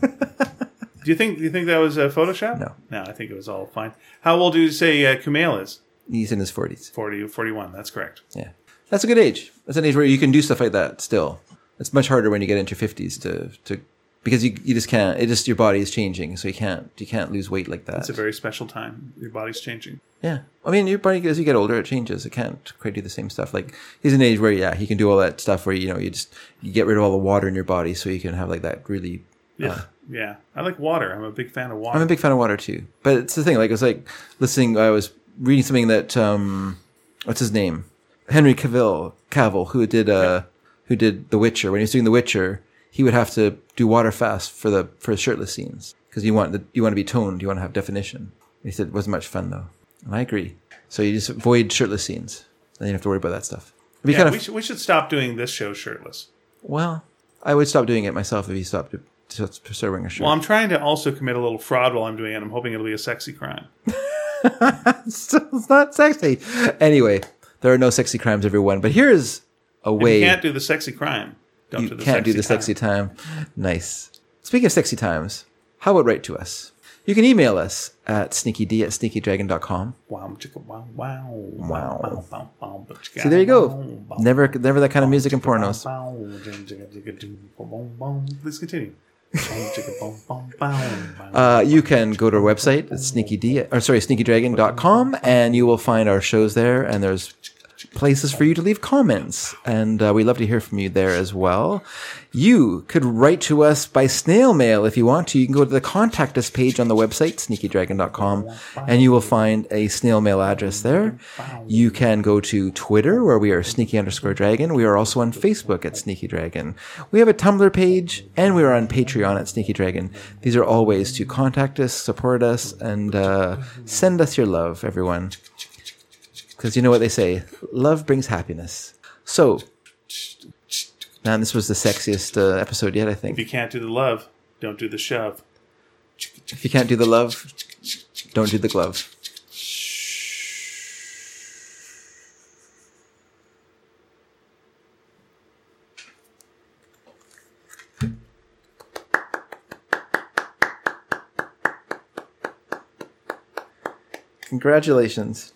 [SPEAKER 1] you think do you think that was uh, Photoshop?
[SPEAKER 2] No.
[SPEAKER 1] no, I think it was all fine. How old do you say uh, Kumail is?
[SPEAKER 2] He's in his 40s.
[SPEAKER 1] 40, 41. That's correct.
[SPEAKER 2] Yeah, that's a good age. That's an age where you can do stuff like that. Still, it's much harder when you get into your 50s to to because you you just can't. It just your body is changing, so you can't you can't lose weight like that.
[SPEAKER 1] It's a very special time. Your body's changing.
[SPEAKER 2] Yeah. I mean, your body, as you get older, it changes. It can't quite do the same stuff. Like, he's an age where, yeah, he can do all that stuff where, you know, you just you get rid of all the water in your body so you can have, like, that really.
[SPEAKER 1] Yeah. yeah. I like water. I'm a big fan of water.
[SPEAKER 2] Uh. I'm a big fan of water, too. But it's the thing, like, it's like listening, I was reading something that, um, what's his name? Henry Cavill, Cavill, who did, uh, who did The Witcher. When he was doing The Witcher, he would have to do water fast for the, for shirtless scenes because you want the, you want to be toned, you want to have definition. He said it wasn't much fun, though. And I agree. So you just avoid shirtless scenes. And you don't have to worry about that stuff. It'd be
[SPEAKER 1] yeah,
[SPEAKER 2] kind of,
[SPEAKER 1] we, should, we should stop doing this show shirtless.
[SPEAKER 2] well, I would stop doing it myself if he stopped to, to, to start wearing a shirt.
[SPEAKER 1] Well, I'm trying to also commit a little fraud while I'm doing it. I'm hoping it'll be a sexy crime.
[SPEAKER 2] it's, <laughs> it's not sexy. Anyway, there are no sexy crimes, everyone. But here is a way
[SPEAKER 1] You can't do the sexy crime. Don't
[SPEAKER 2] you can't do the sexy time. Nice. Speaking of sexy times, how about write to us? You can email us at sneakyd at sneakydragon.com.
[SPEAKER 1] Wow, chicka, wow, wow,
[SPEAKER 2] Wow.
[SPEAKER 1] wow, wow, wow, wow,
[SPEAKER 2] So there you go. Never, never that kind of music in pornos.
[SPEAKER 1] Please continue.
[SPEAKER 2] Uh, you can go to our website, it's sneakyd, or sorry, sneakydragon.com, and you will find our shows there, and there's places for you to leave comments. And uh, we love to hear from you there as well. You could write to us by snail mail if you want to. You can go to the contact us page on the website, sneakydragon.com, and you will find a snail mail address there. You can go to Twitter, where we are sneaky underscore dragon. We are also on Facebook at Sneaky Dragon. We have a Tumblr page, and we are on Patreon at Sneaky Dragon. These are all ways to contact us, support us, and uh, send us your love, everyone. Because you know what they say love brings happiness. So, man, this was the sexiest uh, episode yet, I
[SPEAKER 1] If you
[SPEAKER 2] think.
[SPEAKER 1] can't do the love, don't do the shove.
[SPEAKER 2] If you can't do the love, don't do the glove. Congratulations.